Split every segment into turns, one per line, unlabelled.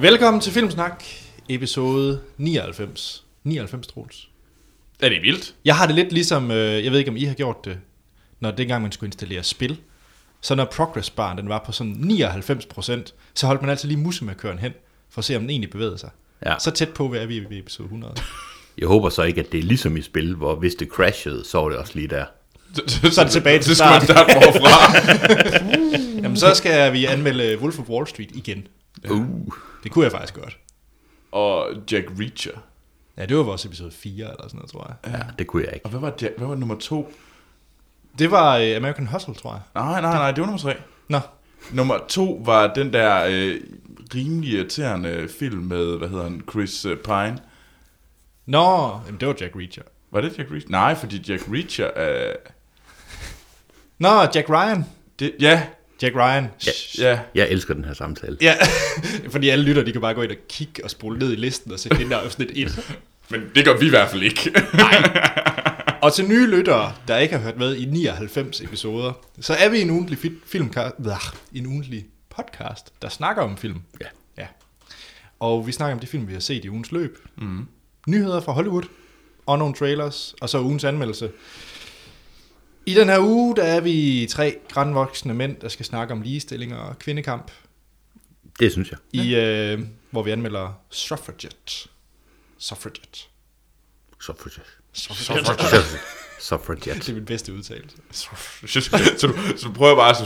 Velkommen til Filmsnak, episode 99. 99, Troels.
Er det vildt?
Jeg har det lidt ligesom, øh, jeg ved ikke om I har gjort det, når dengang man skulle installere spil. Så når progressbaren den var på sådan 99%, så holdt man altid lige musemakøren hen, for at se om den egentlig bevægede sig.
Ja.
Så tæt på er vi ved episode 100.
Jeg håber så ikke, at det er ligesom i spil, hvor hvis det crashede, så var det også lige der.
Så er det tilbage til
Så skal man
start.
starte forfra.
Jamen så skal vi anmelde øh, Wolf of Wall Street igen.
Uh.
Det kunne jeg faktisk godt.
Og Jack Reacher.
Ja, det var vores episode 4 eller sådan noget, tror jeg.
Ja, det kunne jeg ikke.
Og hvad var, Jack, hvad var nummer to?
Det var øh, American Hustle, tror jeg.
Nej, nej, nej, det var nummer tre.
Nå,
Nummer to var den der øh, rimelig irriterende film med, hvad hedder han, Chris øh, Pine.
Nå jamen, det var Jack Reacher.
Var det Jack Reacher? Nej, fordi Jack Reacher er... Øh,
Nå, Jack Ryan.
det, ja,
Jack Ryan.
Ja.
ja.
Jeg elsker den her samtale.
ja. Fordi alle lytter, de kan bare gå ind og kigge og spole ned i listen og se den der afsnit 1.
Men det gør vi i hvert fald ikke.
Og til nye lyttere, der ikke har hørt med i 99 episoder, så er vi en ugentlig fi- filmka- Blah, en ugentlig podcast, der snakker om film.
Ja.
ja. Og vi snakker om de film, vi har set i ugens løb. Mm. Nyheder fra Hollywood, og nogle trailers, og så ugens anmeldelse. I den her uge, der er vi tre grandvoksne mænd, der skal snakke om ligestilling og kvindekamp.
Det synes jeg.
i, øh, hvor vi anmelder suffragette. Suffragette.
Suffragette.
Suffragette.
Suffragette. Suffragette.
Det er min bedste udtalelse.
så, du, så du prøver bare så...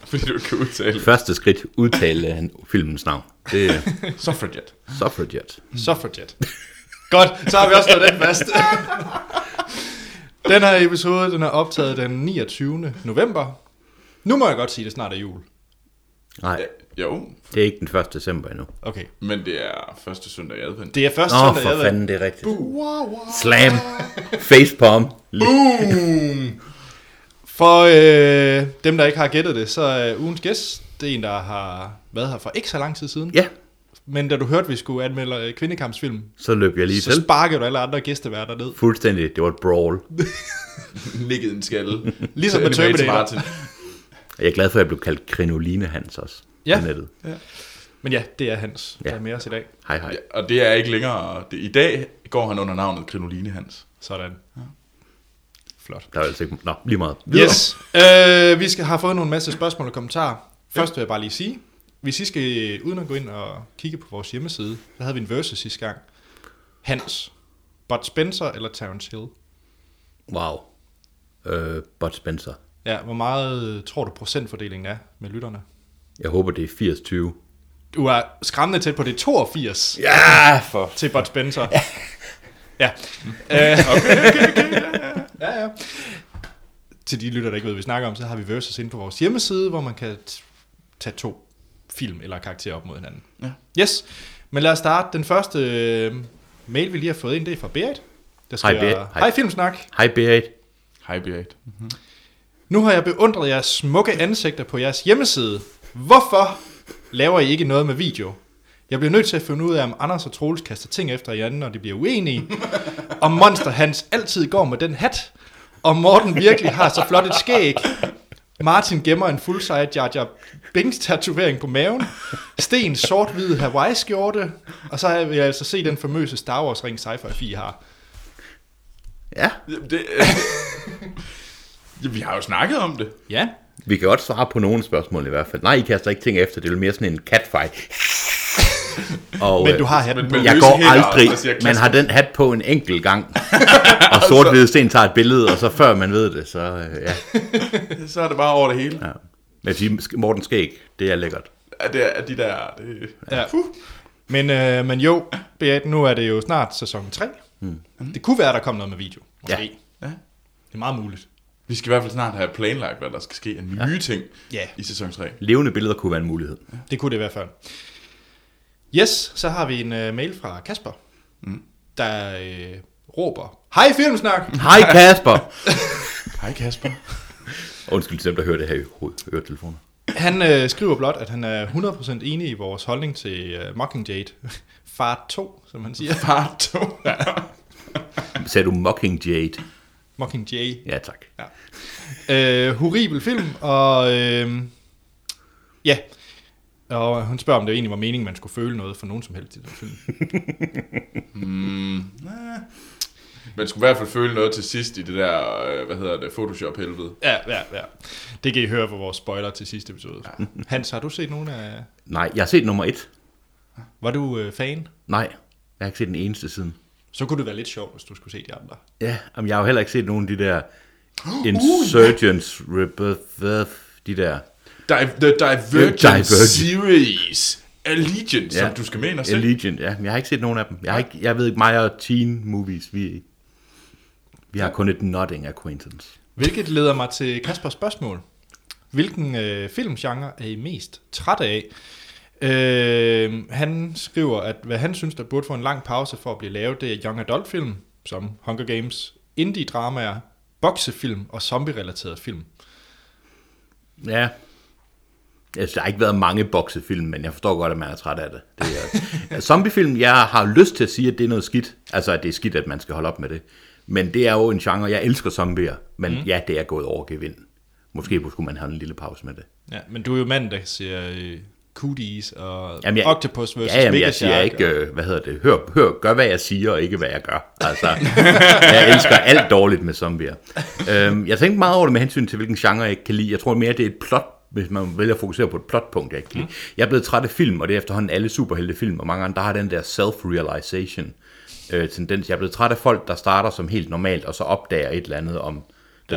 fordi du ikke kan udtale.
Første skridt, udtale han filmens navn. Det er
Suffragette.
Suffragette.
Suffragette. Godt, så har vi også slået den fast. den her episode, den er optaget den 29. november. Nu må jeg godt sige, at det snart er jul.
Nej,
Ja, jo,
det er ikke den 1. december endnu.
Okay.
men det er første søndag i advent.
Det er første
Åh, oh,
søndag,
for
jeg ved.
fanden, det er rigtigt.
Wow, wow.
Slam. Facepalm.
Boom! For øh, dem, der ikke har gættet det, så er ugens gæst, det er en, der har været her for ikke så lang tid siden.
Ja,
Men da du hørte, at vi skulle anmelde øh, kvindekampsfilm,
så løb jeg lige
så
til.
sparkede du alle andre gæsteværter ned.
Fuldstændig, det var et brawl.
Nikkede en skalle.
Ligesom med
Tilbage til
Terminator.
Martin.
Og Jeg er glad for, at jeg blev kaldt Krinoline Hans også.
Ja.
på Nettet.
Men ja, det er Hans, der
Ja.
er med os i dag.
Hej, hej.
Ja, og det er ikke længere... Det, I dag går han under navnet Krinoline Hans.
Sådan. Flot.
Der var altså ikke... Nå, lige meget. Videre.
Yes. Øh, vi skal har fået nogle masse spørgsmål og kommentarer. Først vil jeg bare lige sige, hvis I skal, øh, uden at gå ind og kigge på vores hjemmeside, der havde vi en versus sidste gang. Hans, Bud Spencer eller Terence Hill?
Wow. Øh, Bud Spencer.
Ja, hvor meget øh, tror du procentfordelingen er med lytterne?
Jeg håber, det er 80-20.
Du er skræmmende tæt på det 82 ja.
Ja, for...
til Bud Spencer. Ja. ja. Øh, ja, ja. Til de lytter, der ikke ved, hvad vi snakker om, så har vi Versus inde på vores hjemmeside, hvor man kan t- tage to film eller karakterer op mod hinanden.
Ja.
Yes, men lad os starte. Den første øh, mail, vi lige har fået ind, det er fra Berit. Der
Hej, Berit.
Hej.
Hej.
Hej Filmsnak.
Hej Berit.
Hej Beat.
Nu har jeg beundret jeres smukke ansigter på jeres hjemmeside. Hvorfor laver I ikke noget med video? Jeg bliver nødt til at finde ud af, om Anders og Troels kaster ting efter hinanden, når de bliver uenige. Om Monster Hans altid går med den hat. Om Morten virkelig har så flot et skæg. Martin gemmer en full-size Jar Jar Binks tatovering på maven. Sten sort-hvid Hawaii-skjorte. Og så vil jeg altså se den famøse Star Wars ring sci-fi 4 har.
Ja,
Det, øh, ja, vi har jo snakket om det.
Ja,
vi kan godt svare på nogle spørgsmål i hvert fald. Nej, I kaster ikke ting efter. Det er jo mere sådan en catfight. Og,
men
øh,
du har hatten
men-
på.
men-
jeg
løse
går
hænder,
aldrig.
og så siger jeg,
Man har den hat på en enkelt gang. og sort-hvide sten tager et billede, og så før man ved det, så øh, ja.
Så er det bare over det hele.
ja. Men jeg vil sige, Sk- Morten Skæg, det er lækkert.
At det er at de der... Det,
Ja. Men, øh, men jo, Beat, nu er det jo snart sæson 3. Mm. Det kunne være, der kom noget med video. Måske.
Ja.
ja.
Det er meget muligt.
Vi skal i hvert fald snart have planlagt, hvad der skal ske af nye ja. ting
Ja.
i sæson 3.
Levende billeder kunne være en mulighed.
Det kunne det i hvert fald. Yes, så har vi en øh, mail fra Kasper, mm. der øh, råber, Hej Filmsnak!
Hej Kasper!
Hej Kasper.
Undskyld til dem, der hører det her i hoved- øretelefoner.
Han øh, skriver blot, at han er 100% enig i vores holdning til øh, Mockingjay. Far 2, som han siger.
Part 2.
Sagde du Mockingjay?
Mockingjay.
Ja, tak.
Ja. Øh, horribel film, og øh, ja, Og hun spørger, om det egentlig var meningen, man skulle føle noget for nogen som helst i den film.
Man skulle i hvert fald føle noget til sidst i det der, øh, hvad hedder det, Photoshop-helvede.
Ja, ja, ja. Det kan I høre på vores spoiler til sidste episode. Hans, har du set nogen af...
Nej, jeg har set nummer et.
Var du øh, fan?
Nej, jeg har ikke set den eneste siden.
Så kunne det være lidt sjovt, hvis du skulle se de andre.
Ja, jamen, jeg har jo heller ikke set nogen af de der Insurgents, uh, Rebirth, de der.
Di- the Divergent,
Divergent.
Series Allegiance, ja.
Ja.
som du skal med ind og se.
Allegiant, ja. men Jeg har ikke set nogen af dem. Jeg, har ikke, jeg ved ikke, mig og teen movies, vi, vi har kun et nodding acquaintance.
Hvilket leder mig til Kaspers spørgsmål. Hvilken øh, filmgenre er I mest træt af? Øh, han skriver, at hvad han synes, der burde få en lang pause for at blive lavet, det er young adult film, som Hunger Games, indie-dramaer, boksefilm og zombie-relaterede film.
Ja. Jeg synes, der har ikke været mange boksefilm, men jeg forstår godt, at man er træt af det. det er, Altså, zombiefilm, jeg har lyst til at sige, at det er noget skidt. Altså, at det er skidt, at man skal holde op med det. Men det er jo en genre, jeg elsker zombier. Men mm. ja, det er gået over gevind. Måske skulle man have en lille pause med det.
Ja, men du er jo mand, der siger øh, cooties og
Jamen, jeg-
octopus versus
Ja, jamen,
Mega
jeg siger
Shark
ikke, øh, hvad hedder det, hør, hør, gør hvad jeg siger, og ikke hvad jeg gør. Altså, jeg elsker alt dårligt med zombier. Øhm, jeg tænkte meget over det med hensyn til, hvilken genre jeg ikke kan lide. Jeg tror mere, det er et plot, hvis man vælger at fokusere på et plotpunkt, jeg ikke kan lide. Jeg er blevet træt af film, og det er efterhånden alle superheltefilm, og mange andre har den der self-realization øh, tendens. Jeg er blevet træt af folk, der starter som helt normalt, og så opdager et eller andet om dem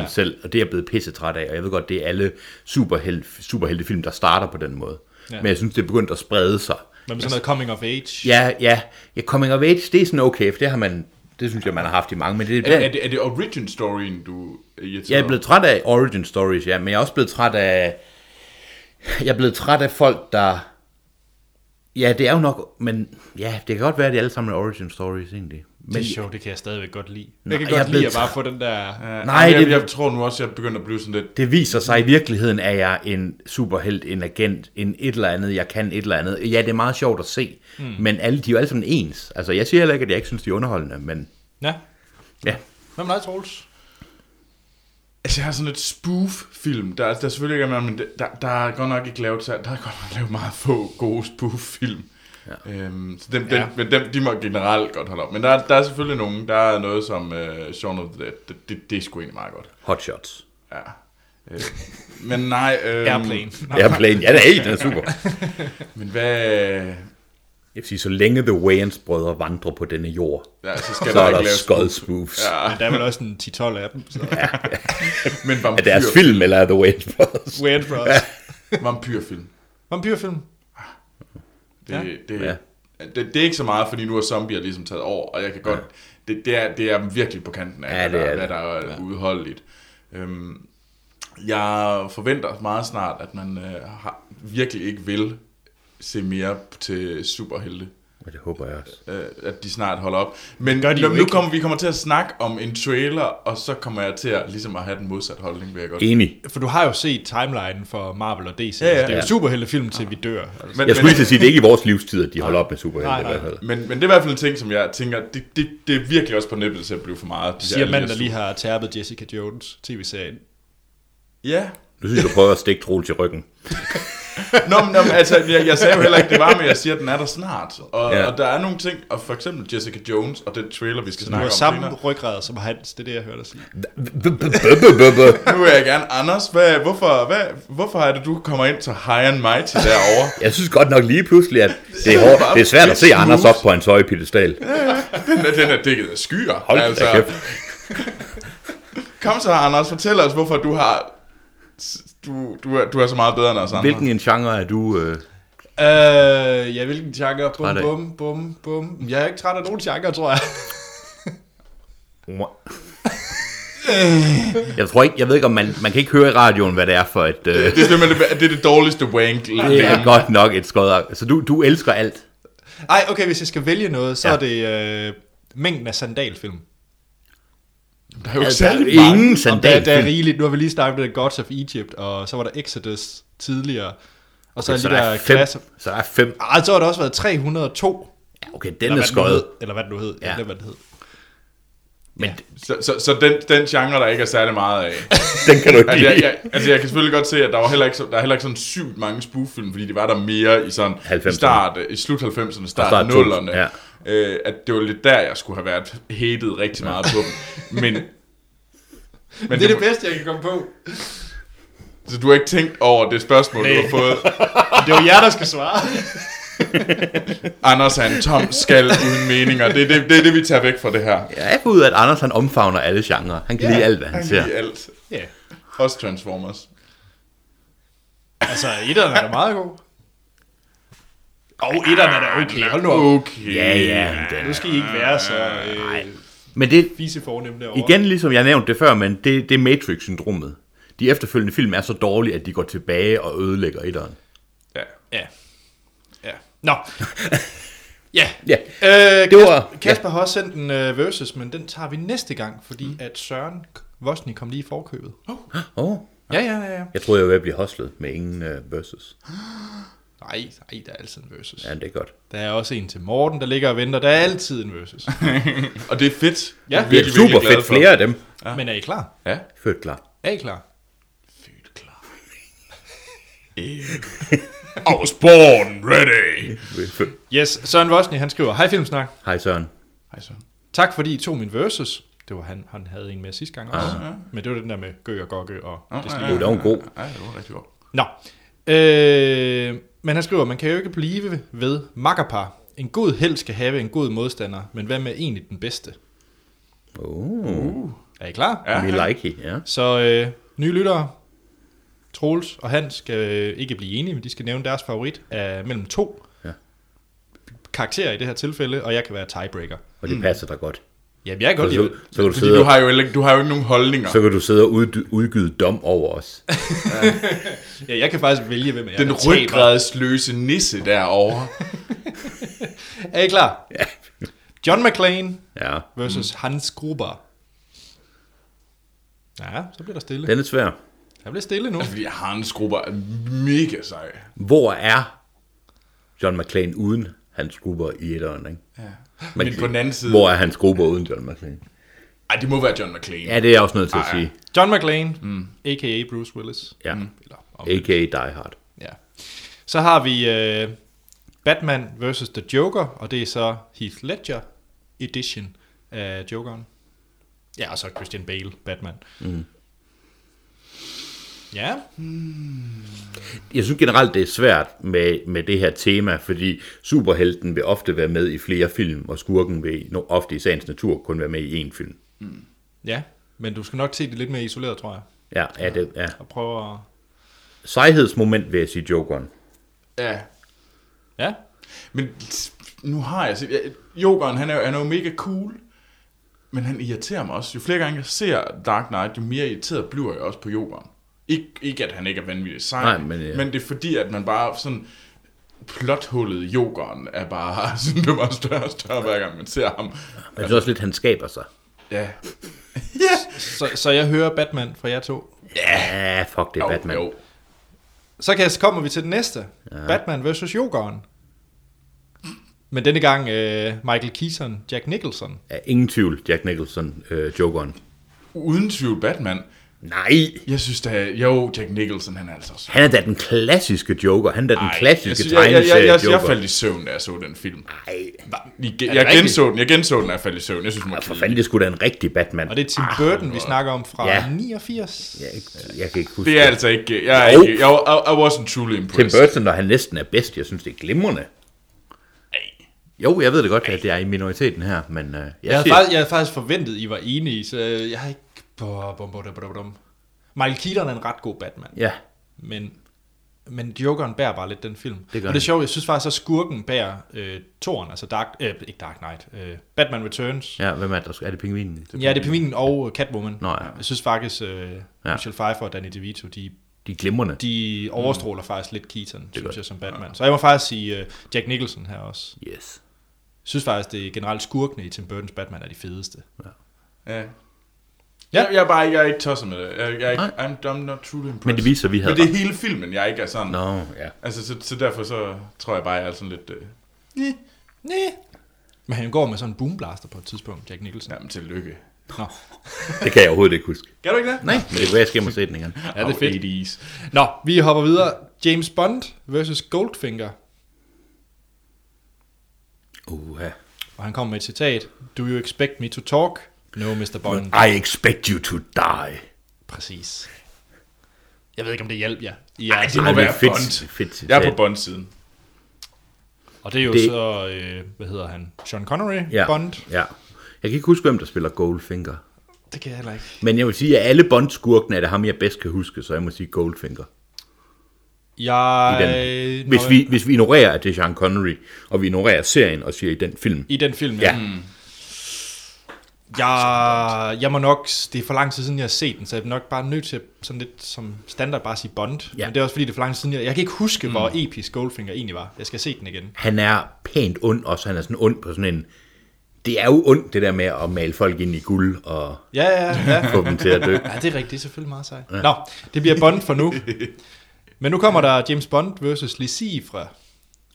Ja.
ja. selv, og det er jeg blevet pissetræt af, og jeg ved godt, det er alle superhelt, superheltefilm, der starter på den måde.
Ja.
Ja. Men jeg synes, det er begyndt at sprede sig.
Hvad med sådan noget coming of age?
Ja, ja. ja coming of age, det er sådan okay, for det har man, det synes jeg, man har haft i mange, men det er,
Er, er, det, er det origin storyen, du øh, er irriteret
jeg er blevet træt af origin stories, ja, men jeg er også blevet træt af, jeg er blevet træt af folk, der, ja, det er jo nok, men ja, det kan godt være, at de alle sammen er origin stories egentlig.
Det er
Men,
sjovt, det kan jeg stadigvæk godt lide. Jeg kan
jeg
godt
er
lide
blevet
at bare få den der...
Ja,
Nej,
jeg,
det-
jeg, jeg tror nu også, jeg begynder at blive sådan lidt...
det viser sig i virkeligheden, at jeg er en superhelt, en agent, en et eller andet, jeg kan et eller andet. Ja, det er meget sjovt at se, mm. men alle, de er jo alle sammen ens. Altså, jeg siger heller ikke, at jeg ikke synes, de er underholdende, men
Ja.
ja.
Hvad med dig, Troels?
Altså, jeg har sådan et spoof-film. Der, er- der er selvfølgelig ikke mange, men det- der, der er godt nok ikke lavet, så- der er godt nok lavet meget få gode spoof-film. Ja. Øhm, så dem, dem,
Ja.
ja. men dem, de må generelt godt holde op. Men der, er- der er selvfølgelig nogen. Der er noget som øh, Shaun of the Dead. Det, det, det er sgu egentlig meget godt.
Hotshots.
Ja. Øh, men nej... Øh,
Airplane. Nå,
Airplane. Ja, det er helt, den er super.
Men hvad...
Jeg vil sige, så længe The Wayans brødre vandrer på denne jord,
Ja, så
ja,
skal
så
der
er
ikke
der
laves
skod spoofs. Ja.
Men der er vel også en 10-12 af dem. Så.
Men
Er
vampyr,
deres film, eller er The Wayans brødres?
Weird for os.
vampyrfilm.
Vampyrfilm.
Det,
Ja.
det,
Ja.
det, det, er ikke så meget, fordi nu er zombier ligesom taget over, og jeg kan godt... Det, det, er, det er virkelig på kanten af,
Ja,
ja,
det
hvad,
er
der,
det.
hvad der er udholdeligt. Øhm, jeg forventer meget snart, at man øh, har, virkelig ikke vil se mere til superhelte.
Ja, det håber jeg også.
øh, at de snart holder op. Men
Gør de
nu,
jo
nu
ikke.
kommer vi kommer til at snakke om en trailer, og så kommer jeg til at, ligesom at have den modsatte holdning, vil jeg godt.
Enig.
For du har jo set timeline for Marvel og DC.
Ja, ja.
så Det er jo
Ja.
superheltefilm til vi dør. Altså.
Men,
Jeg skulle lige til
men,
at sige, det er ikke i vores livstid, at de holder op med
Nej,
superhelte i
nej.
hvert fald.
men, men det er i hvert fald en ting, som jeg tænker, det, det, det er virkelig også på nippet til at blive for meget. de
Siger
her
manden, der
lige-
lige har tærpet Jessica Jones tv-serien.
Ja.
Nu synes jeg, du prøver at stikke Troels i ryggen.
Nå, men, nå, men altså, jeg, jeg sagde jo heller ikke, det var, men jeg siger, at den er der snart. Og, ja.
Ja.
og der er nogle ting, og for eksempel Jessica Jones og den trailer, vi skal
Du
snakke
har
om
samme
senere.
ryggrad som Hans, det er det, jeg hørte dig sige.
Nu vil jeg gerne, Anders, hvad, hvorfor, hvad, hvorfor er det, du kommer ind så high and mighty derovre?
Jeg synes godt nok lige pludselig, at det er, hårdt. Det er svært at se Anders op på en søjpedestal.
Den er, den er dækket af skyer. altså.
Hold da kæft.
Kom så, Anders, fortæl os, hvorfor du har... Du, du, er, du er så meget bedre end os andre.
Hvilken en genre er du... Øh...
Øh, ja, hvilken genre? Bum,
Træt af.
bum, bum, bum. Jeg er ikke træt af nogen genre, tror jeg.
Jeg tror ikke, jeg ved ikke, om man, man kan ikke høre i radioen, hvad det er for et... Øh...
Det er simpelthen det, det, er det dårligste wank.
Det er godt nok et skod. Så du, du elsker alt.
Ej, okay, hvis jeg skal vælge noget, så ja.
Ja.
er det øh, mængden af sandalfilm.
Der er jo ikke
Altså,
særlig
ingen
mange.
Om der, der er
sandalfilm.
rigeligt. Nu har vi lige snakket om Gods of Egypt, og så var der Exodus tidligere. Og så er
Så
de
der
der
er fem.
klasser.
Så der er fem.
Ah, så har der også været 302.
Ja, Okay,
Eller
den
hvad
er
den nu
skøjet.
hed, Eller hvad den nu hed. Ja.
Ja.
Eller hvad den hed.
Men ja.
Så, så, så den, den genre, der ikke er særlig meget af.
den kan du ikke
Altså,
lide.
jeg, jeg, altså, jeg kan selvfølgelig godt se, at der var heller ikke, så- der er heller ikke sådan sygt mange spoof-film, fordi de var der mere i sådan
90'erne.
i start, i slut 90'erne, start,
start
start
2000'erne,
0'erne. Øh, at det var lidt der, jeg skulle have været hated rigtig meget på dem. Men, men
Det er
du,
det bedste, jeg kan komme på.
så du har ikke tænkt over det spørgsmål, du har fået.
Det er jo jer, der skal svare.
Anders er en tom skal uden meninger. Det, er det, det er det, vi tager væk fra det her.
Jeg er på ud af, at Anders han omfavner alle genrer. Han kan ja, lide alt, hvad han,
Han
ser.
kan lide alt.
Ja.
Også Transformers.
Altså, etteren er da meget god. Og etteren er da okay. Hold nu op.
Okay.
Ja, ja. men Den.
Nu skal I ikke være så øh,
Men det,
fise fornemme derovre.
igen ligesom jeg nævnte det før, men det, det er Matrix-syndromet. De efterfølgende film er så dårlige, at de går tilbage og ødelægger etteren.
ja.
Ja. Ja. Nå. ja.
Ja,
Øh,
Det
det
var-
var, Kasper, Kasper har også sendt en uh, versus, men den tager vi næste gang, fordi mm. at Søren Vosni kom lige i forkøbet. Oh.
Åh,
Ja, ja, ja. ja.
jeg troede, jeg var ved at blive hostlet med ingen uh, versus.
Nej, nej, der er altid en versus.
Ja, det er godt.
Der er også en til Morten, der ligger og venter. Der er altid en versus.
Og det er fedt.
Ja.
Jeg
Det
virkelig,
er
virkelig
super
glad
fedt.
for.
Flere af dem.
ja. Men er I klar?
Ja.
Fedt klar.
Er I klar?
Fedt klar. I was born ready.
Fedt.
Yes, Søren Vosni, han skriver, Hej Filmsnak.
Hej Søren.
Hej så.
Tak fordi I tog min versus. Det var han, han havde en med sidste gang også. Ah, ja. Men det var den der med gø og gokke og oh, det
ja. Jo, det var en god.
Ja, det var rigtig god.
Nå. Øh, men han skriver, man kan jo ikke blive ved makkerpar. En god held skal have en god modstander, men hvem er egentlig den bedste?
Oh,
Er I klar?
ja. we like it, ja.
Så øh, nye lyttere, Troels og Hans skal øh, ikke blive enige, men de skal nævne deres favorit af mellem to
Ja.
ja. karakterer i det her tilfælde, og jeg kan være tiebreaker.
Og det passer dig godt.
Jamen, jeg kan
Så,
godt lide
så,
det.
så, kan, du
Fordi
sidde,
du
og-
har jo ikke, du har jo ikke nogen holdninger.
så kan du sidde og ud, udgyde dom over os.
ja, jeg kan faktisk vælge, hvem jeg er,
Den
der taber.
ryggradsløse nisse derovre.
Er I klar? Ja. John McClane
Ja,
versus mm. Hans Gruber. Ja, så bliver der stille.
den er svær.
Der bliver stille nu.
altså, Fordi hans grupper er mega sej.
Hvor er John McClane uden hans grupper i etteren, ikke? Ja.
Men på den anden side-
Hvor er hans grupper uden John McClane?
Ej,
Ah,
det må være John McClane.
Ja, Mm, det er jeg også nødt til at sige.
John McClane, mm. a.k.a. Bruce Willis.
Ja.
Eller,
A.k.a. Die Hard.
ja. Så har vi øh, Batman versus The Joker, og det er så Heath Ledger edition af Jokeren. Ja, og så Christian Bale, Batman. Mm. Ja,
Jeg synes generelt, det er svært med, med det her tema, fordi superhelten vil ofte være med i flere film, og skurken vil no, ofte i sagens natur kun være med i én film.
ja. Men du skal nok se det lidt mere isoleret, tror jeg.
Ja, er det, ja.
Og prøve at...
Sejhedsmoment vil jeg sige Jokeren.
Ja.
Ja,
Men nu har jeg set... Ja, Jokeren, han er, jo, han er jo mega cool. Men han irriterer mig også. Jo flere gange jeg ser Dark Knight, jo mere irriteret bliver jeg også på Jokeren. Ik- ikke at han ikke er vanvittig sej,
Nej, men, ja.
men det er fordi, at man bare sådan plothullet Jokeren er bare sådan, det var større og større, hver gang man ser ham.
Men jeg synes også lidt, han skaber sig.
Ja. Ja.
så, så jeg hører Batman fra jer to.
Ja, Ah, fuck det er Batman.
Jo, jo.
Så kan jeg, så kommer vi til den næste. Ja. Batman versus Jokeren. Men denne gang øh, Michael Keaton, Jack Nicholson.
Ja, ingen tvivl, Jack Nicholson, øh, Jokeren.
Uden tvivl Batman.
Nej,
Jeg synes da, jo, Jack Nicholson, han er altså også...
han er da den klassiske Joker. Han er da den
Ej, jeg,
klassiske
synes- jeg, jeg, jeg, jeg, jeg
tegneserie-Joker.
faldt i søvn, da jeg så den film.
Nej,
Jeg, jeg
rigtigt?
genså den, jeg genså den, da jeg faldt i søvn. Jeg synes, man
for fanden, det skulle da en rigtig Batman.
Og det er Tim Burton, vi snakker om fra
Ah, Ja.
ja. 89.
Jeg, ikke- jeg kan ikke huske
Det er altså ikke... Jeg, er
Jo.
ikke, jeg, I, I wasn't truly
Oh. Tim
impressed.
Burton, når han næsten er bedst, jeg synes, det er glimrende. Jo, jeg ved det godt, at det er i minoriteten her, men uh, jeg,
Jeg, havde
siger,
faktisk, jeg havde faktisk forventet, I var enige, så øh, jeg har ikke... Bum, bum, bum, bum, bum. Michael Keaton er en ret god Batman.
ja,
Men, men Jokeren bærer bare lidt den film.
Det
Det
gør
og det
han.
er sjovt, jeg synes faktisk, at skurken bærer øh, toren, altså Dark, øh, ikke Dark Knight, øh, Batman Returns.
ja, hvem er det, der skal? Er det pingvinen?
Ja, det er Pingvinen og Catwoman.
Nå, ja.
Jeg synes faktisk, øh,
Ja.
ja. Michelle Pfeiffer og Danny DeVito, de,
De er glimrende.
de overstråler mm. faktisk lidt Keaton, det synes
godt.
jeg, som Batman. Så jeg må faktisk sige øh, Jack Nicholson her også.
Yes.
Jeg synes faktisk, det er generelt skurkene i Tim Burton's Batman er de fedeste.
Ja. Jeg, jeg er bare ikke, jeg er ikke tosset med det. Jeg, jeg er ikke, I'm, I'm not truly impressed.
Men det viser, vi havde
Men det er hele filmen, jeg ikke er sådan.
Nå, ja.
Altså, så, så derfor så tror jeg bare, jeg er sådan lidt... Øh,
Næh. Men han går med sådan en boomblaster på et tidspunkt, Jack Nicholson. Ja.
jamen, tillykke.
Nå.
Det kan jeg overhovedet ikke huske.
Kan du ikke det?
Nej, men det kan være, jeg skimmer sætningerne.
Ja, det er fedt.
80's.
Nå, vi hopper videre. James Bond versus Goldfinger.
Uha.
Og han kommer med et citat. Do you expect me to talk? No, Mr. Bond.
I expect you to die.
Præcis. Jeg ved ikke, om det hjælper jer. altså Ja.
Ej, det må
Ej, men
være
fedt,
Bond.
fedt citat.
jeg er på Bond-siden.
Og det er jo det...
Det-
så, øh, hvad hedder han? Sean Connery?
Ja.
Bond?
Ja. Jeg kan ikke huske, hvem der spiller Goldfinger.
Det kan jeg heller ikke.
Men jeg vil sige, at alle Bond-skurkene er det ham, jeg bedst kan huske, så jeg må sige Goldfinger. I
Jeg...
den, hvis,
Nå,
vi, hvis vi ignorerer, at det er Sean Connery, og vi ignorerer serien og siger i den film.
I den film, Mm.
Ja,
Jeg, jeg må nok, det er for lang tid siden, jeg har set den, så jeg er nok bare nødt til at, sådan lidt som standard bare sige Bond. Ja.
Ja.
Men det er også fordi, det er for lang tid siden, jeg, jeg kan ikke huske, hvor episk Goldfinger egentlig var. Jeg skal se den igen.
han er pænt ond også. Han er sådan ond på sådan en... Det er jo ondt, det der med at male folk ind i guld og
Ja, ja, ja.
få dem til at dø.
ja det er rigtigt, det er selvfølgelig meget sejt. Ja. Nå, det bliver Bond for nu. Men nu kommer der James Bond versus Lizzie fra,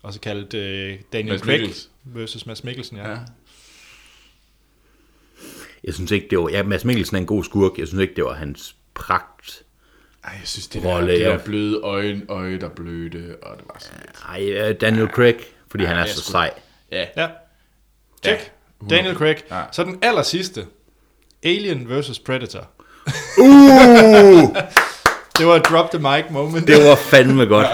også kaldt øh, Daniel
Mads
Craig
Mikkelsen.
versus Mads Mikkelsen. Ja.
Ja.
ja.
Jeg synes ikke, det var... Ja, Mads Mikkelsen er en god skurk. Jeg synes ikke, det var hans pragt.
Ej, jeg synes, det der,
Rolle,
det
ja.
der bløde øjne, øje, der blødte, og det var sådan lidt.
Ej, øh, Daniel Craig, fordi han er
jeg
så
skulle-
sej.
Ja.
ja. Check. Ja, Daniel Craig. Ja.
Ja.
Så den aller sidste. Alien versus Predator.
Uh!
Det var et drop the mic moment.
Det var fandme godt.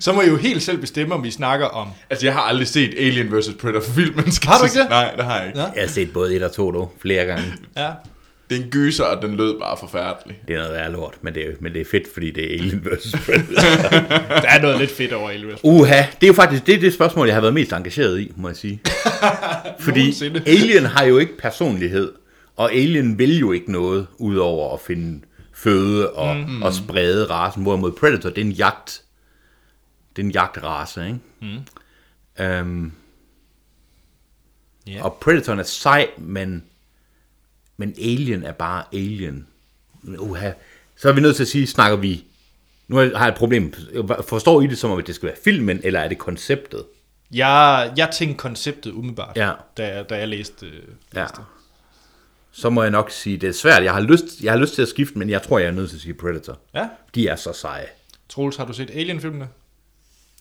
Så må I jo helt selv bestemme, om vi snakker om...
Altså, jeg har aldrig set Alien vs. Predator-filmen. skal
Har du
jeg
ikke det?
sige. Nej, det har jeg ikke.
Nå.
Ja.
Jeg har set både et og to dog, flere gange.
Ja.
Det er en gyser, og den lød bare forfærdelig.
Det er noget værre lort, men det, er, men det er fedt, fordi det er Alien vs. Predator.
Der er noget lidt fedt over Elvis.
Uha, det er jo faktisk det, er det spørgsmål, jeg har været mest engageret i, må jeg sige. Fordi
Nogensinde.
Alien har jo ikke personlighed, og Alien vil jo ikke noget, udover at finde føde og, mm. og sprede rasen. Hvorimod Predator, det er en jagt. Det er en jagtrace, ikke? Mm. Øhm,
Ja.
yeah. Og Predatoren er sej, men, men Alien er bare Alien. Uha. Så er vi nødt til at sige, snakker vi... Nu har jeg et problem. Forstår I det som om, at det skal være filmen, eller er det konceptet?
Jeg, jeg tænkte konceptet umiddelbart,
Ja.
da, da jeg læste... øh,
Ja. Så må jeg nok sige, det er svært. Jeg har, lyst, jeg har lyst til at skifte, men jeg tror, jeg er nødt til at sige Predator.
Ja.
De er så seje.
Troels, har du set Alien-filmene?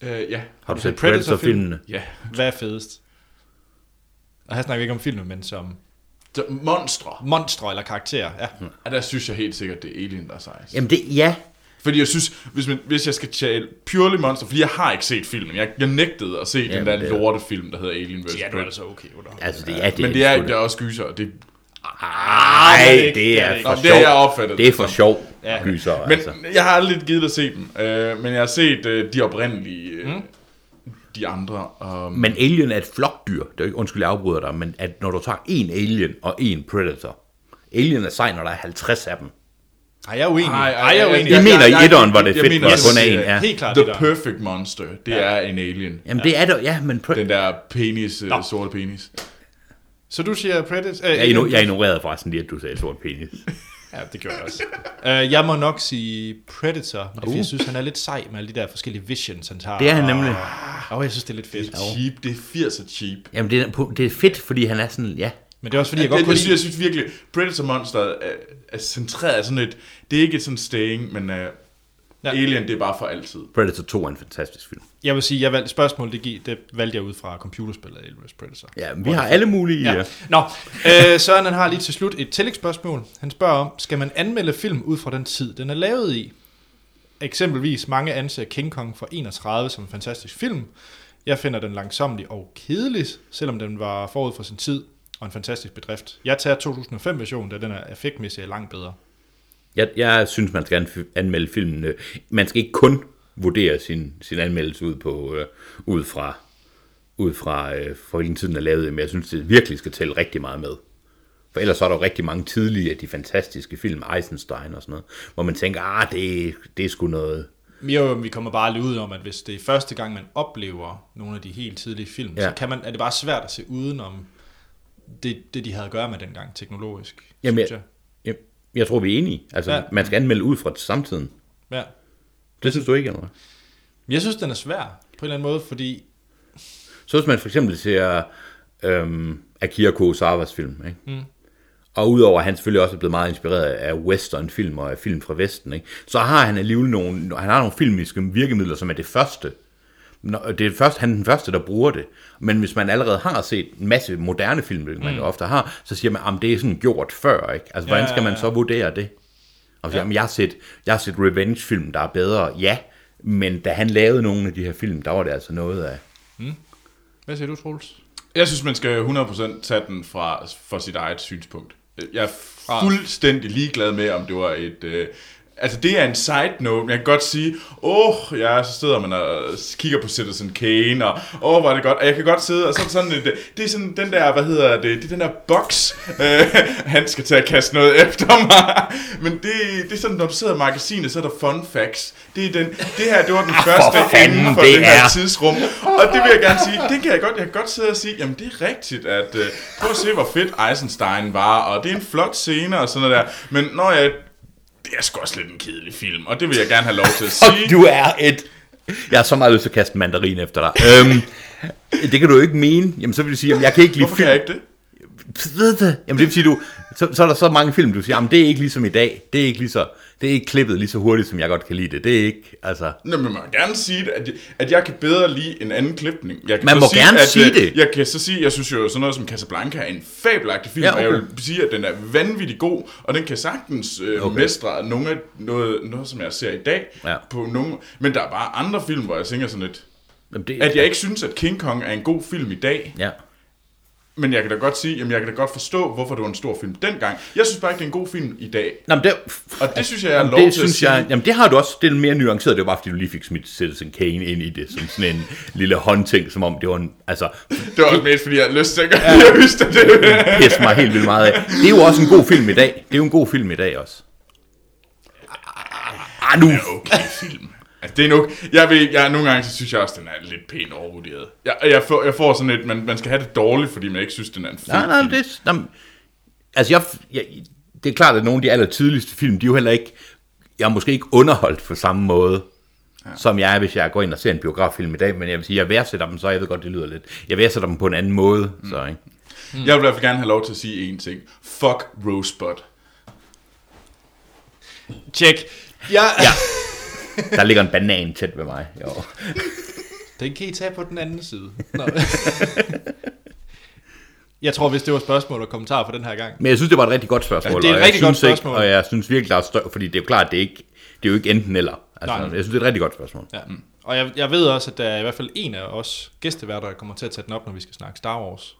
Øh, ja.
Har du
Altså,
set Predator-filmene?
Predator-film?
Ja.
Hvad er fedest? Og her snakker vi ikke om filmen, men som
Så
Mm.
Monstre.
monstre eller karakterer. Ja.
Ja, der synes jeg helt sikkert, det er Alien, der er sejst.
Jamen det, ja.
Fordi jeg synes, hvis, man, hvis jeg skal tale purely monster, fordi jeg har ikke set filmen. Jeg, jeg nægtede at se den
Jamen,
der
det er-
lortefilm, der hedder Alien vs.
ja, du er
Predator.
altså okay under. Ja.
Altså, det, ja, det
Men det er,
sgu
det er også gyser, og det,
Ej, det er
Nå,
for
det er jeg
sjov.
opfattet.
Det er for sjov,
Ja.
gyser,
Men
altså.
jeg har aldrig givet at se dem, øh, men jeg har set øh, de oprindelige,
Mm.
øh, de andre. Og,
Men alien er et flokdyr. Det er jo ikke, undskyld, jeg afbryder dig, men at når du tager en alien og en predator, alien er sej, når der er 50 af dem.
Ej, jeg er uenig. Ej,
Ej, ej,
jeg er
ej,
uenig.
I
ej,
Jeg-
ej,
mener,
jeg-
i etteren
jeg-
var det
jeg
fedt,
mener
når der
også,
kun er
at-
en. Ja.
Helt klart,
The
det der.
Perfect Monster, det ja. er en alien.
Jamen, det er der, ja, men pre-
Den der penis, øh,
Nå.
sorte penis.
Så du siger Predator? Øh,
jeg, igno- jeg ignorerede forresten lige, at du sagde sort penis.
Ja, det gjorde jeg også. uh, jeg må nok sige Predator, men det er, fordi jeg synes, han er lidt sej med alle de der forskellige visions, han tager.
Uh. Det er han nemlig.
Og, og jeg synes, det er lidt fedt.
Cheap, det er 80'er cheap.
Jamen, det er, det er fedt, fordi han er sådan, ja.
Men det er også fordi, jeg
Jeg,
godt
jeg,
kunne
jeg, synes,
lide...
jeg synes virkelig, Predator Monster er, er centreret af sådan et... Det er ikke sådan staying, men uh, ja. Alien, det er bare for altid.
Predator 2 er en fantastisk film.
Jeg vil sige, jeg valgte spørgsmål, det, gi- det valgte jeg ud fra computerspillet Alien vs. Predator.
Ja, men vi har alle mulige... Ja.
Ja. Nå, øh, Søren han har lige til slut et tillægsspørgsmål. Han spørger om, skal man anmelde film ud fra den tid, den er lavet i? Eksempelvis mange anser King Kong fra 31 som en fantastisk film. Jeg finder den langsomlig og kedelig, selvom den var forud for sin tid og en fantastisk bedrift. Jeg tager 2005-versionen, da den er effektmæssigt langt bedre.
Jeg, jeg synes, man skal anf- anmelde filmen. øh, Man skal ikke kun vurdere sin, sin anmeldelse ud, på, øh, ud fra, ud fra øh, for hvilken tid den er lavet, i, men jeg synes, det virkelig skal tælle rigtig meget med. For ellers er der jo rigtig mange tidlige af de fantastiske film, Eisenstein og sådan noget, hvor man tænker, ah, det, det er sgu noget.
Jo, vi kommer bare lige ud om, at hvis det er første gang, man oplever nogle af de helt tidlige film, ja.
Ja.
så kan man, er det bare svært at se udenom det, det de havde at gøre med dengang teknologisk,
Jamen,
synes
jeg, jeg, jeg tror, vi er enige. Altså,
Ja.
ja. man skal anmelde ud fra samtiden.
jeg. Ja.
Det synes du ikke, eller hvad?
Men jeg synes, den er svær på en eller anden måde, fordi...
Så hvis man for eksempel ser øhm, Akira Kurosawas film. Ikke? Mm. Og udover at han selvfølgelig også er blevet meget inspireret af westernfilm og af film fra Vesten, ikke? så har han alligevel nogle, han har nogle filmiske virkemidler, som er det første. Nå, Det er først, han er den første, der bruger det. Men hvis man allerede har set en masse moderne film, hvilket man jo ofte har, så siger man, at det er sådan gjort før. Ikke? Altså, hvordan skal man så vurdere det? Og så, ja. jamen, jeg, har set, jeg har set revenge-film, der er bedre. Ja, men da han lavede nogle af de her film, der var det altså noget af...
Hvad siger du, Troels?
Jeg synes, man skal 100% tage den fra, for sit eget synspunkt. Jeg er fuldstændig ligeglad med, om det var et... Øh, altså, det er en side note, men jeg kan godt sige, åh, oh, ja, så sidder man og kigger på Citizen Kane, og åh, oh, hvor er det godt, og jeg kan godt sidde, og så er det sådan lidt, det er sådan den der, hvad hedder det, det er den der boks, øh, han skal til at kaste noget efter mig, men det, det er sådan, når du sidder i magasinet, så er der fun facts, det er den, det her, det var den første
Ah, fanden,
inden for
det
det, det her
er.
tid tidsrum. Og det vil jeg gerne sige, det kan jeg godt, jeg kan godt sidde og sige, jamen det er rigtigt, at øh, prøv at se, hvor fedt Eisenstein var, og det er en flot scene og sådan noget der. Men når jeg, det er sgu også lidt en kedelig film, og det vil jeg gerne have lov til at sige.
Og du er et... Jeg har så meget lyst til at kaste en mandarin efter dig. øhm, det kan du jo ikke mene. Jamen, så vil du sige, jamen, jeg kan ikke lide
Hvorfor kan jeg ikke det?
Ved det. Jamen, det vil sige, du, så, så, er der så mange film, du siger, jamen, det er ikke ligesom i dag. Det er ikke, lige så, det er ikke klippet lige så hurtigt, som jeg godt kan lide det. Det er ikke, altså...
Nå, men man må gerne sige, det, at jeg, at jeg kan bedre lide en anden klipning. Jeg kan
Man
så
må gerne
at,
sige
øh,
det.
Jeg kan så sige, jeg synes jo, sådan noget som Casablanca er en fabelagtig film,
Ja,
ja,
okay.
okay. og jeg vil sige, at den er vanvittig god, og den kan sagtens øh,
Okay.
okay. mestre nogle af noget, noget, som jeg ser i dag.
Ja.
På nogle, men der er bare andre film, hvor jeg tænker sådan lidt,
Jamen, det,
at jeg ikke synes, at King Kong er en god film i dag,
Ja.
men jeg kan da godt sige, jamen jeg kan da godt forstå, hvorfor det var en stor film dengang. Jeg synes bare ikke, det er en god film i dag.
Nå, men det,
Og det synes jeg, jeg har
jamen,
lov
det
til at
synes
sige.
jeg, jamen, det har du også, det er mere nuanceret, det var bare, fordi du lige fik smidt Citizen Kane ind i det, som sådan en lille håndting, som om det var en, altså,
Det var også mest, fordi jeg havde lyst til at gøre det. Jeg vidste det.
pisse mig helt vildt meget af. Det er jo også en god film i dag. Det er jo en god film i dag også. Ah, nu.
Okay, film. Altså, det er nok. Jeg ved, ikke, jeg, nogle gange så synes jeg også, den er lidt pænt overvurderet. Jeg, jeg, får, jeg får sådan et, man, man skal have det dårligt, fordi man ikke synes, den er en fed
Nej, nej, det, er- nej, men- altså, jeg, jeg, det er klart, at nogle af de aller tidligste film, de er jo heller ikke, jeg er måske ikke underholdt på samme måde, ja. som jeg er, hvis jeg går ind og ser en biograffilm i dag, men jeg vil sige, jeg værdsætter dem så, jeg ved godt, det lyder lidt, jeg værdsætter dem på en anden måde, så, ikke?
film. Jeg vil i hvert fald gerne have lov til at sige én ting. Fuck Rosebud.
Tjek. Ja. ja.
Der ligger en banan tæt ved mig. Jo.
Den kan I tage på den anden side. Nå. jeg tror, hvis det var spørgsmål og kommentar for den her gang.
Men jeg synes, det var et rigtig godt spørgsmål.
Ja, det er et
og jeg
rigtig godt
synes ikke-
spørgsmål.
Og jeg synes virkelig, der er større, fordi det er jo klart, det er, ikke, det er jo ikke enten eller. Altså,
Nej.
jeg synes, det er et rigtig godt spørgsmål.
Ja. Og jeg, jeg ved også, at der er i hvert fald en af os gæsteværter, der kommer til at tage den op, når vi skal snakke Star Wars.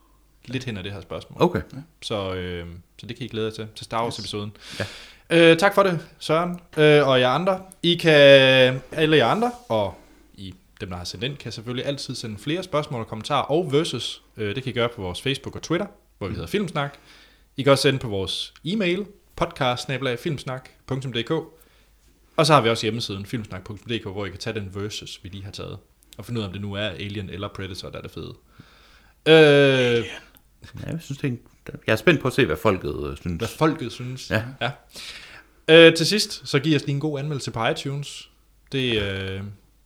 Lidt hen ad det her spørgsmål.
Okay.
Så, øh, så det kan I glæde jer til, til Star Wars-episoden. Ja. Øh, tak for det, Søren øh, og jer andre. I kan, alle jer andre, og I, dem, der har sendt ind, kan selvfølgelig altid sende flere spørgsmål og kommentarer og versus. Øh, det kan I gøre på vores Facebook og Twitter, hvor vi hedder Filmsnak. I kan også sende på vores e-mail, podcast Og så har vi også hjemmesiden filmsnak.dk, hvor I kan tage den versus, vi lige har taget. Og finde ud af, om det nu er Alien eller Predator, der er det fede. Øh,
Ja, jeg, synes, det er en... jeg er spændt på at se, hvad folket øh, synes.
hvad folket synes.
Ja.
ja. Øh, til sidst, så giv os lige en god anmeldelse på iTunes. Det, øh,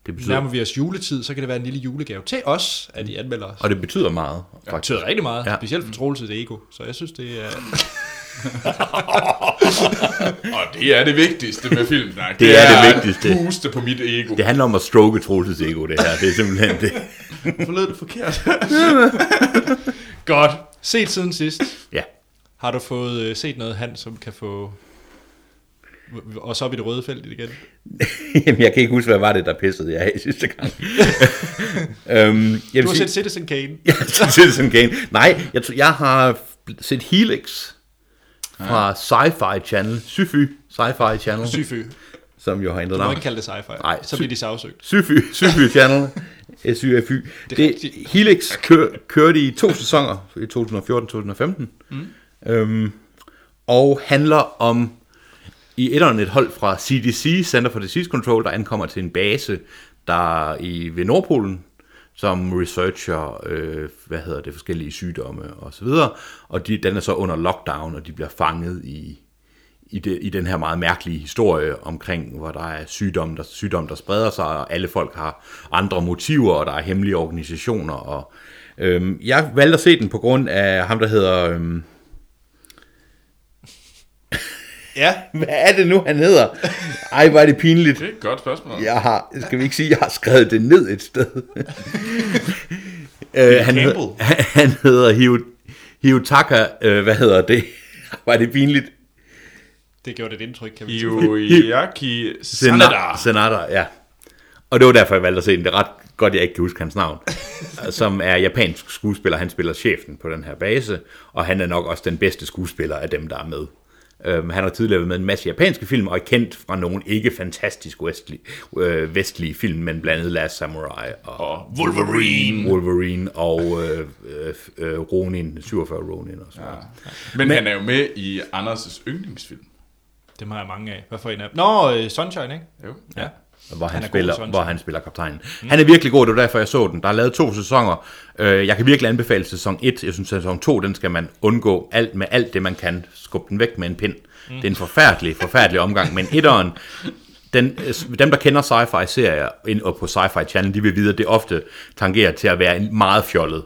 Det betyder-
nærmer vi os juletid, så kan det være en lille julegave til os, at I anmelder os.
Og det betyder meget,
Det
faktisk.
betyder rigtig meget,
Ja.
ja. specielt for Troels' ego. Så jeg synes, det er...
Og det er det vigtigste med film. Nej, det,
er det
at
vigtigste.
Puste på mit ego.
Det handler om at stroke Troelses ego, det her. Det er simpelthen det.
Hvorfor lød det forkert?
Godt. Set siden sidst.
Ja.
Har du fået øh, set noget, han som kan få og så op i det røde felt igen.
Jamen, jeg kan ikke huske, hvad var det, der pissede jeg af sidste gang. øhm, jeg
Du
vil
har
sige-
set Citizen Kane.
Jeg har set Citizen Kane. Nej, jeg, tror, jeg har set Helix fra Sci-Fi Channel. Syfy Sci-Fi Channel,
Syfy.
som jo har ændret
Du må
navn.
ikke kalde det sci-fi.
Nej.
Så bliver de sagsøgt.
Syfy, Syfy Channel. SYFY. Det, det
rigtigt.
Helix kør, kørte i to sæsoner, i 2014-2015. Mm. Øhm, og handler om i etteren et hold fra CDC, Center for Disease Control, der ankommer til en base der er i, ved Nordpolen, som researcher, øh, hvad hedder det, forskellige sygdomme og så videre. Og de, den er så under lockdown, og de bliver fanget i, i, det, i den her meget mærkelige historie omkring, hvor der er sygdom der, sygdom, der spreder sig, og alle folk har andre motiver, og der er hemmelige organisationer, og Øhm, jeg valgte at se den på grund af ham, der hedder... Øhm,
Ja,
hvad er det nu, han hedder? Ej, hvor er det pinligt.
Det er et godt spørgsmål.
Jeg har, skal vi ikke sige, jeg har skrevet det ned et sted. øh, han, hedder,
Campbell.
han hedder Hiu, Hiutaka, øh, hvad hedder det? Var det pinligt?
det gjorde et indtryk, kan vi sige.
Iyoyaki Sanada.
Senada. Senada, ja. Og det var derfor, jeg valgte at se den. Det er ret godt, jeg ikke kan huske hans navn. som er japansk skuespiller. Han spiller chefen på den her base, og han er nok også den bedste skuespiller af dem, der er med. Øhm, han har tidligere været med i en masse japanske film, og er kendt fra nogle ikke fantastisk vestlige, øh, vestlige film, men blandt andet Last Samurai og
Og Wolverine.
Wolverine og øh, øh, øh, Ronin, 47 Ronin og sådan noget.
Men han er jo med i Anders' yndlingsfilm.
Dem har jeg mange af. Hvad for en af dem? Nå, øh, Sunshine, ikke?
Jo.
Ja.
hvor han,
er
han
god,
spiller,
Sørensen.
hvor han spiller kaptajnen. Mm. Han er virkelig god, det var derfor, jeg så den. Der er lavet to sæsoner. Øh, Jeg kan virkelig anbefale sæson 1. Jeg synes, sæson 2, den skal man undgå alt med alt det, man kan. Skub den væk med en pind. Mm. Det er en forfærdelig, forfærdelig omgang. Men etteren, den, øh, dem, der kender sci-fi-serier ind og på Sci-Fi Channel, de vil vide, at det ofte tangerer til at være en meget fjollet.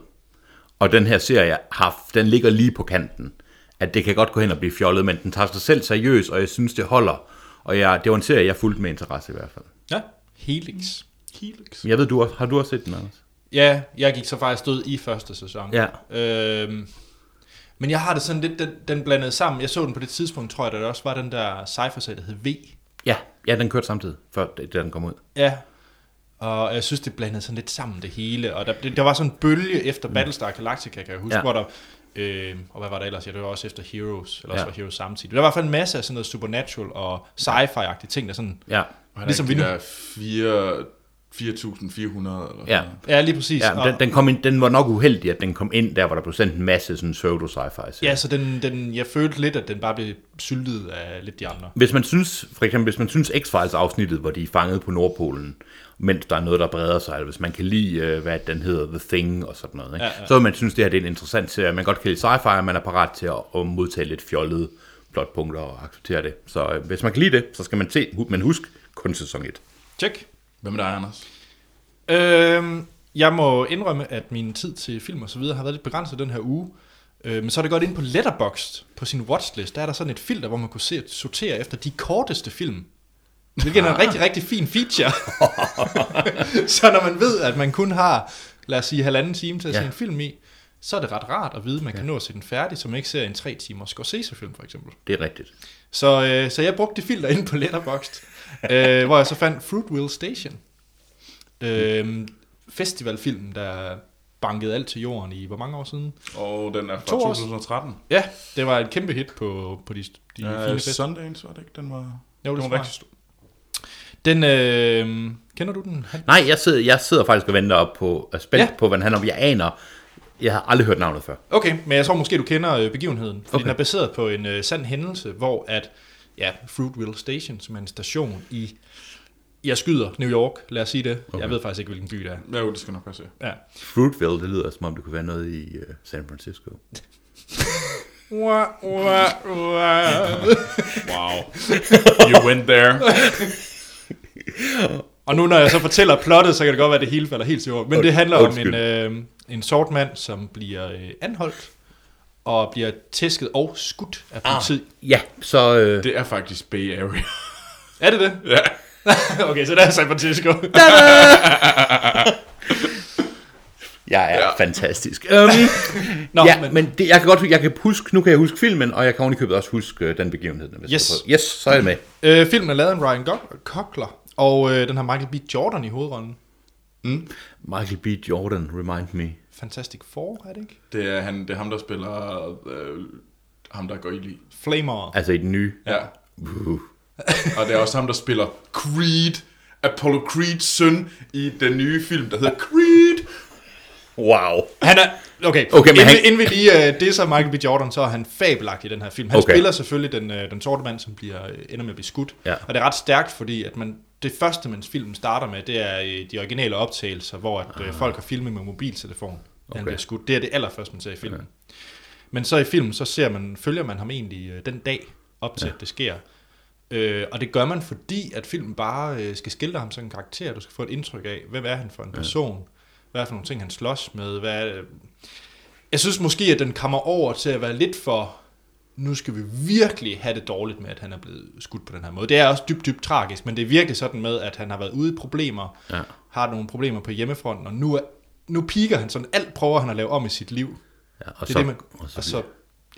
Og den her serie, har, den ligger lige på kanten. At det kan godt gå hen og blive fjollet, men den tager sig selv seriøs, og jeg synes, det holder. Og jeg, det var en serie, jeg fulgte med interesse i hvert fald.
Ja. Helix.
Helix.
Men Jeg ved, du også, har du også set den, Anders?
Ja, jeg gik så faktisk død i første sæson.
Ja.
Øhm, men jeg har det sådan lidt, den, den blandede sammen. Jeg så den på det tidspunkt, tror jeg, da der også var den der sci-fi der hed V.
Ja, ja den kørte samtidig, før det- da den kom ud.
Ja. Og jeg synes, det blandede sådan lidt sammen det hele. Og der, det, der var sådan en bølge efter Battlestar Galactica, kan jeg huske, ja.
Mm. Ja.
hvor der... Øh, og hvad var der ellers? Ja, det var også efter Heroes, eller også ja.
Ja.
var Heroes samtidig. Men Der var i hvert fald en masse af sådan noget supernatural og sci-fi-agtige ting, der sådan...
Ja,
Ligesom vi nu.
Der 4, 4.400 eller
ja.
sådan
Ja, lige præcis.
ja men den, den, kom ind, den var nok uheldig, at den kom ind der, hvor der blev sendt en masse sådan pseudo sci-fi.
Ja, så den, den, jeg følte lidt, at den bare blev syltet af lidt de andre.
Hvis man synes, for eksempel, hvis man synes X-Files afsnittet, hvor de er fanget på Nordpolen, mens der er noget, der breder sig, eller hvis man kan lide, øh, hvad den hedder, The Thing og sådan noget, ikke?
Ja, ja.
så vil man synes, det her det er en interessant serie. Man kan godt kan lide sci-fi, og man er parat til at, at modtage lidt fjollede plotpunkter og acceptere det. Så øh, hvis man kan lide det, så skal man se, men husk kun sæson 1.
Tjek.
noget. Hvad med dig, Anders?
Øhm, jeg må indrømme, at min tid til film og så videre har været lidt begrænset den her uge. Øh, men så er det godt inde på Letterboxd, på sin watchlist, der er der sådan et filter, hvor man kunne se, sortere efter de korteste film. Hvilket er en rigtig, rigtig fin feature. så når man ved, at man kun har, lad os sige, halvanden time til at se
Ja.
en film i, så er det ret rart at vide, at man kan nå at se den færdig, så man ikke ser en tre timer Scorsese-film for eksempel.
Det er rigtigt.
Så, øh, så jeg brugte det filter inde på Letterboxd, øh, hvor jeg så fandt Fruitville Station. Øh, festivalfilmen, der bankede alt til jorden i hvor mange år siden?
Og den er fra
To år
2013.
Ja, det var et kæmpe hit på, på de, de ja, fine
Ja,
festivaler.
Sundance Øh, var det ikke? Den var,
Jo, det
den
tror
var
jeg.
rigtig stor.
Den, øh, kender du den? Han-
Nej, jeg sidder, jeg sidder faktisk og venter op på, er spændt
Ja.
ja. på, hvad den handler om. Jeg aner, jeg har aldrig hørt navnet før.
Okay, men jeg tror måske, du kender øh, begivenheden. Fordi okay.
Okay.
den er baseret på en øh, sand hændelse, hvor at ja, Fruitville Station, som er en station i, jeg skyder, New York, lad os sige det. Okay. Jeg ved faktisk ikke, hvilken by det er.
Ja, jo, det skal nok passe.
Ja.
Fruitville, det lyder som om, det kunne være noget i uh, San Francisco.
Wah, wah, wah.
Wow. You went there.
Og nu når jeg så fortæller plottet, så kan det godt være, at det hele falder helt til jorden. Men
Und-
det handler om en,
undskyld.
øh, en sort mand, som bliver øh, anholdt og bliver tæsket og skudt af politiet.
Ja, så... Uh,
Det er faktisk Bay Area.
Ah. Er det det?
ja.
okay, så der er San Francisco.
jeg er
Ja.
ja. fantastisk. Um,
Nå,
ja,
men-
men, men det, jeg kan godt jeg kan huske, nu kan jeg huske filmen, og jeg kan ovenikøbet også huske uh, den begivenhed. Hvis
Yes.
du prøver. yes, så er jeg med.
øh, filmen er lavet af Ryan Go- Coogler, og øh, den har Michael B. Jordan i hovedrollen.
Michael B. Jordan, remind me.
Fantastic Four, er det ikke?
Det er, han, det er ham, der spiller... Øh, ham, der går i lige.
Flamer.
Altså i den nye.
Ja.
Uh,
Og det er også ham, der spiller Creed. Apollo Creeds søn i den nye film, der hedder Creed.
wow.
Han er... Okay, okay
Okay,
men
men
inden,
han-
inden vi lige øh, det så Michael B. Jordan, så er han fabelagtig i den her film. Han okay.
Okay.
spiller selvfølgelig den, øh, den sorte mand, som bliver, øh, ender med at blive skudt.
Ja.
Og det er ret stærkt, fordi at man, det første, man filmen starter med, det er øh, de originale optagelser, hvor at, øh, folk har filmet med mobiltelefon, okay. han
Okay.
bliver skudt. Det er det allerførste, man ser i filmen. Okay. Men så i filmen, så ser man, følger man ham egentlig øh, den dag, op til ja. at det sker. Øh, og det gør man, fordi at filmen bare øh, skal skildre ham som en karakter. Du skal få et indtryk af, hvem er han for en person. hvad er det for nogle ting, han slås med, hvad er det? Jeg synes måske, at den kommer over til at være lidt for, nu skal vi virkelig have det dårligt med, at han er blevet skudt på den her måde. Det er også dybt, dybt tragisk, men det er virkelig sådan med, at han har været ude i problemer,
Ja.
har nogle problemer på hjemmefronten, og nu, er, nu piker han sådan, alt prøver han at lave om i sit liv.
Ja, og
Det
så,
er det, man,
og så,
og så,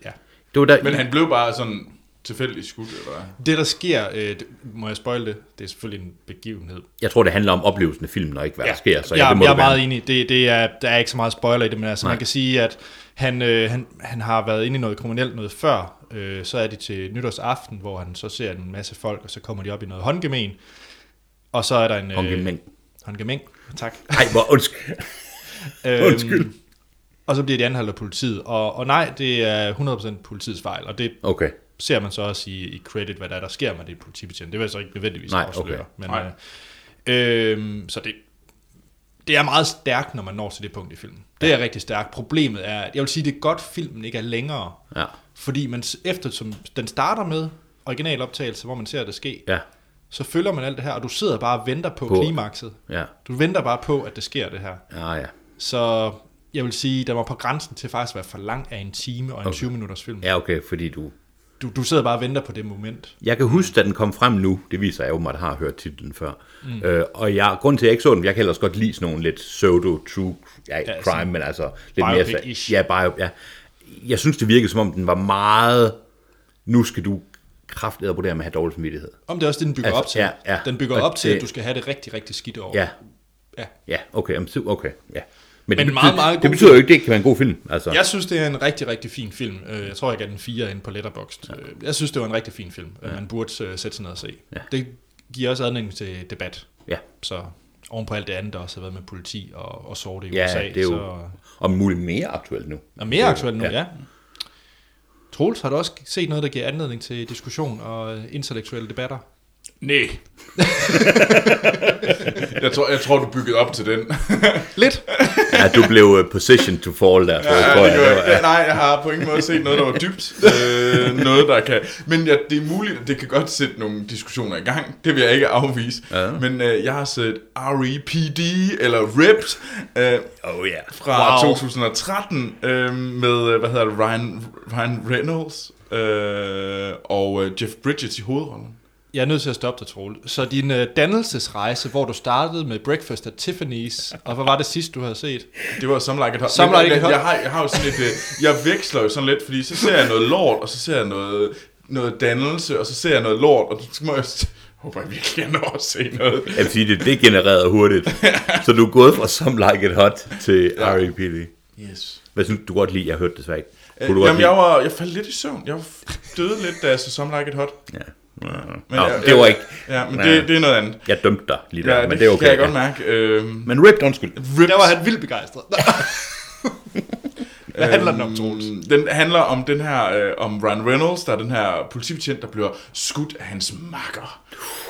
ja.
det var der,
Men han blev bare sådan tilfældigt skudt, eller hvad?
Det, der sker, øh, det, må jeg spoil det, det er selvfølgelig en begivenhed.
jeg tror, det handler om oplevelsen af filmen, og ikke hvad der sker. Så
jeg,
det må
jeg er
det være.
meget enig. Det, det er, der er ikke så meget spoiler i det, men altså,
Nej.
man kan sige, at han, øh, han, han har været inde i noget kriminelt noget før. Øh, så er det til nytårsaften, hvor han så ser en masse folk, og så kommer de op i noget håndgemen. Og så er der en... Øh,
Håndgemæng.
Håndgemæng, tak.
Ej, hvor undskyld. Undskyld.
Øhm, og så bliver de anholdt af politiet. Og, og nej, det er 100% politiets fejl, og det
Okay.
ser man så også i, i credit, hvad der, er, der sker med det politibetjent. Det vil jeg så ikke nødvendigvis
Nej,
Nej, afsløre.
okay.
Okay. Men,
Nej.
Øh, øhm, så det, det er meget stærkt, når man når til det punkt i filmen. Det er rigtig stærkt. Problemet er, at jeg vil sige, det er godt, filmen ikke er længere.
Ja.
Fordi man s- efter, som den starter med originaloptagelse, hvor man ser det ske,
Ja.
så følger man alt det her, og du sidder bare og venter på,
På-
på. klimakset.
Ja.
Du venter bare på, at det sker det her.
Ja, ja.
Så jeg vil sige, der var på grænsen til faktisk at være for lang af en time og en okay. 20-minutters film.
Ja, okay, fordi du...
Du, du sidder bare og venter på det moment.
Jeg kan huske, da den kom frem nu, det viser jeg jo, at jeg har hørt titlen før. Mm. Øh, og jeg, grunden til, at jeg ikke så den, jeg kan ellers godt lide sådan nogle lidt pseudo-true ja, crime,
sådan
men altså lidt mere...
biopic-ish.
Ja, bio, ja. Jeg synes, det virkede, som om den var meget... Nu skal du kraftedet på det her med at have dårlig samvittighed.
Om det er også det, den bygger
Altså,
altså, op til.
ja, ja.
Den bygger
Og
op til,
det-
at du skal have det rigtig, rigtig skidt over.
Ja,
ja.
ja, okay, jamen, su- okay, ja. Men, det,
meget,
betyder,
meget
det
god
betyder jo ikke, det ikke kan være en god film. Altså,
Jeg synes, det er en rigtig, rigtig fin film. Øh, Jeg tror, jeg gav den fire ind på Letterboxd. Øh, Jeg synes, det var en rigtig fin film. Ja. Man burde øh, sætte sig ned og se.
Ja.
Det giver også adning til debat.
ja.
Så oven på alt det andet, der også har været med politi og, og sorte i
Ja,
USA.
det er jo
så,
om muligt mere aktuelt nu.
er mere aktuelt nu,
Ja.
ja. ja. Troels, har du også set noget, der giver anledning til diskussion og øh, intellektuelle debatter?
Nej. jeg, tror, jeg tror, du byggede op til den.
Lidt.
Ja, du blev øh, position to fall der. tror jeg,
Ja,
tror jeg.
det gør jeg. Ja, nej, jeg har på ingen måde set noget, der var dybt. Øh, noget, der kan... Men ja, det er muligt, at det kan godt sætte nogle diskussioner i gang. Det vil jeg ikke afvise.
Ja.
Men øh, jeg har set R.E.P.D. eller Ripped øh,
Oh yeah.
fra
Wow.
2013 øh, med, øh, hvad hedder det, Ryan, Ryan Reynolds øh, og øh, Jeff Bridges i hovedrollen.
Jeg er nødt til at stoppe dig, Troel. Så din øh, dannelsesrejse, hvor du startede med Breakfast at Tiffany's, og hvad var det sidste, du havde set?
Det var Some Like It Hot.
Some
Men,
Like It
jeg,
Hot.
jeg, har, jeg har jo sådan lidt, øh, jeg veksler jo sådan lidt, fordi så ser jeg noget lort, og så ser jeg noget, noget dannelse, og så ser jeg noget lort, og så må jeg, s- håber jeg virkelig, jeg når at se noget.
Jeg vil sige, det degenererede hurtigt. Så du er gået fra Some Like It Hot til ja. R.E.P.D.
Yes.
Hvad synes du, du godt lide? Jeg hørte det svært.
Øh,
du godt
jamen,
lide?
jeg, var, jeg faldt lidt i søvn. Jeg var f- døde lidt, da jeg så Some Like It Hot.
Ja. Ja.
Men
Nå,
jeg-
det var ikke...
Ja, men
Ja.
det, det er noget andet.
Jeg dømte dig lige der,
Ja,
ja,
det,
men det er okay.
kan jeg godt
ja.
mærke. Øhm,
Men ripped, undskyld.
Der var han vildt begejstret. Hvad handler den om, Troels?
Mm, Den handler om den her, øh, om Ryan Reynolds, der er den her politibetjent, der bliver skudt af hans makker.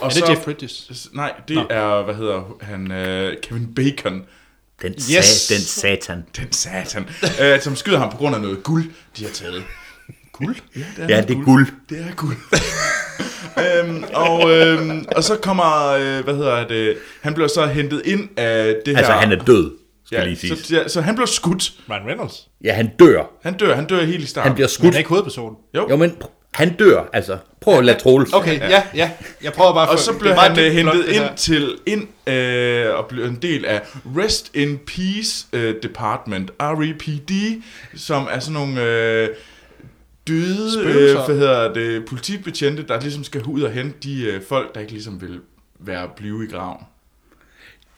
Og
Er det Jeff Bridges?
Nej, det Nå. er, hvad hedder han, øh, Kevin Bacon,
Den,
Yes.
sa- den satan.
den satan, øh, som skyder ham på grund af noget guld, de har taget. Guld? Ja, det er,
Ja,
noget
det er guld.
Det er guld. øhm, og, øhm, og så kommer, øh, hvad hedder det, han bliver så hentet ind af det her...
Altså, han er død, skal ja,
ja,
lige sige.
så, ja, så han bliver skudt.
Ryan Reynolds.
Ja, han dør.
Han dør, han dør helt i starten.
Han bliver
Men
skudt.
han er ikke hovedpersonen.
Jo, men pr- han dør, altså. Prøv at lade Troels.
Okay, ja, ja. ja. Jeg prøver bare at
Og
få-
så
det
blev
er meget
han
dybt
øh, hentet
plot, det her.
ind til ind øh, og blev en del af Rest in Peace øh, Department (R.E.P.D.), som er sådan nogle øh, døde, øh,
Spøgelser.
hvad hedder det, politibetjente, der ligesom skal ud og hente de øh, folk, der ikke ligesom vil være blive i graven.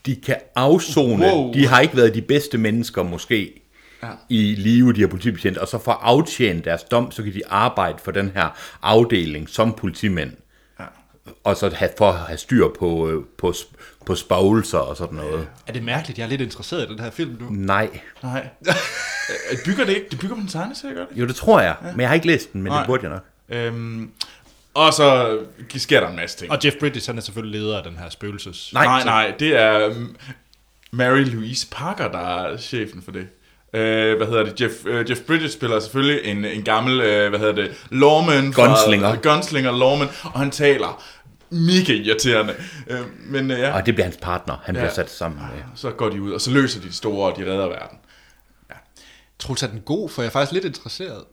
De kan afzone. Wow.
Wow.
De har ikke været de bedste mennesker måske ja.
Ja.
i live, de her politibetjente. Og så for at aftjene deres dom, så kan de arbejde for den her afdeling som politimænd. Ja. Og så have, for at have styr på, øh, på, sp- på spagelser og sådan noget.
Er det mærkeligt, jeg er lidt interesseret i den her film nu?
Nej.
Nej. Øh, bygger det ikke? Det bygger på en tegneserie, gør det?
Jo, det tror jeg. Men jeg har ikke læst den, men Nej. det
Nej.
burde jeg nok.
Øhm, og så sker der en masse ting.
Og Jeff Bridges, han er selvfølgelig leder af den her spøgelses...
Nej,
Nej, nej,
så-
nej det er mm, Mary Louise Parker, der er chefen for det. Øh, hvad hedder det? Jeff, øh, Jeff Bridges spiller selvfølgelig en, en gammel, øh, hvad hedder det, lawman. fra-
Gunslinger.
Gunslinger lawman, og han taler mega irriterende. Øh, men øh, ja,
Og det bliver hans partner, han ja. bliver
Ja.
sat sammen med.
så går de ud, og så løser de det store, og de redder verden.
Troels er den god, for jeg er faktisk lidt interesseret.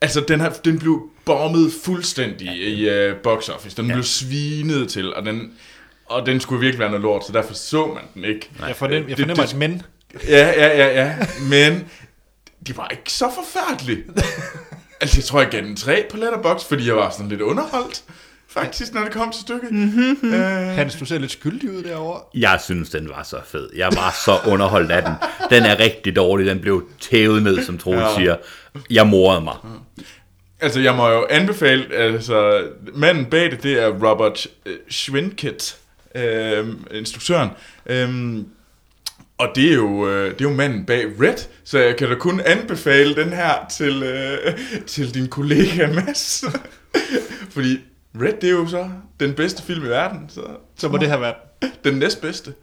Altså, den, her, den blev bombet fuldstændig ja. i uh, box office. Den ja. blev svinet til, og den, og den skulle virkelig være noget lort, så derfor så man den ikke.
Jeg, fornem, jeg
Det-
fornemmer
det-
et men.
Ja, ja, ja, ja. Men de var ikke så forfærdelige. altså, jeg tror, jeg gav den 3 på Letterbox, fordi jeg var sådan lidt underholdt. Faktisk, når det kom til stykket. Mm-hmm. Øh,
Hans, du ser lidt skyldig ud derovre.
Jeg synes, den var så fed. Jeg var så underholdt af den. Den er rigtig dårlig. Den blev tævet ned, som Troel ja. siger. Jeg morede mig.
altså, jeg må jo anbefale, altså, manden bag det, det er Robert øh, Schwindkett, øh, instruktøren. Øh, og det er, jo, øh, det er jo manden bag Red, så jeg kan da kun anbefale den her til, øh, til din kollega Mads. Fordi Red, det er jo så den bedste film i verden, så,
Så må det have været.
Den næstbedste.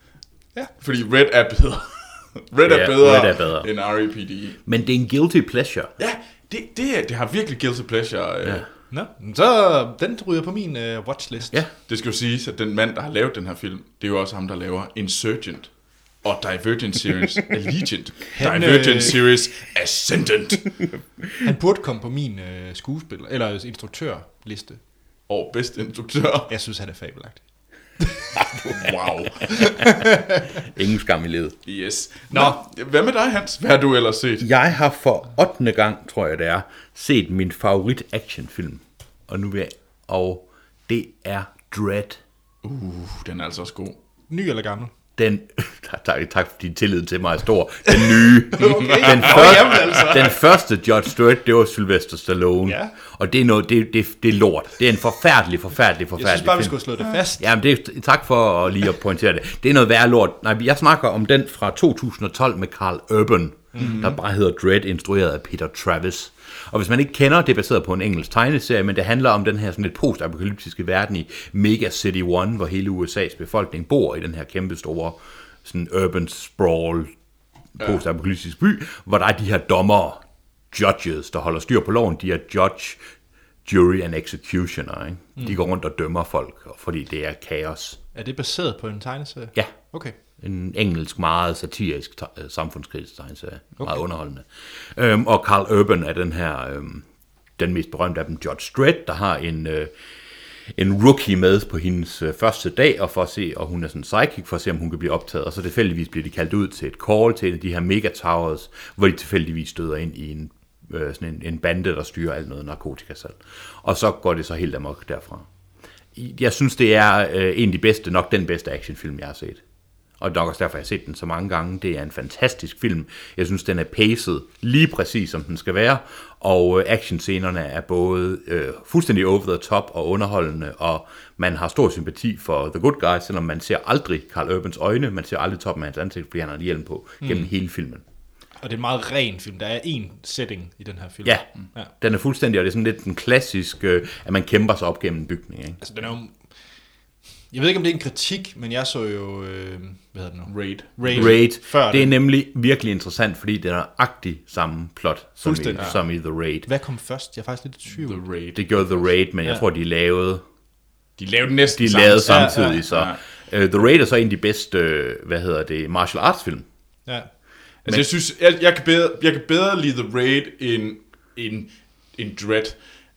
Ja.
Fordi Red er bedre. Red,
Ja,
er bedre
Red er bedre.
end E R.E.P.D.
Men det er en guilty pleasure.
Ja, det, det, er- det har virkelig guilty pleasure. øh, Ja.
Nå, så den ryger på min uh, watchlist.
Ja.
Det skal jo siges, at den mand, der har lavet den her film, det er jo også ham, der laver Insurgent og Divergent Series Allegiant.
Han,
Divergent
øh,
Series Ascendant.
Han burde komme på min uh, skuespiller, eller instruktørliste.
Og bedst instruktør.
Jeg synes, han er fabelagtig.
Wow.
Ingen skam i livet.
Yes.
Nå.
Nå, hvad med dig, Hans? Hvad har du ellers set?
Jeg har for 8. gang, tror jeg det er, set min favorit actionfilm. Og nu vil jeg... Og det er Dread.
Uh, den er altså også god.
Ny eller gammel?
Den, tak, tak, tak for din tillid til mig er stor. Den nye.
Okay. altså.
Den, første, den første George Strait, det var Sylvester Stallone.
Ja.
Og det er, noget, det, det, det er lort. Det er en forfærdelig, forfærdelig, forfærdelig
Jeg synes bare, vi
film.
skulle have slået det fast.
Jamen, det er, tak for at lige at pointere det. Det er noget værre lort. Nej, jeg snakker om den fra 2012 med Carl Urban, mm-hmm. der bare hedder Dread, instrueret af Peter Travis. Og hvis man ikke kender, det er baseret på en engelsk tegneserie, men det handler om den her sådan lidt postapokalyptiske verden i Mega City One, hvor hele USA's befolkning bor i den her kæmpe store sådan urban sprawl postapokalyptisk by, hvor der er de her dommere, judges, der holder styr på loven. De er judge, jury and executioner. Ikke? De går rundt og dømmer folk, og- fordi det er kaos.
Er det baseret på en tegneserie?
Ja,
Okay.
en engelsk, meget satirisk te- øh, samfundskritisk tegneserie. Okay. Meget underholdende. Øhm, og Carl Urban er den her, øhm, den mest berømte af dem, George Strait, der har en... Øh, en rookie med på hendes øh, første dag, og, for at se, og hun er sådan psychic for at se, om hun kan blive optaget. Og så tilfældigvis bliver de kaldt ud til et call til en af de her mega towers, hvor de tilfældigvis støder ind i en, øh, sådan en, en bande, der styrer alt noget narkotikasalg. Og så går det så helt amok derfra. I- Jeg synes, det er øh, en af de bedste, nok den bedste actionfilm, jeg har set. Og nok også derfor, jeg har set den så mange gange. Det er en fantastisk film. Jeg synes, den er paced lige præcis, som den skal være. Og øh, actionscenerne er både øh, fuldstændig over the top og underholdende, og man har stor sympati for The Good Guys, selvom man ser aldrig Carl Urbans øjne, man ser aldrig toppen af hans ansigt, fordi han har en hjelm på gennem hele filmen.
Og det er en meget ren film. Der er én setting i den her film. Mm.
Ja,
ja.
den er fuldstændig, og det er sådan lidt den klassiske, øh, at man kæmper sig op gennem en bygning. Ikke?
Altså, den er jo... Jeg ved ikke, om det er en kritik, men jeg så jo... Øh, hvad hedder den nu?
Raid.
Raid.
Raid.
Før
det er
den.
nemlig virkelig interessant, fordi det er nøjagtigt samme plot som i,
Fuldstændig.
som i The Raid.
Hvad kom først? Jeg er faktisk lidt i tvivl.
The Raid.
Det gjorde The Raid, men ja.
Ja.
jeg tror, de lavede,
De lavede næsten
de lavede
ja,
samtidig. Ja, ja,
ja.
Så. Øh, The Raid er så en af de bedste, øh, hvad hedder det, martial arts film.
Ja.
Altså, jeg synes, jeg, jeg, kan bedre, jeg kan bedre lide The Raid end, end, end Dread.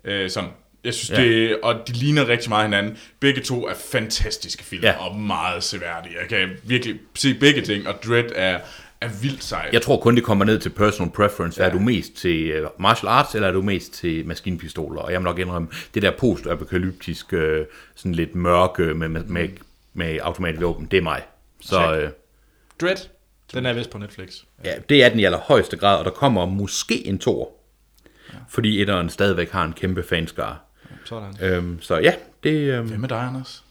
Øh, sådan. Jeg synes,
Ja.
ja. det, og de ligner rigtig meget hinanden. Begge to er fantastiske film,
Ja.
ja. og meget seværdige. Jeg kan virkelig se begge ting, og Dread er, er vildt sej.
Jeg tror kun, det kommer ned til personal preference. Ja. Er du mest til øh, martial arts, eller er du mest til maskinpistoler? Og jeg må nok indrømme, det der post-apokalyptisk, øh, sådan lidt mørke med, med, med, med automatisk våben, det er mig. Så
Tak.
øh,
Dread. Den er vist på Netflix.
ja, det er den i allerhøjeste grad, og der kommer måske en tor. Fordi etteren stadigvæk har en kæmpe fanskare.
Sådan.
Øhm, så ja, det... Øhm,
Hvad med dig, Anders?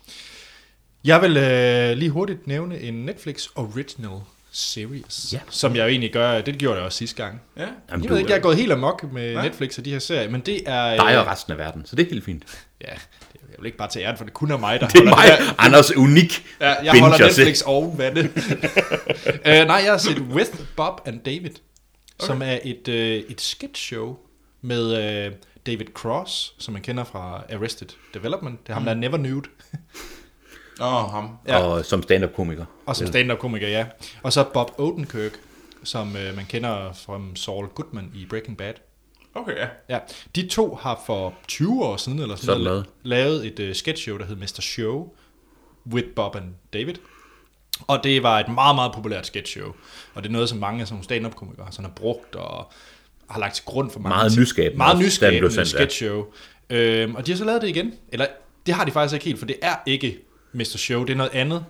Jeg vil øh, lige hurtigt nævne en Netflix Original Series.
Ja.
Som jeg jo egentlig gør... Det gjorde jeg også sidste gang.
Ja.
jamen,
jeg
du
ved ikke, jeg
er
er gået helt amok med
Nej.
Netflix og de her serier, men det er... øh,
dig og resten af verden, så det er helt fint.
Ja, jeg vil ikke bare tage æren, for det kun er mig, der
Det er
holder
mig,
det her-
Anders Unik.
Ja, jeg
binger
holder
selv.
Netflix oven vandet. uh, nej, jeg har set øh, With Bob and David, okay. som er et, uh, et sketch show med uh, David Cross, som man kender fra Arrested Development. Det er ham, der er Never Nude.
Åh, oh, ham.
Ja.
og som stand-up-komiker.
Og som stand-up-komiker, ja. Og så Bob Odenkirk, som øh, man kender fra Saul Goodman i Breaking Bad.
Okay, ja.
Ja, de to har for 20 år siden eller sådan
Sådan
noget, lavet et uh, sketch show, der hed Mr. Show with Bob and David. Og det var et meget, meget populært sketch show. Og det er noget, som mange af sådan nogle stand-up komikere sådan har brugt og har lagt til grund for mange
Meget
ting.
nyskabende
Meget
også, da den blev
nyskabende
sendt, ja.
sketch show. Øhm, og de har så lavet det igen. Eller det har de faktisk ikke helt, for det er ikke Mr. Show, det er noget andet.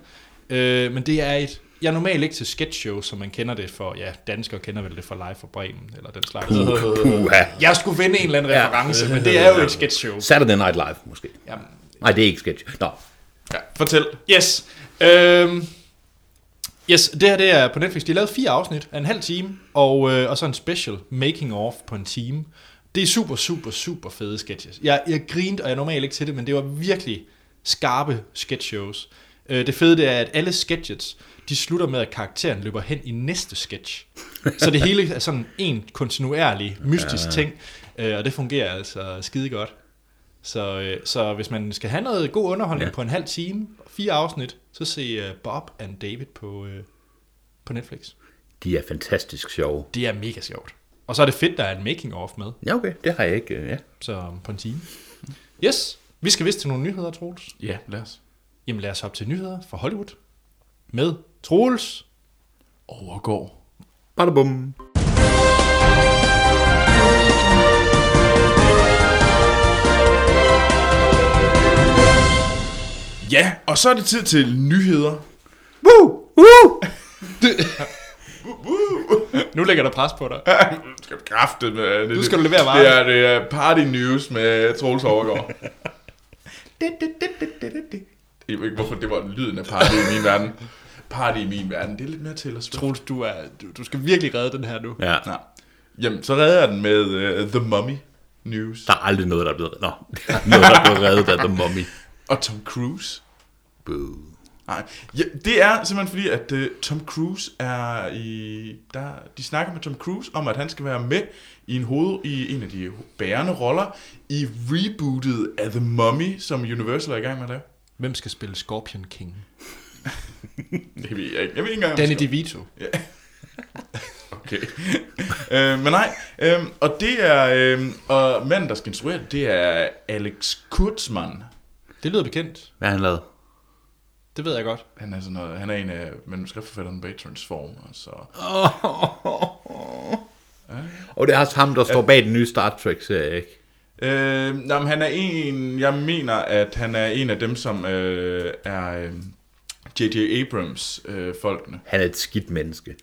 Øh, men det er et jeg er normalt ikke til sketch show, som man kender det for, ja, danskere kender vel det fra Live fra Bremen, eller den slags.
Puha.
Jeg skulle finde en eller anden reference, men det er jo et sketch show.
Saturday Night Live, måske.
Ja.
Nej, det er ikke sketch. Nå,
ja. Fortæl.
Yes. Øhm, yes, det her det er på Netflix. De har lavet fire afsnit af en halv time, og, øh, og så en special making off på en time. Det er super, super, super fede sketches. Jeg, jeg grinte, og jeg er normalt ikke til det, men det var virkelig skarpe sketch shows. Øh, det fede det er, at alle sketches, de slutter med, at karakteren løber hen i næste sketch. Så det hele er sådan en kontinuerlig, mystisk ting, øh, og det fungerer altså skide godt. Så, øh, så hvis man skal have noget god underholdning ja. på en halv time, fire afsnit, så se uh, Bob and David på, øh, på Netflix.
de er fantastisk sjove.
Det er mega sjovt. Og så er det fedt, der er en making-of med,
Ja, okay, det har jeg ikke. øh, Ja.
så um, på en time. Yes, vi skal vist til nogle nyheder, Troels.
Ja, lad os.
Jamen lad os hoppe til nyheder fra Hollywood med Troels.
Overgår.
Badabum.
Ja, og så er det tid til nyheder.
Woo! Woo!
Nu lægger der pres på dig.
Du skal kræfte med det.
Nu skal du levere varen.
Det er, det er party news med Troels Overgaard. Jeg ved ikke, hvorfor det var lyden af party i min verden. Party i min verden, det er lidt mere til at
Troels, du, er, du, du skal virkelig redde den her nu.
Ja,
Nej. Jamen, så redder jeg den med uh, The Mummy News.
der er aldrig noget, der er blevet reddet. Nå, noget, der er blevet reddet af The Mummy.
Og Tom Cruise.
Boo.
Nej, ja, det er simpelthen fordi, at uh, Tom Cruise er i... Der, de snakker med Tom Cruise om, at han skal være med i en, hoved, i en af de bærende roller i rebootet af The Mummy, som Universal er i gang med at lave.
Hvem skal spille Scorpion King?
Det ved jeg ikke. Jeg ved ikke engang, om
Danny
det-
DeVito.
Okay. øh, men nej, øh, og det er... Øh, og manden, der skal instruere det, det er Alex Kurtzman.
Det lyder bekendt.
Hvad har han lavet?
Det ved jeg godt.
Han er, sådan noget, han er en af manuskriptforfatterne bag Transformers. Så.
Og det er også ham, der står bag den nye Star Trek-serie, ikke?
Øh, jamen, han er en, jeg mener, at han er en af dem, som øh, er øh, J.J. Abrams øh, folkene.
Han er et skidt menneske.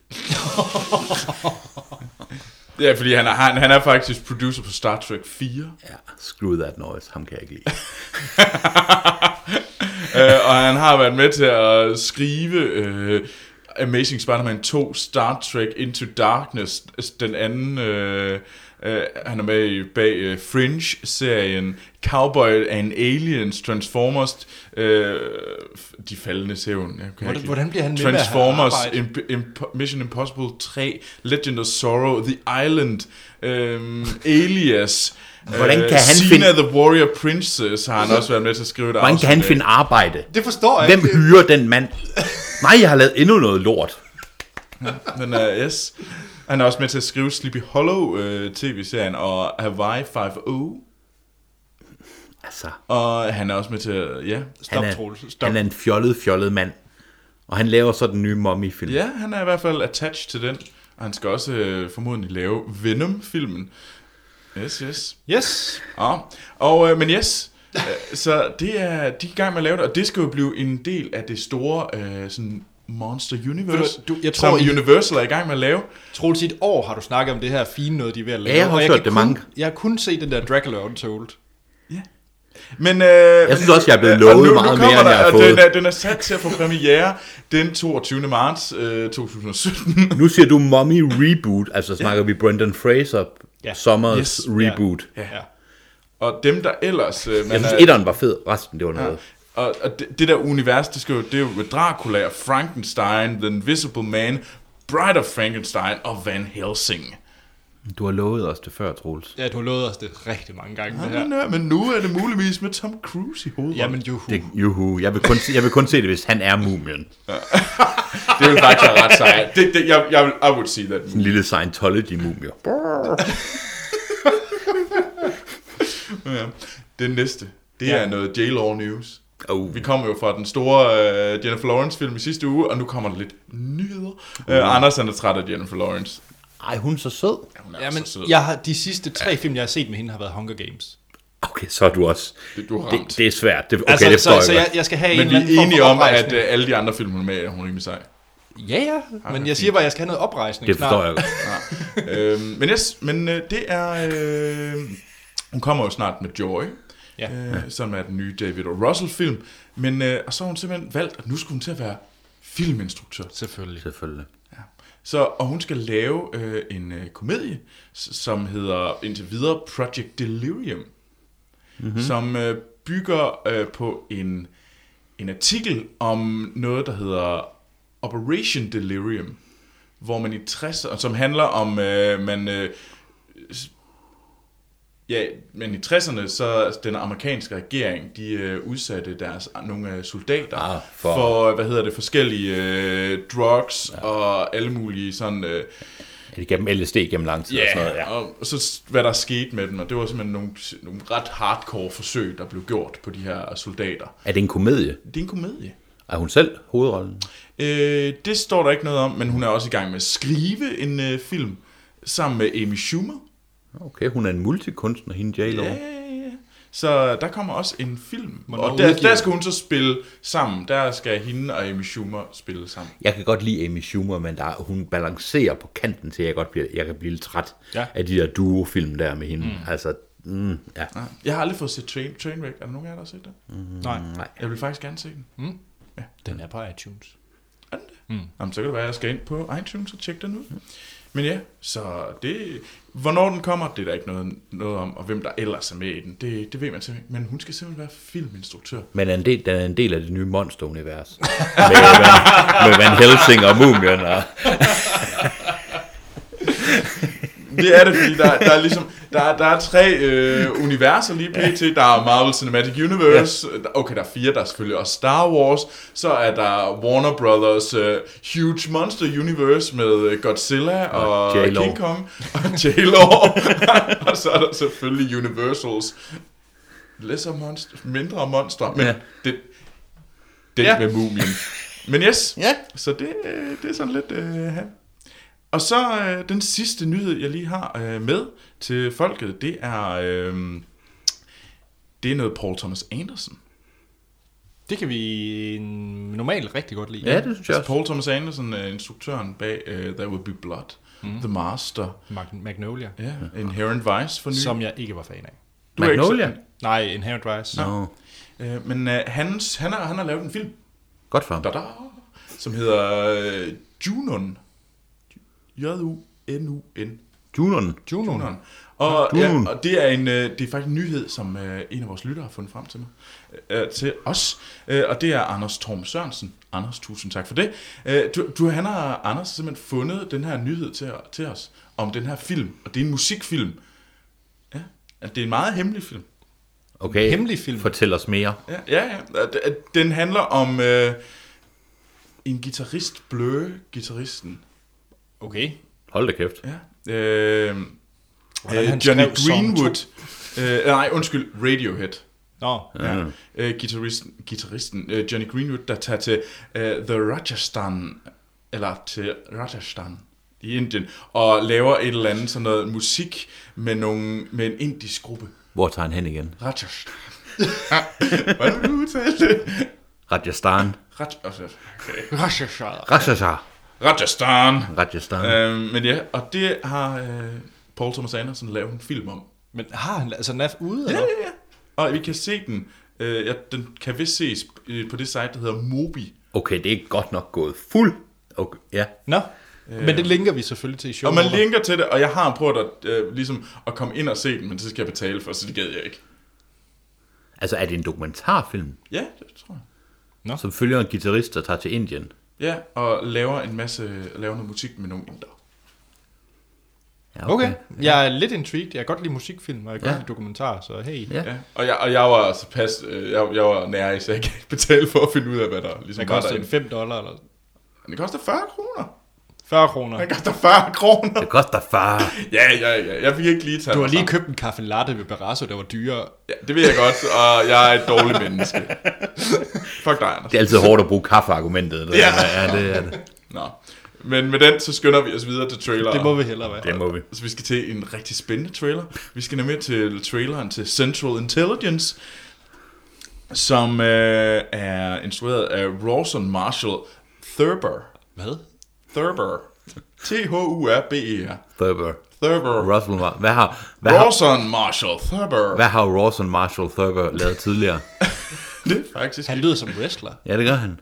Det er, fordi han er, han, han er faktisk producer på Star Trek 4,
Ja, screw that noise. Ham kan jeg ikke lide.
øh, og han har været med til at skrive øh, Amazing Spider-Man 2, Star Trek Into Darkness, den anden... Øh, øh, han er med i- bag øh, Fringe-serien, Cowboy and Aliens, Transformers, øh, f- De Faldende Søvn. Jeg kan ikke
Hvordan,
lide-
hvordan bliver han ved med at have
Transformers,
arbejde?
Imp- Imp- Mission Impossible 3, Legend of Sorrow, The Island, øhm, Alias,
Hvordan kan han
Sina
finde-
the Warrior Princess har han også været med til at skrive et
Hvordan
afsnit
kan han
af.
finde arbejde?
Det forstår jeg
Hvem
ikke.
hyrer den mand? Nej, jeg har lavet endnu noget lort.
Men, uh, yes. Han er også med til at skrive Sleepy Hollow øh, tv-serien og Hawaii 5
Altså,
og han er også med til at, ja,
Stop,
han er,
Troels. Stop.
han er en fjollet, fjollet mand. Og han laver så den nye Mummy-film.
ja, han er i hvert fald attached til den, og han skal også øh, formodentlig lave Venom-filmen. Yes, yes.
Yes.
Ja, og, øh, men yes, øh, så det er, de er i gang med at lave det, og det skal jo blive en del af det store øh, sådan Monster Universe,
Ved du- du- jeg
som
tror, I-
Universal er i gang med at lave.
Troels, i et år har du snakket om det her fine noget, de er ved at lave.
Ja, jeg har
og
også hørt
kan
det
kun,
mange.
Jeg har kun set den der Dracula Untold.
Men, øh, jeg
synes også, jeg er blevet lovet meget mere, end jeg har fået.
Den er, den er sat til at få premiere den 22. marts øh, 2017.
Nu siger du Mummy Reboot, altså snakker vi Brendan Fraser,
Ja.
Summers
Yes.
Reboot.
Ja. ja.
og dem, der ellers... Øh, man
Jeg synes,
er-
etteren var fed, resten det var noget.
Og, og det, det der univers, det, skal jo, det er jo med Dracula, Frankenstein, The Invisible Man, Bride of Frankenstein og Van Helsing.
Du har lovet os det før, Troels.
Ja, du har lovet os det rigtig mange gange. det her.
Ja. Ja, men nu er det muligvis med Tom Cruise i hovedet.
Jamen, juhu.
Det, juhu, jeg vil, kun se, jeg vil kun se det, hvis han er mumien.
det vil faktisk være ret sejt. Det, det, jeg, jeg, vil- I would see that.
En lille Scientology-mumie.
Ja. Det næste, det
Ja.
ja. er noget Jail Law News.
Oh.
Vi kom jo fra den store uh, Jennifer Lawrence-film i sidste uge, og nu kommer der lidt nyheder.
Mm.
Uh, Anders han er træt af Jennifer Lawrence.
Ej, hun er så sød.
Hun er
Jamen,
så sød.
jeg har, de sidste tre ja. film, jeg har set med hende, har været Hunger Games.
Okay, så er du også...
Det- du er ramt.
det, det er svært. Det, okay,
Altså,
det
så,
forstår
så
jeg
jeg,
godt.
jeg skal have en
Men vi
eller anden form
er enige
for
om, at
oprejsning.
uh, alle de andre film, hun er med, i, er hun rimelig sej.
Ja, ja, men jeg siger bare, at jeg skal have noget oprejsning
Det forstår
snart.
jeg godt.
øhm, men yes, men øh, det er... Øh, hun kommer jo snart med Joy,
Ja.
øh, som er den nye David O. Russell-film. Men øh, og så har hun simpelthen valgt, at nu skal hun til at være filminstruktør.
Selvfølgelig.
Selvfølgelig.
Så, og hun skal lave øh, en øh, komedie, s- som hedder indtil videre Project Delirium, mm-hmm. som øh, bygger øh, på en, en artikel om noget, der hedder Operation Delirium, hvor man i 60'erne, og som handler om, øh, man... Øh, s- Ja, men i 60'erne, så den amerikanske regering, de øh, udsatte deres, nogle øh, soldater
Ah,
for,
for-
for, hvad hedder det, forskellige øh, drugs ja. og alle mulige sådan... Øh,
Det gennem LSD gennem lang tid og sådan noget. Ja.
og så s- hvad der skete med dem, og det var simpelthen nogle, nogle ret hardcore forsøg, der blev gjort på de her soldater.
Er det en komedie?
Det er en komedie.
Er hun selv hovedrollen?
Øh, det står der ikke noget om, men hun er også i gang med at skrive en øh, film sammen med Amy Schumer.
Okay, hun er en multikunstner, hende J-Lo.
Ja, ja, ja. Så der kommer også en film,
Hvornår
og der,
udgiver
der
den?
skal hun så spille sammen. Der skal hende og Amy Schumer spille sammen.
Jeg kan godt lide Amy Schumer, men der, hun balancerer på kanten til, at jeg godt bliver, jeg kan blive lidt træt
Ja.
af de der duo-film der med hende. Mm. Altså, mm, ja.
Ah, Jeg har aldrig fået set Train, Trainwreck. Er der nogen af jer, der har set det?
Nej,
Nej.
Jeg vil faktisk gerne se den.
den er på iTunes.
Er den det? Mm. Jamen, så kan det være, at jeg skal ind på iTunes og tjekke den ud. Men ja, så det... Hvornår den kommer, det er der ikke noget, noget om, og hvem der ellers er med i den, det, det ved man simpelthen ikke. Men hun skal simpelthen være filminstruktør.
Men er en del, den er en del af det nye monster-univers. med, Van, med Van Helsing og Mumien. Og,
Det er det, fordi der, der er ligesom... Der, der er tre øh, universer lige pt. Der er Marvel Cinematic Universe. Okay, der er fire. Der er selvfølgelig også Star Wars. Så er der Warner Brothers øh, Huge Monster Universe med øh, Godzilla og, og
J-Lo.
King Kong. Og J-Lo. og så er der selvfølgelig Universals lesser monster, mindre monster. Men
Ja.
ja. det, den
Ja.
ja. med mumien. Men yes,
Ja.
så det, øh, det er sådan lidt... Øh, han. Og så øh, den sidste nyhed, jeg lige har øh, med til folket, det er, øh, det er noget Paul Thomas Anderson.
Det kan vi mm, normalt rigtig godt lide.
ja, det synes jeg
Altså
også.
Paul Thomas Anderson er instruktøren bag øh, There Will Be Blood, mm. The Master,
Mag- Magnolia,
ja, Inherent Vice for ny.
som jeg ikke var fan af.
Du er ikke
Magnolia?
så-
Nej, Inherent Vice.
Nå,
Øh, men øh, hans, han, har, han har lavet en film,
godt for ham.
da, da, som hedder øh, Junon. J-U-N-U-N.
Junon.
Juno.
Junon. Og,
Junon.
ja, og det er en øh, det er faktisk en nyhed, som øh, en af vores lyttere har fundet frem til mig øh, til os, øh, og det er Anders Torm Sørensen. Anders, tusind tak for det. Øh, du, du, han har Anders har simpelthen fundet den her nyhed til, til os om den her film, og det er en musikfilm. Ja, altså, det er en meget hemmelig film.
Okay,
Hemmelig film.
fortæl os mere.
Ja, ja, ja. Og d- at Den handler om øh, en guitarist, bløde guitaristen.
Okay.
Hold da kæft.
Ja. Øh,
Hvordan han
øh, Johnny
skrev Song
Greenwood. Øh, nej, undskyld, Radiohead.
Nå,
Mm.
Ja. Øh, guitaristen, guitaristen øh, Johnny Greenwood, der tager til øh, The Rajasthan, eller til Rajasthan i Indien, og laver et eller andet sådan noget musik med, nogle, med en indisk gruppe.
Hvor tager han hen igen?
Rajasthan. Hvordan vil du udtale det?
Rajasthan.
Raj- okay.
Rashashara.
Rajasthan.
Rajasthan.
Rajasthan.
Øh, men ja, og det har øh, Paul Thomas Anderson lavet en film om.
Men har han, altså den er ude,
Ja,
eller?
ja, ja. Og vi kan se den. Øh, ja, den kan vist ses øh, på det site, der hedder Mobi.
Okay, det er godt nok gået fuld. Okay, ja.
Nå, men det linker vi selvfølgelig til i showet.
Øh. Og man linker til det, og jeg har prøvet at, øh, ligesom, at komme ind og se den, men det skal jeg betale for, så det gad jeg ikke.
Altså, er det en dokumentarfilm,
Ja, det tror jeg.
som følger en guitarist, der tager til Indien?
Ja, og laver en masse, laver noget musik med nogle indre.
Ja,
Okay. Jeg er lidt intrigued. Jeg kan godt lide musikfilm, og jeg kan
Ja.
godt lide dokumentarer, så hey.
Ja.
Ja.
Ja, og jeg, og jeg var så pas, øh, jeg, jeg var nær i, så jeg kan ikke betale for at finde ud af, hvad der ligesom
Det
var
koster en
derinde.
5 dollar eller
Men det koster 40 kroner.
40 kroner.
Det koster 40 kroner.
Det koster far.
Ja, ja, ja. Jeg fik ikke lige taget
Du har
mig
lige
sammen.
købt en kaffe latte ved Barrasso, der var dyrere.
Ja, det ved jeg godt, og jeg er et dårligt menneske. Fuck dig, Anders.
Det er altid hårdt at bruge kaffeargumentet. eller-
Ja.
ja det er det.
Nå. Men med den, så skynder vi os videre til trailer.
Det må vi hellere være.
Det må vi.
Så Altså, vi skal til en rigtig spændende trailer. Vi skal nemlig til traileren til Central Intelligence, som øh, er instrueret af Rawson Marshall Thurber.
Hvad?
Thurber. T-H-U-R-B-E-R.
Thurber.
E Thurber.
Russell Mar- hvad har, hvad har,
Rawson Marshall Thurber.
hvad har Rawson Marshall Thurber lavet tidligere?
Det er faktisk...
Han lyder som wrestler.
Ja, det gør han.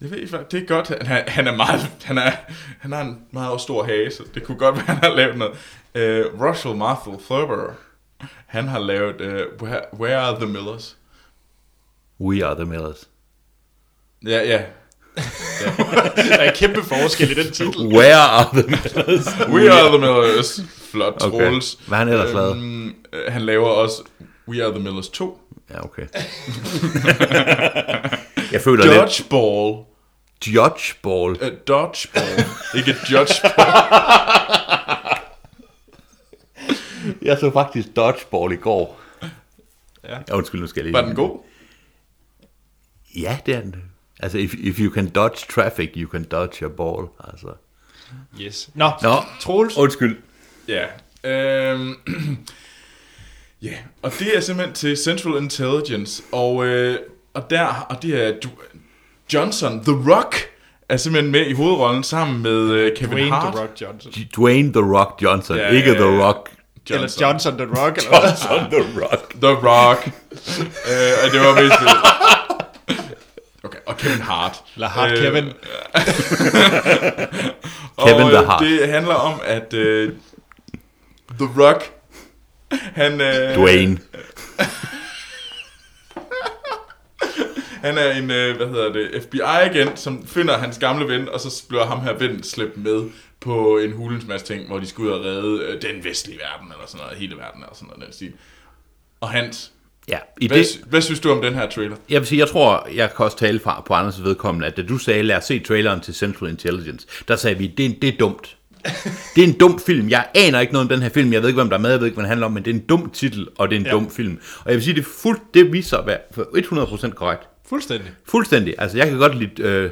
Jeg ved ikke, hvad- det er godt. Han er, han er meget... Han, er, han har en meget stor hage, så det kunne godt være, han har lavet noget. Uh, Russell Marshall Thurber. Han har lavet uh, Where, Where Are The Millers?
We are the Millers.
Ja, ja.
Der er kæmpe forskel i den titel.
Where are the Millers?
We Are The Millers. Flot,
Okay.
Troels.
Hvad har han ellers lavet?
Øhm, øh, han laver også We Are The Millers 2.
Ja, okay. Jeg føler lidt...
Dodgeball.
Dodgeball.
Uh, dodgeball. ikke dodgeball.
Jeg så faktisk Dodgeball i går.
Ja.
ja undskyld, nu skal jeg lige...
Var den god?
Ja, det er den. Altså, if, if you can dodge traffic, you can dodge your ball. Altså.
Yes. Nå,
Nå,
Troels.
undskyld.
Ja. Øhm, ja, og det er simpelthen til Central Intelligence, og, øh, og der, og det er du, Johnson, The Rock, er simpelthen med i hovedrollen sammen med øh, Kevin
Dwayne
Hart.
The Rock Johnson.
Dwayne The Rock Johnson,
Ja,
ja, ikke
ja, ja.
The Rock.
Johnson.
Eller Johnson The Rock. Eller hvad?
Johnson The Rock.
The Rock. øh, og det var mest det. Okay, og Kevin Hart. Øh,
Eller Hart Kevin.
Kevin
og,
the
øh,
Hart.
Det handler om, at øh, The Rock, han, øh,
Dwayne.
han er en øh, hvad hedder det, FBI-agent, som finder hans gamle ven, og så bliver ham her ven slæbt med på en hulens masse ting, hvor de skal ud og redde øh, den vestlige verden, eller sådan noget, hele verden, eller sådan noget, den stil. Og Hans,
Ja, i
hvad,
det,
sy- hvad synes du om den her trailer?
jeg vil sige, jeg tror, jeg kan også tale fra på Anders vedkommende, at da du sagde, lad os se traileren til Central Intelligence, der sagde vi, det, er- det er dumt. Det er en dum film. Jeg aner ikke noget om den her film. Jeg ved ikke, hvem der er med. Jeg ved ikke, hvad den handler om, men det er en dum titel, og det er en ja. dum film. Og jeg vil sige, det, er fuldt, det viser at være 100% korrekt.
Fuldstændig.
Fuldstændig. Altså, jeg kan godt lide øh,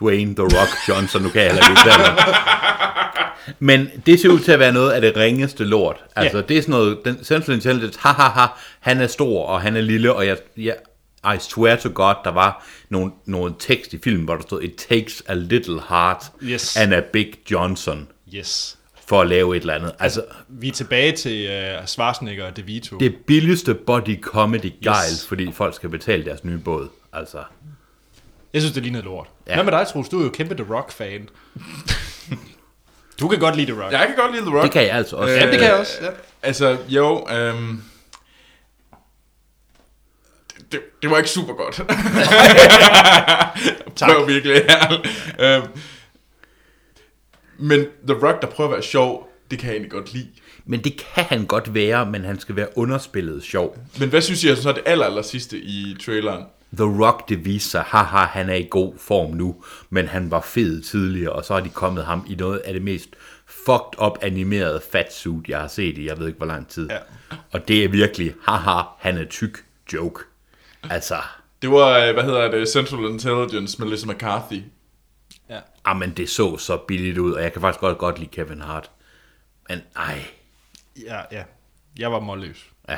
Dwayne The Rock Johnson, nu kan jeg heller ikke udtale ham. Men det ser ud til at være noget af det ringeste lort. Altså,
Ja.
det er sådan noget, den Central Intelligence, ha, ha, ha, han er stor, og han er lille, og jeg, jeg i swear to God, der var nogle, nogle tekst i filmen, hvor der stod, it takes a little heart
Yes.
and a big Johnson
Yes.
for at lave et eller andet. Altså,
Vi er tilbage til uh, Schwarzenegger og DeVito. Det.
det billigste body comedy gejl,
Yes.
fordi folk skal betale deres nye båd. Altså,
Jeg synes, det ligner lort.
Ja.
Ja. Hvad med dig, Troels? Du er jo kæmpe The Rock-fan. du kan godt lide The Rock.
Jeg kan godt lide The Rock.
det kan jeg altså også.
Øh,
Jamen, det kan jeg også, ja.
Altså, jo, øhm, det, det, det var ikke super godt. tak. Det var virkelig ærligt. øhm, Men The Rock, der prøver at være sjov, det kan jeg egentlig godt lide.
Men det kan han godt være, men han skal være underspillet sjov.
Men hvad synes I er så er det aller, aller sidste i traileren?
The Rock, det viser sig, haha, han er i god form nu, men han var fed tidligere, og så har de kommet ham i noget af det mest fucked up animerede fatsuit, jeg har set i, jeg ved ikke hvor lang tid. Ja. Og det er virkelig, haha, han er tyk joke. Altså,
Det var, øh, hvad hedder det, Central Intelligence med Melissa McCarthy.
Ja.
amen, det så så billigt ud, og jeg kan faktisk godt, godt lide Kevin Hart. Men ej,
ja, ja. Jeg var målløs.
ja,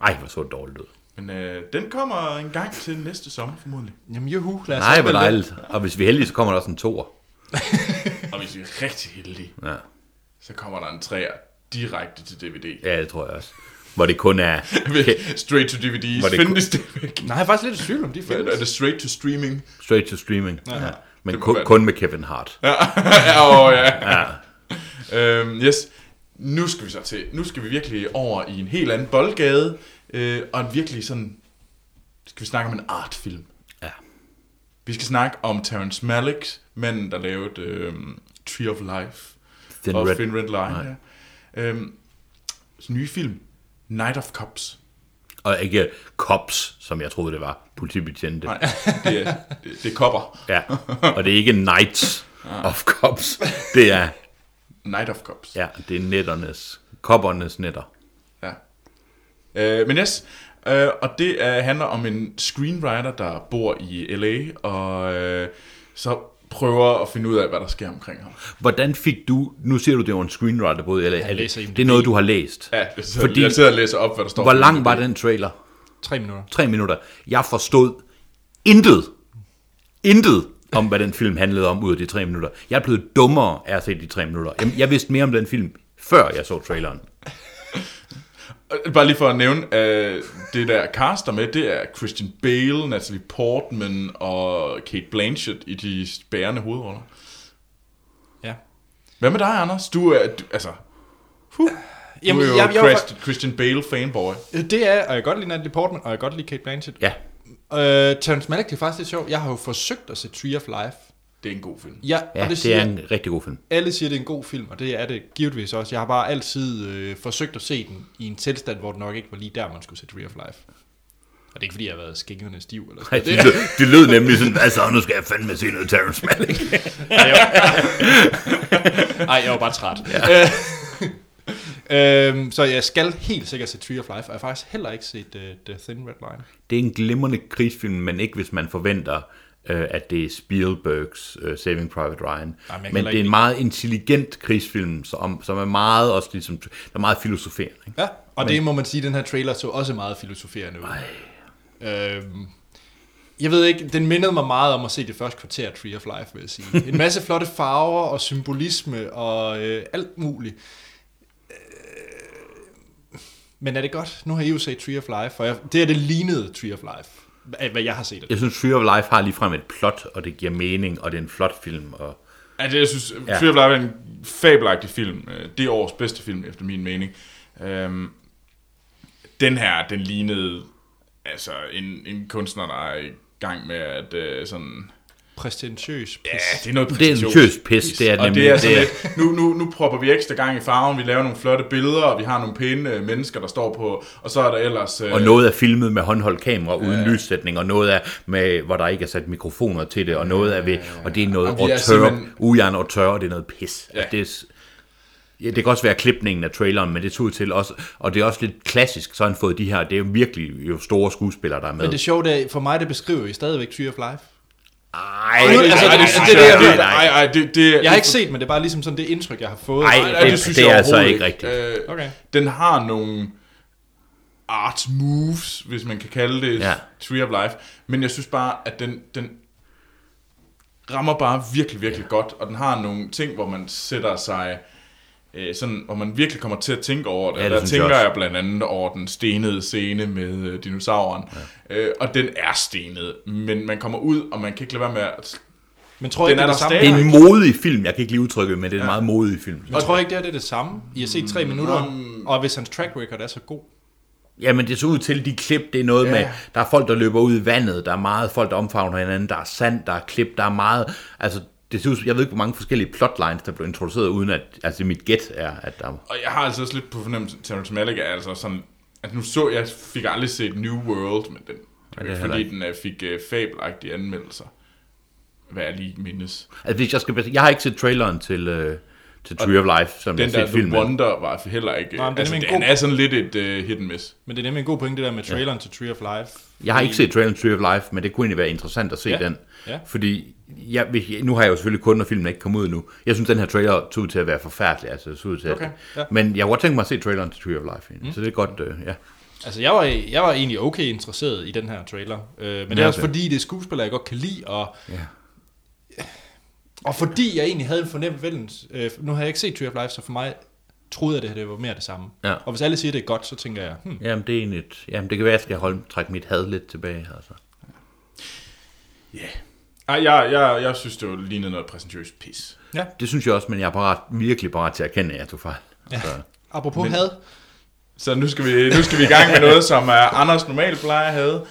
ej, hvor så det dårligt ud.
Men øh, den kommer en gang til næste sommer, formodentlig.
Jamen, juhu. Lad os
Nej,
se,
hvor
hvad-
dejligt. Og hvis vi er heldige, så kommer der også en toer.
Og hvis vi er rigtig heldige,
Ja.
så kommer der en træer direkte til DVD.
ja, det tror jeg også. Hvor det kun er
Straight to DVD.
Var det
Findes det ikke?
Nej, jeg er faktisk lidt i tvivl om de
Er
findes.
det straight to streaming?
Straight to streaming. Ja. Men
Det må
kun,
være det.
kun med Kevin Hart. Ja.
ja, åh, ja. ja. Øhm, yes. Nu skal vi så til. Nu skal vi virkelig over i en helt anden boldgade. Øh, og en virkelig sådan... Skal vi snakke om en artfilm?
ja.
Vi skal snakke om Terrence Malick, manden, der lavede øh, øhm, Tree of Life.
Thin
og
Red-
Thin Red Line. Ja. Øhm, så nye film, Night of Cops.
Og ikke cops, som jeg troede, det var. Politibetjente.
Nej, det er, det, det er kopper.
Ja. Og det er ikke knights of cops. Det er,
Night of Cops.
ja, det er netternes, koppernes netter.
Ja. Øh, men yes, øh, og det øh, handler om en screenwriter, der bor i LA, og øh, så prøver at finde ud af, hvad der sker omkring ham.
Hvordan fik du, nu ser du det var en screenwriter både, eller er det,
læser IMDb.
det er noget, du har læst.
Ja, jeg sidder,
Fordi-
Fordi, jeg sidder og læser op, hvad der står.
Hvor
på
lang
IMDb.
var den trailer?
Tre minutter.
tre minutter. Jeg forstod intet, intet om, hvad den film handlede om ud af de tre minutter. Jeg er blevet dummere af at se de tre minutter. Jeg, jeg vidste mere om den film, før jeg så traileren.
Og Bare lige for at nævne, øh, det der cast der med, det er Christian Bale, Natalie Portman og Kate Blanchett i de bærende hovedroller.
Ja.
Hvad med dig, Anders? Du er, du, altså, du er jo
jeg, jeg,
Christ, Christian Bale fanboy.
jeg, Øh, det er, og jeg kan godt lide Natalie Portman, og jeg kan godt lide Kate Blanchett.
Ja,
Øh, Terrence Malick, det er faktisk lidt sjovt. Jeg har jo forsøgt at se Tree of Life.
Det er en god film.
Jeg,
ja
og
det,
det, siger,
er en rigtig god film.
alle siger, det er en god film, og det er det givetvis også. Jeg har bare altid øh, forsøgt at se den i en tilstand, hvor den nok ikke var lige der, man skulle se Tree of Life. Og det er ikke, fordi jeg har været skængerne stiv. Eller sådan.
Det, lød, det lød nemlig sådan, altså nu skal jeg fandme se noget Terrence Malick.
Nej, jeg var bare træt. Ja. øhm, så jeg skal helt sikkert se Tree of Life, og jeg har faktisk heller ikke set uh, The Thin Red Line.
Det er en glimrende krigsfilm, men ikke hvis man forventer, øh, at det er Spielbergs øh, Saving Private Ryan.
kan
men
heller
det er en
ikke-
meget intelligent krigsfilm, som, som er meget også ligesom, der er meget filosoferende. ikke?
Ja, og det må man sige, den her trailer så også meget filosoferende ud. Øhm, jeg ved ikke, den mindede mig meget om at se det første kvarter af Tree of Life, vil jeg sige. En masse flotte farver og symbolisme og øh, alt muligt. Øh, Men er det godt? Nu har I jo set Tree of Life, og jeg, det her, det lignede Tree of Life, af hvad jeg har set af det.
Jeg synes, Tree of Life har ligefrem et plot, og det giver mening, og det er en flot film. Og...
Ja, det, jeg synes, ja. Tree of Life er en fabelagtig film. Øh, Det er årets bedste film, efter min mening. Øhm, den her, den lignede altså en, en kunstner, der er i gang med at øh, sådan...
Præstentiøs.
Ja, det er noget
Det er en tøs pis, det er
og
nemlig.
det er sådan lidt, nu, nu, nu propper vi ekstra gang i farven, vi laver nogle flotte billeder, og vi har nogle pæne øh, mennesker, der står på, og så er der ellers... Øh,
og noget er filmet med håndholdt kamera uden lyssætning, og noget er med, hvor der ikke er sat mikrofoner til det, og noget er ved, og det er noget
Og vi er
auteur,
simpelthen-
ujern auteur, og det er noget pis.
Ja.
Altså, det, er, s- ja, det kan også være klipningen af traileren, men det tog til også, og det er også lidt klassisk, så har han fået de her, det er jo virkelig jo store skuespillere, der er med.
Men det sjove det er, for mig, det beskriver I stadigvæk Tree of Life.
Ej,
Ej, det-
altså,
ej,
det-
synes
det er det,
jeg-
jeg
mener.
Ej, ej, det, det,
Jeg har ikke set, men det er bare ligesom sådan det indtryk, jeg har fået.
Ej,
Nej, det,
det-
det synes
det
jeg
er altså
overhovedet
ikke
Øh,
Okay.
Den har nogle art moves, hvis man kan kalde det
Ja.
ja. Tree of Life, men jeg synes bare, at den, den rammer bare virkelig, virkelig ja. godt, og den har nogle ting, hvor man sætter sig øh, sådan, hvor man virkelig kommer til at tænke over det.
Ja, det
det Der
synes jeg
tænker
også.
jeg blandt andet over den stenede scene med øh, dinosauren, ja. øh, og den er stenet, men man kommer ud, og man kan ikke lade være med at...
Men tror
Den
ikke, det
er
er det samme?
der
det er
stadig.
Men
en modig film, jeg kan ikke lige udtrykke, men det er en meget modig film.
tror ikke, det er det, er det samme? I har set
Mm,
tre minutter, og hvis hans track record er så god.
Jamen, det så ud til, de klip, det er noget
Ja.
ja. med, der er folk, der løber ud i vandet, der er meget folk, der omfavner hinanden, der er sand, der er klip, der er meget, altså, det ser ud, som- jeg ved ikke, hvor mange forskellige plotlines, der blev introduceret, uden at, altså, mit gæt er, at der
Og jeg har altså også lidt på fornemmelse, at Terrence Malick er altså sådan... At nu så jeg, fik aldrig set New World, men den,
er
det er
heller
fordi
ikke.
den øh, fik øh, fabelagtige anmeldelser. Hvad jeg lige mindes.
altså, hvis jeg skal, jeg har ikke set traileren til, øh, til Tree of Life, som jeg
Den
har
der
set filmen.
The Wonder var heller ikke...
Nej, men
Nej,
den er
altså,
nemlig en
den
god-
er sådan lidt et uh, hit and miss.
Men det er nemlig en god pointe, det der med traileren til Tree of Life.
Jeg har ikke set traileren til Tree of Life, men det kunne egentlig være interessant at se
Ja.
den.
Ja.
Fordi, jeg, hvis jeg- nu har jeg jo selvfølgelig kun, når filmen er ikke kommet ud nu. Jeg synes, den her trailer tog ud til at være forfærdelig. Altså, det så ud til at,
Okay, ja.
Men jeg kunne godt tænke mig at se traileren til Tree of Life. Egentlig. Mm. Så det er godt, øh, ja.
Altså, jeg var, jeg var egentlig okay interesseret i den her trailer. Øh, men det er
Ja,
også
det.
fordi, det er skuespillere, jeg godt kan lide, og,
ja.
og fordi jeg egentlig havde en fornem vælgens... Øh, nu har jeg ikke set Tree of Life, så for mig troede jeg, det her det var mere det samme.
Ja.
Og hvis alle siger, det er godt, så tænker jeg, hmm,
Jamen, det er egentlig et, jamen, det kan være, at jeg skal holde, trække mit had lidt tilbage. Altså.
Ej, jeg, jeg, jeg synes, det var lignede noget præsentøst pis.
Det synes jeg også, men jeg er parat, virkelig parat til at erkende, at jeg tog fejl. Altså, Ja. Så,
apropos had,
Så nu skal vi, nu skal vi i gang med noget, som uh, Anders normalt plejer at have.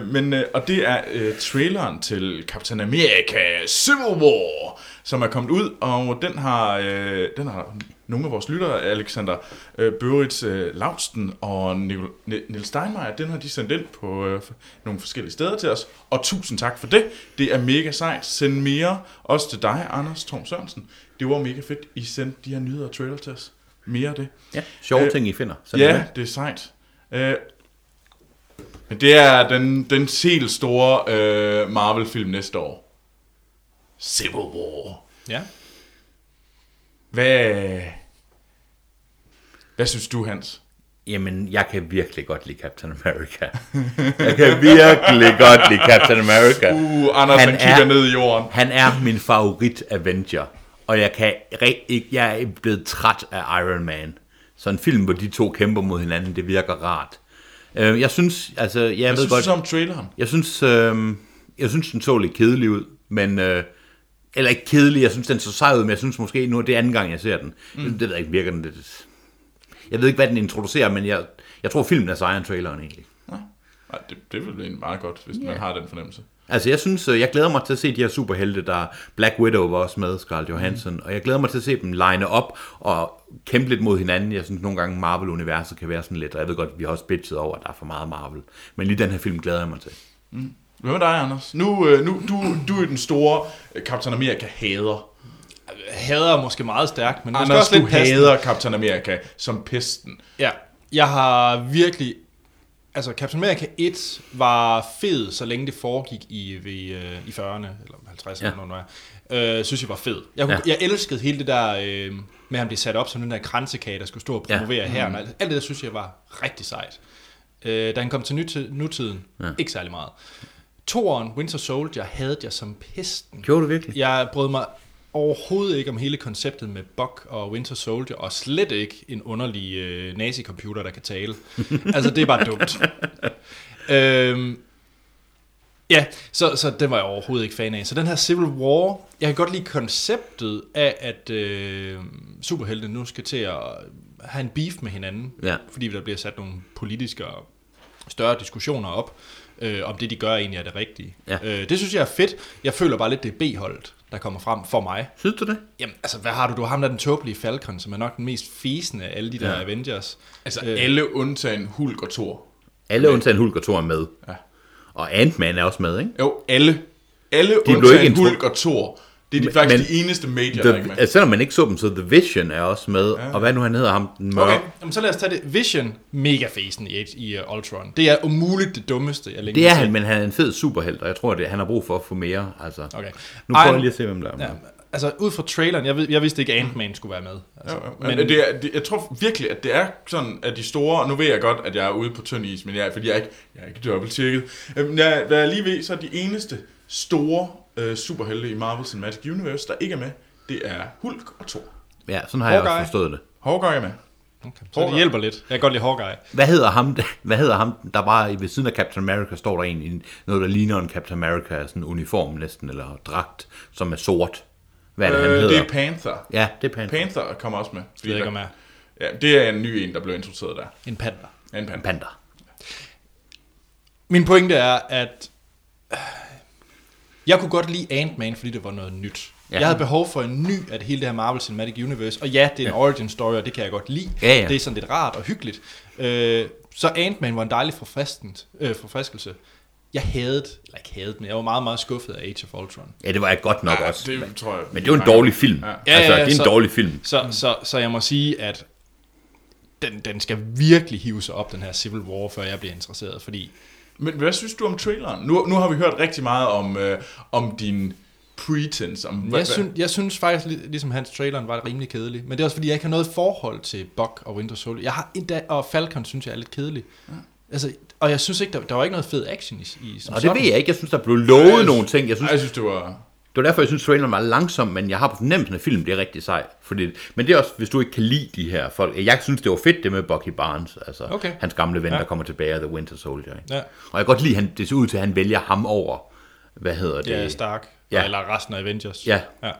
Uh, men, uh, og det er uh, traileren til Captain America Civil War, som er kommet ud, og den har, uh, den har nogle af vores lyttere, Alexander øh, Børitz øh, Lausten og Nils Steinmeier, den har de sendt ind på øh, nogle forskellige steder til os. Og tusind tak for det. Det er mega sejt. Send mere. Også til dig, Anders Torm Sørensen. Det var mega fedt. I sendte de her nyheder og trailer til os. Mere af det.
Ja, sjove
Øh,
øh, ting, I finder. Sådan
Ja, det er sejt. Øh, men det er den, den helt store øh, Marvel-film næste år. Civil War.
Ja.
Hvad, hvad synes du, Hans?
Jamen, jeg kan virkelig godt lide Captain America. Jeg kan virkelig godt lide Captain America.
Uh, Anders, han,
Han
han kigger
er-
ned i jorden.
Han er min favorit Avenger, og jeg, kan re- ikke, jeg er blevet træt af Iron Man. Så en film, hvor de to kæmper mod hinanden, det virker rart. Øh, Jeg synes, altså, jeg, jeg
Hvad
ved
synes du
godt...
så om traileren?
Jeg synes, øh, jeg synes den så lidt kedelig ud, men... Øh, eller ikke kedelig, jeg synes, den så sej ud, men jeg synes måske, nu er det anden gang, jeg ser den. Mm. Det ved jeg ikke, virker den lidt... Jeg ved ikke, hvad den introducerer, men jeg, jeg tror, filmen er sejere end traileren egentlig.
Nej, Nej, det, det ville egentlig meget godt, hvis yeah. man har den fornemmelse.
Altså, jeg synes, øh, jeg glæder mig til at se de her superhelte, der Black Widow var også med, Scarlett Johansson, mm. og jeg glæder mig til at se dem line op og kæmpe lidt mod hinanden. Jeg synes nogle gange, Marvel-universet kan være sådan lidt, og jeg ved godt, vi har også bitchet over, at der er for meget Marvel. Men lige den her film glæder jeg mig til.
Hvad med dig, Anders? Nu, øh, nu, du, du er den store øh, Captain America-hader.
Hader måske meget stærkt, men måske
Anders,
også
du
lidt passende.
hader Captain America som pesten.
Ja, jeg har virkelig... Altså, Captain America 1 var fed, så længe det foregik i, ved, øh, i 40'erne, eller 50'erne,
Ja.
ja. eller noget, øh, synes jeg var fed. Jeg, kunne, ja. jeg elskede hele det der øh, med, at han blev sat op som den der kransekage, der skulle stå og
Ja.
promovere ja. her. Alt det der synes jeg var rigtig sejt. Øh, da han kom til nutid, nutiden, ja. ikke særlig meget. Toren, Winter Soldier, havde jeg som pesten.
Gjorde du virkelig?
Jeg brød mig overhovedet ikke om hele konceptet med Buck og Winter Soldier, og slet ikke en underlig øh, nazi-computer, der kan tale. altså, det er bare dumt. øhm, ja, så, så den var jeg overhovedet ikke fan af. Så den her Civil War, jeg kan godt lide konceptet af, at øh, superheltene nu skal til at have en beef med hinanden,
Ja.
fordi der bliver sat nogle politiske og større diskussioner op, øh, om det, de gør, egentlig er det rigtige.
Ja.
Øh, det synes jeg er fedt. Jeg føler bare lidt, det er B-holdet, der kommer frem for mig.
Synes du det?
Jamen, altså, hvad har du? Du har ham der, den tåbelige Falcon, som er nok den mest fesende af alle de der
Ja.
ja. Avengers.
Altså øh. alle undtagen Hulk og Thor.
Alle undtagen Hulk og Thor er med.
Ja.
Og Ant-Man er også med, ikke?
Jo, alle. Alle
blev
undtagen
ikke intro-
Hulk og Thor. Det er de
Men-
faktisk
men-
de eneste medier, der er ikke
The,
er med.
altså, selvom man ikke så dem, så The Vision er også med. Ja. Og hvad nu han hedder ham? Den mørke.
Okay, jamen, så lad os tage det. Vision, mega fesen i, i uh, Ultron. Det er umuligt det dummeste, jeg længe
Det er
har
han,
set.
men han er en fed superhelt, og jeg tror, det, han har brug for at få mere. Altså.
Okay.
Nu prøver
Iron-
jeg lige at se, hvem der er med.
Ja, altså, ud fra traileren, jeg, ved, jeg vidste ikke, at Ant-Man skulle være med. Altså,
Jo, jo, Men, men det er, det, jeg tror virkelig, at det er sådan, at de store... Nu ved jeg godt, at jeg er ude på tynd is, men jeg, er- fordi jeg er ikke, jeg er ikke dobbelt tjekket. Jeg, hvad jeg lige ved, så er de eneste store øh, superhelte i Marvel Cinematic Universe, der ikke er med, det er Hulk og Thor.
Ja, sådan har jeg også
Hawkeye.
forstået det.
Hawkeye er med.
okay. Så det hjælper lidt. Jeg kan godt lide Hawkeye.
Hvad hedder ham, der- hvad hedder ham der bare i- ved siden af Captain America står der en, i noget, der ligner en Captain America, sådan en uniform næsten, eller dragt, som er sort. Hvad er det, øh, han
Øh,
hedder?
det er Panther.
ja, det er Pan. Pan.
Panther kommer også med.
Jeg ved ikke, om jeg er
ja, det er en ny en, der blev introduceret der.
en panda.
En panther.
Panda.
Min pointe er, at øh, jeg kunne godt lide Ant-Man, fordi det var noget nyt.
Ja.
Ja. Jeg havde behov for en ny af det hele det her Marvel Cinematic Universe. Og ja, det er en ja. origin story, og det kan jeg godt lide.
Ja, ja.
Det er sådan lidt rart og hyggeligt. Øh, så Ant-Man var en dejlig forfriskent- øh, forfriskelse. Jeg havde, eller ikke havde, men jeg var meget, meget skuffet af Age of Ultron.
Ja, det var jeg godt nok ja,
Ja,
også. Det,
det tror jeg.
men det var en dårlig film. Ja.
Ja.
Ja, altså,
ja,
det er en
så-
dårlig film.
Så, mm. så, så jeg må sige, at den, den skal virkelig hive sig op, den her Civil War, før jeg bliver interesseret. Fordi
Men hvad synes du om traileren? Nu, nu har vi hørt rigtig meget om, øh, om din pretense. Om, hvad,
Jeg, syn, jeg synes faktisk, lig- ligesom hans traileren var rimelig kedelig. Men det er også fordi, jeg ikke har noget forhold til Buck og Winter Soldier. Jeg har endda, og Falcon synes jeg er lidt kedelig. Ja. Altså, og jeg synes ikke, der, der var ikke noget fed action i, i som
Og det
sådan.
ved jeg ikke. Jeg synes, der blev lovet
Jeg-
nogle ting. Jeg synes,
Ej, jeg synes, det var...
Det var derfor, jeg synes, traileren var langsom, men jeg har på fornemmelsen, at filmen bliver rigtig sej. Fordi, men det er også, hvis du ikke kan lide de her folk. Jeg synes, det var fedt, det med Bucky Barnes, altså
Okay.
hans gamle ven, ja.
Ja.
der kommer tilbage af The Winter Soldier. Ikke?
Ja.
Og jeg kan godt lide, at han, det ser ud til, at han vælger ham over, hvad hedder det?
Ja, Stark.
Ja.
Ja. Eller resten af Avengers.
Ja.
ja.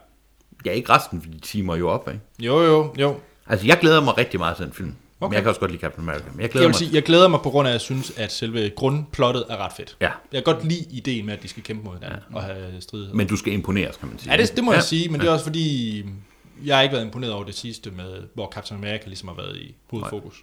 ja ikke resten, for de timer jo op. Ikke?
Jo, jo, jo.
Altså, jeg glæder mig rigtig meget til den film. Okay. Men
Okay.
jeg kan også godt lide Captain America. Men jeg glæder
Jeg vil
mig
sige, jeg glæder mig på grund af, at jeg synes, at selve grundplottet er ret fedt.
Ja.
Jeg kan godt lide ideen med, at de skal kæmpe mod hinanden ja. og have stridighed.
Men du skal imponeres, kan man sige.
Ja, det, det må
ja.
ja. jeg sige, men ja. det er også fordi, jeg har ikke været imponeret over det sidste, med, hvor Captain America ligesom har været i hovedfokus.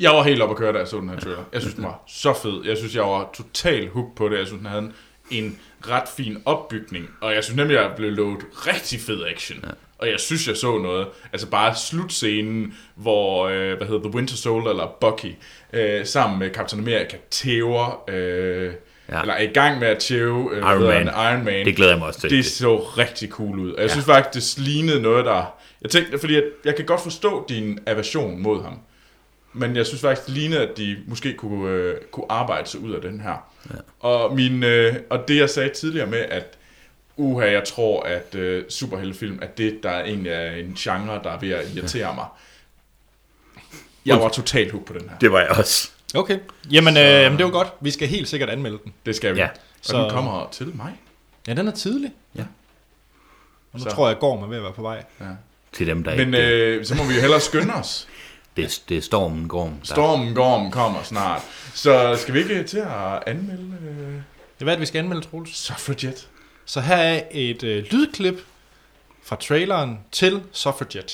Jeg var helt oppe at køre, da jeg så den her trailer. Jeg synes, den var så fed. Jeg synes, jeg var totalt hooked på det. Jeg synes, den havde en, en ret fin opbygning. Og jeg synes nemlig, jeg blev lovet rigtig fed action. Ja. Og jeg synes, jeg så noget. Altså bare slutscenen, hvor, øh, hvad hedder The Winter Soldier, eller Bucky, øh, sammen med Captain America, tæver... Øh,
Ja.
ja. Eller er i gang med at tæve øh, hvad
Iron
hedder
Man.
han, Iron Man.
Det glæder jeg mig også til.
Det så rigtig cool ud. Og jeg ja. synes faktisk, det lignede noget, der... Jeg tænkte, fordi jeg, jeg kan godt forstå din aversion mod ham. Men jeg synes faktisk, det lignede, at de måske kunne, øh, kunne arbejde sig ud af den her. Ja. Og, min, øh, og det, jeg sagde tidligere med, at uha, jeg tror, at øh, superheltefilm er det, der egentlig er en genre, der er ved at irritere mig. Jeg var totalt hooked på den her.
Det var jeg også.
Okay, jamen, øh, jamen det var godt. Vi skal helt sikkert anmelde den.
Det skal vi.
Ja.
Ja. Og
Så-
så... den kommer til mig.
Ja, den er tidlig.
Ja.
Og nu
Så.
tror jeg, at Gorm er ved at være på vej.
Til dem, der
Men
ikke... Øh,
øh, så må vi jo hellere skynde os.
det, det er Stormen Gorm. Der,
Stormen Gorm kommer snart. Så skal vi ikke til at anmelde øh,
Det er hvad, vi skal anmelde, Troels.
Suffragette?
Så her er et øh, lydklip fra traileren til Suffragette.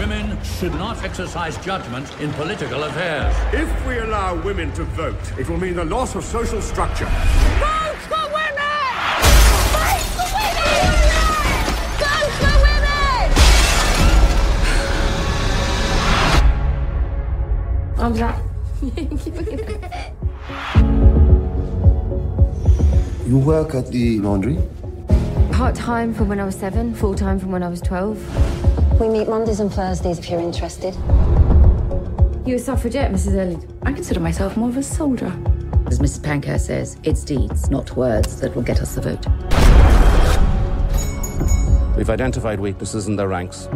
Women should not exercise judgment in political affairs.
If we allow women to vote, it will mean the loss of social structure.
Vote for women! Vote for women! Vote for women!
You work at the laundry?
Part time from when I was seven, full time from when I was 12.
We meet Mondays and Thursdays if you're interested.
You a suffragette, Mrs. Elliot?
I consider myself more of a soldier.
As Mrs. Pankhurst says, it's deeds, not words, that will get us the vote.
We've identified weaknesses in their ranks.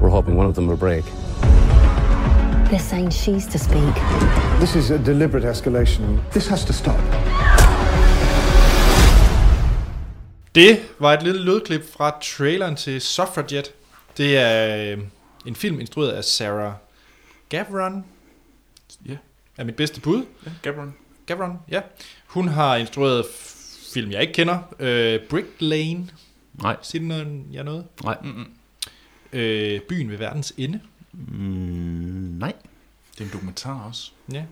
We're hoping one of them will break.
They're saying she's to speak.
This is a deliberate escalation. This has to stop.
Det var et lille lydklip fra traileren til Suffragette. Det er øh, en film instrueret af Sarah Gavron.
Ja.
Er mit bedste bud.
Gabron?
Gavron, ja. Hun har instrueret f- film, jeg ikke kender. Øh, Brick Lane.
Nej.
Siger den noget, jeg noget?
Nej.
Øh, Byen ved verdens ende.
Mm, nej.
Det er en dokumentar også.
Ja.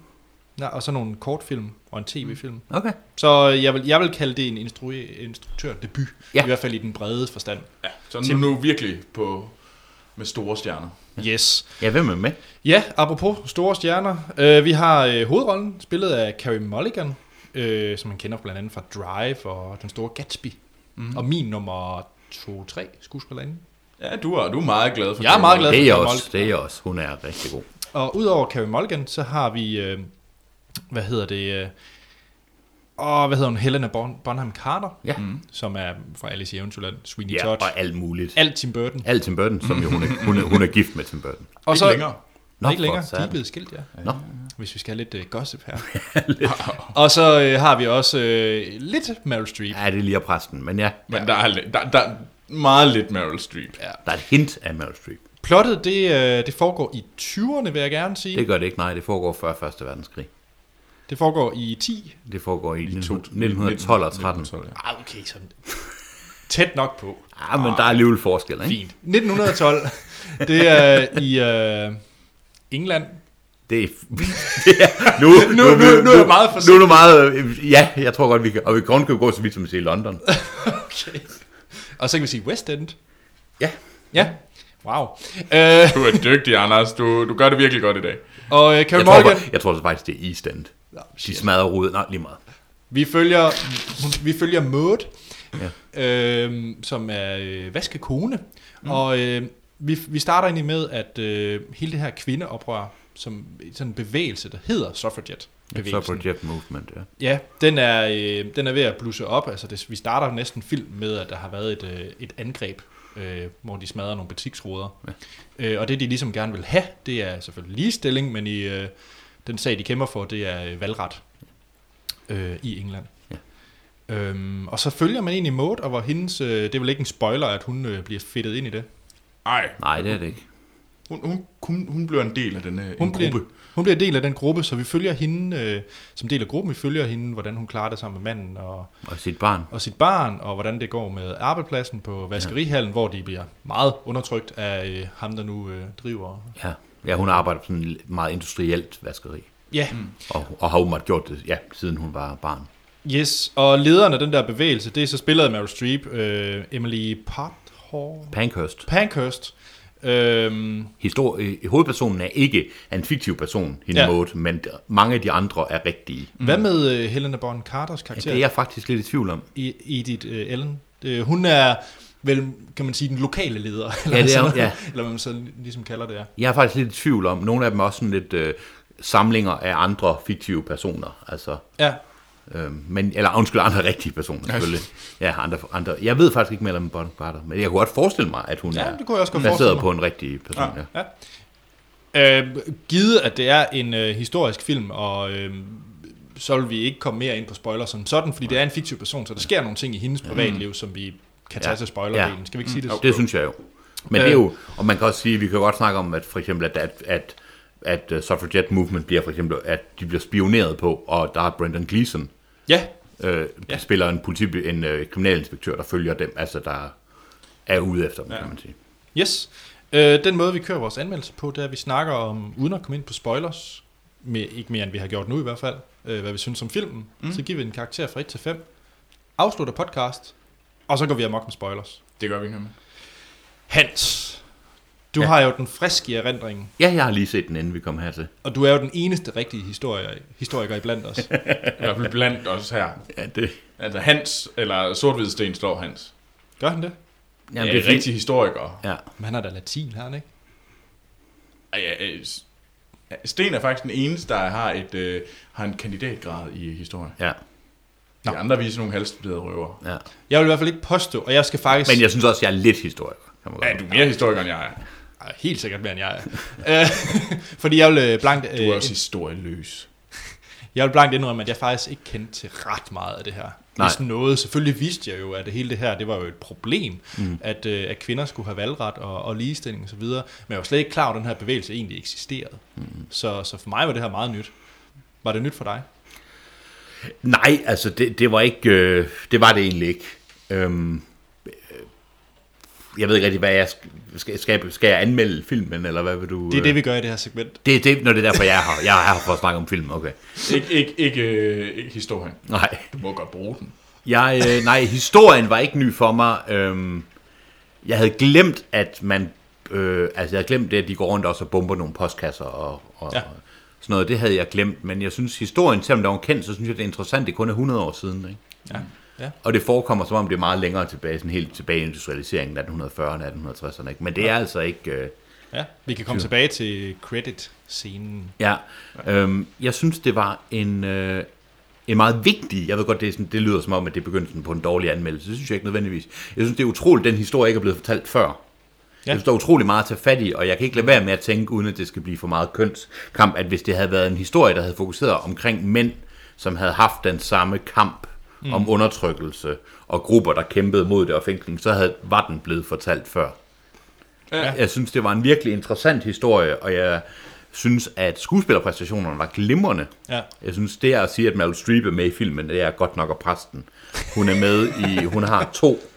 Nej, og så nogle kortfilm og en tv-film.
Okay.
Så jeg vil, jeg vil kalde det en instru- instruktørdebut.
Ja.
Ja. I hvert fald i den brede forstand.
Ja, så nu, nu virkelig på med store stjerner.
Yes.
Ja, hvem er med?
Ja, apropos store stjerner. Øh, vi har øh, hovedrollen spillet af Carey Mulligan, øh, som man kender blandt andet fra Drive og Den Store Gatsby. Mm. Og min nummer 2-3 skuespillerinde.
Ja, du er, du er meget glad for
Jeg er meget glad
Det
for
er jeg
Carey
også. Det er jeg også. Hun er rigtig god.
Og udover Carey Mulligan, så har vi, øh, hvad hedder det, øh, og hvad hedder hun, Helena bon- Bonham Carter,
Ja. Mm.
som er fra Alice i Eventyrland, Sweeney
Ja,
Todd,
og alt muligt.
alt Tim Burton.
Alt Tim Burton, som jo hun er, hun er, hun er gift med Tim Burton.
Og
Ikke så... længere.
Nå, ikke
for
længere. De
satan.
er blevet skilt, ja.
Nå.
Hvis vi skal have lidt uh, gossip her. og så øh, har vi også øh, lidt Meryl Streep.
Ja, det er lige af præsten, men ja,
Men der, er, li- der, der er meget lidt Meryl Streep. Ja.
der er et hint af Meryl Streep.
Plottet, det, øh, det foregår i 20'erne, vil jeg gerne sige.
Det
Det,
gør det ikke, nej. Det foregår før Første Verdenskrig.
det foregår i 10.
Det foregår i, 1912 og 13.
1912, ja.
Ah, okay, så tæt nok på.
Ja, Ah, men der er alligevel forskel, ikke?
Ah. Fint. 1912, det er i øh, England.
Det er, det er nu,
Nu- nu- nu er jeg meget
Nu
forsigtig.
er du meget... øh, Ja, jeg tror godt, vi kan... Og vi kan godt gå så vidt, som vi siger i London.
Okay. Og så kan vi sige West End.
Ja.
Ja. Wow. Øh,
Du er dygtig, Anders. Du, du gør det virkelig godt i dag.
og øh, Carey
Jeg tror,
Mulligan,
godt- jeg tror så faktisk, det er East End. De smadrer ruden. Nej, lige meget.
Vi følger, hun- vi følger Maud, ja. øhm, som er øh, vaskekone, mm. og øh, vi, vi starter egentlig med, at øh, hele det her kvindeoprør, som sådan en bevægelse, der hedder
Så
suffragette-bevægelsen,
er Project Movement, ja.
ja, den er, øh, den er ved at blusse op. Altså det, vi starter næsten film med, at der har været et, øh, et angreb, øh, hvor de smadrer nogle butiksruder. Ja. Øh, og det, de ligesom gerne vil have, det er selvfølgelig ligestilling, men i øh, den sag, de kæmper for, det er øh, valgret øh, i England. Ja. Øhm, og så følger man egentlig Maud, og hvor hendes, øh, det er vel ikke en spoiler, at hun øh, bliver fedtet ind i det.
Ej,
Nej, det er det ikke.
Hun, hun, hun, hun bliver en del af den øh,
Hun
en
bliver,
gruppe.
hun bliver en del af den gruppe, så vi følger hende, øh, som del af gruppen, vi følger hende, hvordan hun klarer det sammen med manden og,
Og sit barn.
og sit barn, og hvordan det går med arbejdspladsen på vaskerihallen, ja. hvor de bliver meget undertrykt af øh, ham, der nu øh, driver.
Ja. ja, hun arbejder på sådan en meget industrielt vaskeri.
Ja, mm.
Og, og har jo måttet gjort det, ja, siden hun var barn.
yes. Og lederen af den der bevægelse, det er så spillet af Meryl Streep, øh, Emily Parthor...
Pankhurst.
Pankhurst. Øhm,
Histor- øh, hovedpersonen er ikke er en fiktiv person, hende
Ja.
ja. Maud, men d- mange af de andre er rigtige.
hvad med øh, Helena Bonham Carters
Ja,
karakter?
det er jeg faktisk lidt i tvivl om.
I- Edith øh, Ellen. Øh, hun er vel, kan man sige, den lokale leder. Eller,
det er
sådan,
hun, ja.
eller hvad man så ligesom kalder det. Ja.
Jeg er faktisk lidt i tvivl om, nogle af dem er også sådan lidt øh, samlinger af andre fiktive personer. Altså,
ja.
øh, men, eller undskyld, andre rigtige personer selvfølgelig. Ja, andre, andre. Jeg ved faktisk ikke mere om Bonnie Carter, men jeg kunne godt forestille mig, at hun
Ja,
er
det kunne jeg også godt forestille
baseret
mig.
på en rigtig person. Ja. Ja.
ja. Øh, givet, at det er en øh, historisk film, og øh, så vil vi ikke komme mere ind på spoiler som sådan, fordi det er en fiktiv person, så der sker nogle ting i hendes privatliv, som vi kan tage
Ja.
til spoilerdelen.
Ja.
Skal vi ikke sige det?
Det synes jeg jo. Men det er jo,
Øh.
og man kan også sige, vi kan jo godt snakke om, at for eksempel, at, at, at at øh, suffragette movement bliver for eksempel, at de bliver spioneret på, og der er Brendan Gleeson,
Ja,
øh, ja. spiller en, politi, en øh, kriminalinspektør, der følger dem, altså der er ude efter dem, ja. kan man sige.
yes. Øh, den måde, vi kører vores anmeldelse på, det er, at vi snakker om, uden at komme ind på spoilers, med, ikke mere end vi har gjort nu i hvert fald, øh, hvad vi synes om filmen, mm. så giver vi en karakter fra 1 til 5, afslutter podcast, og så går vi amok med spoilers.
Det gør vi ikke noget med.
Hans, du ja. har jo den friske erindring
Ja, jeg har lige set den, inden vi kom hertil.
Og du er jo den eneste rigtige historiker, historiker iblandt os.
I hvert fald blandt os her.
Ja, det,
Altså Hans, eller sort Sten står Hans.
Gør han det?
Ja,
jamen,
det er rigtig historiker.
Ja.
Men han er da latin, har han ikke?
Ej, Ja, øh, s- ja, Sten er faktisk den eneste, der har, et, øh, har en kandidatgrad i historie.
ja,
De andre viser nogle halsbladede røver.
ja.
Jeg vil i hvert fald ikke påstå, og jeg skal faktisk...
Men jeg synes også, jeg er lidt historiker. Kan man
Ja,
godt.
du er mere historiker, end jeg er.
Ej, helt sikkert mere end jeg er. Øh, Fordi jeg vil, øh, blankt,
Du er
øh,
også historieløs.
jeg vil blankt indrømme, at jeg faktisk ikke kendte til ret meget af det her.
Nej.
Hvis noget, selvfølgelig vidste jeg jo, at det hele det her, det var jo et problem, mm. at, øh, at kvinder skulle have valgret og, og ligestilling osv., men jeg var slet ikke klar over, at den her bevægelse egentlig eksisterede. Mm. Så, så for mig var det her meget nyt. Var det nyt for dig?
Nej, altså det, det var ikke, øh, det var det egentlig ikke. Øhm, øh, jeg ved ikke rigtig, hvad jeg sk- skal, skal, skal jeg anmelde filmen, eller hvad vil du...
Det er det,
øh,
vi gør i det her segment.
det, er det, når det er derfor, jeg er her. Jeg er her for at snakke om film, okay.
Ikke, ikke, ikke, øh, ikke historien.
Nej.
Du må godt bruge den.
Jeg, øh, nej, historien var ikke ny for mig. Øhm, jeg havde glemt, at man... Øh, altså, jeg havde glemt det, at de går rundt også og bomber nogle postkasser og, og,
Ja.
ja. og sådan noget. Det havde jeg glemt, men jeg synes, historien, selvom den var kendt, så synes jeg, det er interessant, det kun er 100 år siden, ikke?
Ja. Ja.
Og det forekommer, som om det er meget længere tilbage, sådan helt tilbage i industrialiseringen, 1840'erne, 1860'erne, ikke? Men det er altså ikke... Øh,
Ja, vi kan komme tilbage til credit-scenen.
Ja, øhm, jeg synes, det var en, øh, en meget vigtig, jeg ved godt, det, er sådan, det lyder som om, at det er begyndelsen på en dårlig anmeldelse, det synes jeg ikke nødvendigvis. Jeg synes, det er utroligt, den historie ikke er blevet fortalt før. Ja. Jeg synes, der er utrolig meget at tage fat i, og jeg kan ikke lade være med at tænke, uden at det skal blive for meget kønskamp, at hvis det havde været en historie, der havde fokuseret omkring mænd, som havde haft den samme kamp mm. om undertrykkelse, og grupper, der kæmpede mod det og fængsling, så havde, var den blevet fortalt før. Ja. Jeg synes, det var en virkelig interessant historie, og jeg synes, at skuespillerpræstationerne var glimrende.
Ja.
Jeg synes, det er at sige, at Meryl Streep er med i filmen, det er godt nok at præsten. Hun er med i, hun har to,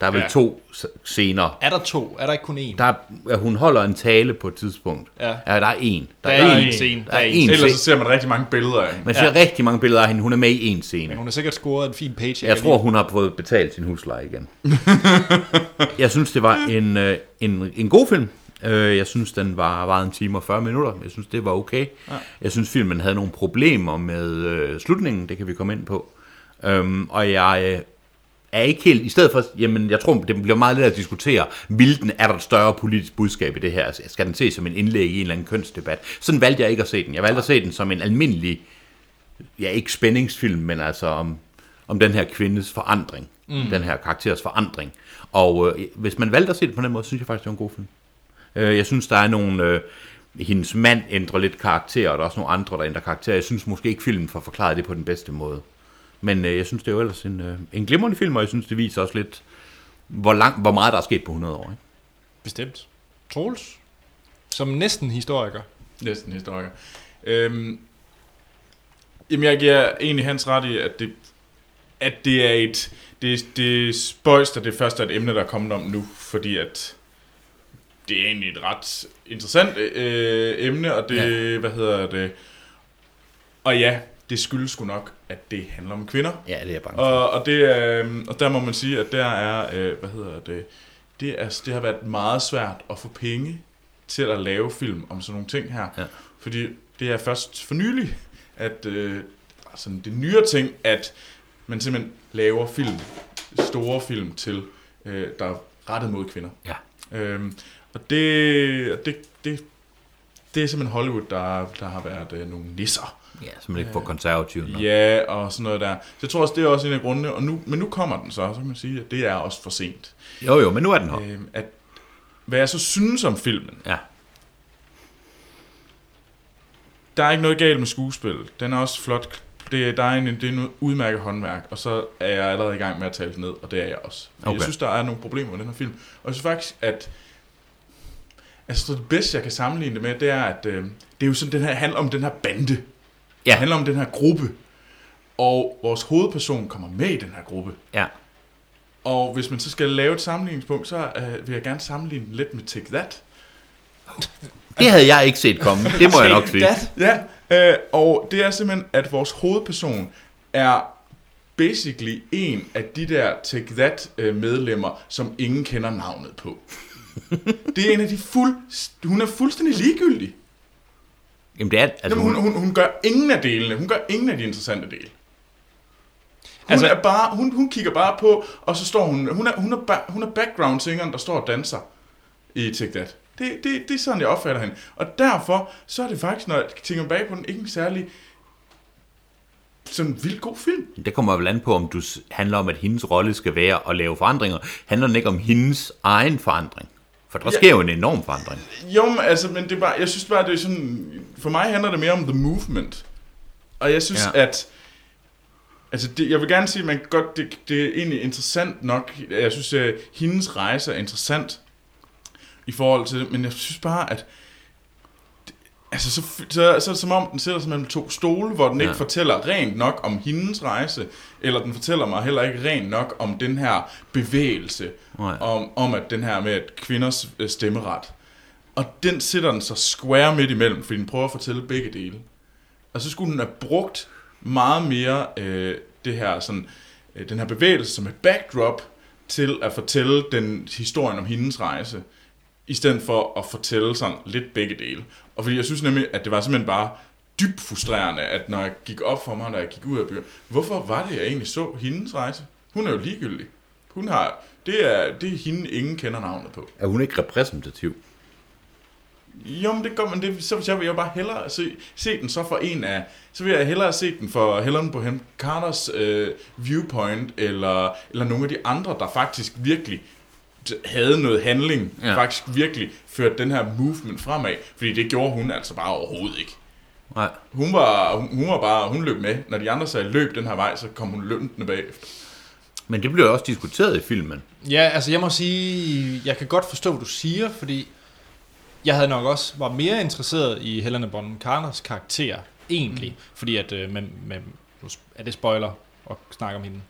der er vel ja. to s- scener.
Er der to? Er der ikke kun én?
Der er, ja, hun holder en tale på et tidspunkt.
Ja.
ja der er en. Der,
Der er
én.
én scene.
Der er en
Ellers så
scene.
ser man rigtig mange billeder af hende.
Man ser ja. rigtig mange billeder af hende. Hun er med i en scene.
Hun har sikkert scoret en fin page.
Jeg tror, hun har fået betalt sin husleje igen. jeg synes, det var en, øh, en, en god film. Øh, Jeg synes, den var, var en time og 40 minutter. Jeg synes, det var okay. Jeg synes, filmen havde nogle problemer med øh, slutningen. Det kan vi komme ind på. Øhm, og jeg øh, er ikke helt... I stedet for... Jamen, jeg tror, det bliver meget let at diskutere, hvilken er der et større politisk budskab i det her? Altså, Skal den ses som en indlæg i en eller anden kønsdebat? Sådan valgte jeg ikke at se den. Jeg valgte at se den som en almindelig ja, ikke spændingsfilm, men altså om, om den her kvindes forandring, mm. den her karakteres forandring. Og øh, hvis man valgte at se det på den måde, synes jeg faktisk, det var en god film. Øh, jeg synes, der er nogle... Øh, hendes mand ændrer lidt karakter, og der er også nogle andre, der ændrer karakter. Jeg synes måske ikke, filmen får forklaret det på den bedste måde. Men øh, jeg synes, det er jo ellers en, øh, en glimrende film, og jeg synes, det viser også lidt, hvor, lang, hvor meget der er sket på 100 år. Ikke?
Bestemt. Troels? som næsten historiker.
Næsten historiker. Øhm, jamen, jeg giver egentlig hans ret i, at det, at det er et... Det, det er spøjst, at det først er et emne, der er kommet om nu, fordi at det er egentlig et ret interessant øh, emne, og det... Ja. Hvad hedder det? Og ja, det skyldes sgu nok, at det handler om kvinder.
Ja, det er jeg bange for.
Og, og, det, øh, og der må man sige, at der er, øh, hvad hedder det, det, er, det har været meget svært at få penge til at lave film om sådan nogle ting her.
Ja.
Fordi det er først for nylig, at øh, altså det nyere ting, at man simpelthen laver film, store film til, øh, der er rettet mod kvinder.
Ja.
Øhm, og det, og det, det, det er simpelthen Hollywood, der, der har været øh, nogle nisser.
Ja, så man ikke får konservativ nok.
Ja, og sådan noget der. Så jeg tror også, det er også en af grundene. Og nu, men nu kommer den så, så kan man sige, at det er også for sent.
Jo, jo, men nu er den her.
Øhm, at, hvad jeg så synes om filmen,
Ja.
der er ikke noget galt med skuespillet. Den er også flot. Det, der er en, det er en udmærket håndværk, og så er jeg allerede i gang med at tale den ned, og det er jeg også. Okay.
Okay.
Jeg synes, der er nogle problemer med den her film. Og jeg synes faktisk, at altså, det bedste, jeg kan sammenligne det med, det er, at øh, det er jo sådan, den her handler om den her bande.
Ja.
Det handler om den her gruppe. Og vores hovedperson kommer med i den her gruppe.
Ja.
Og hvis man så skal lave et sammenligningspunkt, så øh, vil jeg gerne sammenligne den lidt med Take That.
Det havde jeg ikke set komme. Det må jeg nok sige.
Ja, øh, og det er simpelthen, at vores hovedperson er basically en af de der Take That øh, medlemmer, som ingen kender navnet på. det er en af de fuld... Hun er fuldstændig ligegyldig.
Jamen, det er, altså,
Jamen, hun, hun, hun gør ingen af delene. Hun gør ingen af de interessante dele. Hun, altså,
Altså-
er bare, hun, hun kigger bare på, og så står hun... Hun er, hun er, ba- hun er background singeren, der står og danser i Take That. Det, det, det er sådan, jeg opfatter hende. Og derfor, så er det faktisk, når jeg tænker bag på den, ikke en særlig sådan vildt god film.
Det kommer vel an på, om du s- handler om, at hendes rolle skal være at lave forandringer. Handler den ikke om hendes egen forandring? For der
Ja.
sker jo en enorm forandring.
Jo, men, altså, men det er bare, jeg synes bare, det er sådan, for mig handler det mere om the movement. Og jeg synes,
Ja.
ja. at, altså det, jeg vil gerne sige, at man godt, det, det er egentlig interessant nok. Jeg synes, at hendes rejse er interessant i forhold til det, men jeg synes bare, at det- Altså, så, så, så, så er det som om, den sætter sig mellem to stole, hvor den ja. ikke
Ja.
fortæller rent nok om hendes rejse, eller den fortæller mig heller ikke rent nok om den her bevægelse,
Nej.
om, om at den her med at kvinders øh, stemmeret. Og den sætter den så square midt imellem, fordi den prøver at fortælle begge dele. Og så skulle den have brugt meget mere øh, det her, sådan, øh, den her bevægelse som et backdrop til at fortælle den historien om hendes rejse, i stedet for at fortælle sådan lidt begge dele. Og fordi jeg synes nemlig, at det var simpelthen bare dybt frustrerende, at når jeg gik op for mig, når jeg gik ud af byen, hvorfor var det, jeg egentlig så hendes rejse? Hun er jo ligegyldig. Hun har, det er, det er hende, ingen kender navnet på.
Er hun ikke repræsentativ?
Jo, men det gør man. Det, så jeg vil jeg bare hellere se, se den så for en af... Så vil jeg hellere se den for Helen Bohem Carters øh, viewpoint, eller, eller nogle af de andre, der faktisk virkelig t- havde noget handling,
Ja.
ja. faktisk virkelig førte den her movement fremad, fordi det gjorde hun altså bare overhovedet ikke.
Nej.
Hun var, hun, hun var bare, hun løb med. Når de andre sagde, løb den her vej, så kom hun løbende bag.
Men det bliver jo også diskuteret i filmen.
Ja, altså jeg må sige, jeg kan godt forstå, hvad du siger, fordi jeg havde nok også var mere interesseret i Helena Bonham Carters karakter, egentlig. Mm. Fordi at, øh, men, men, nu sp- er det spoiler at snakke om hende?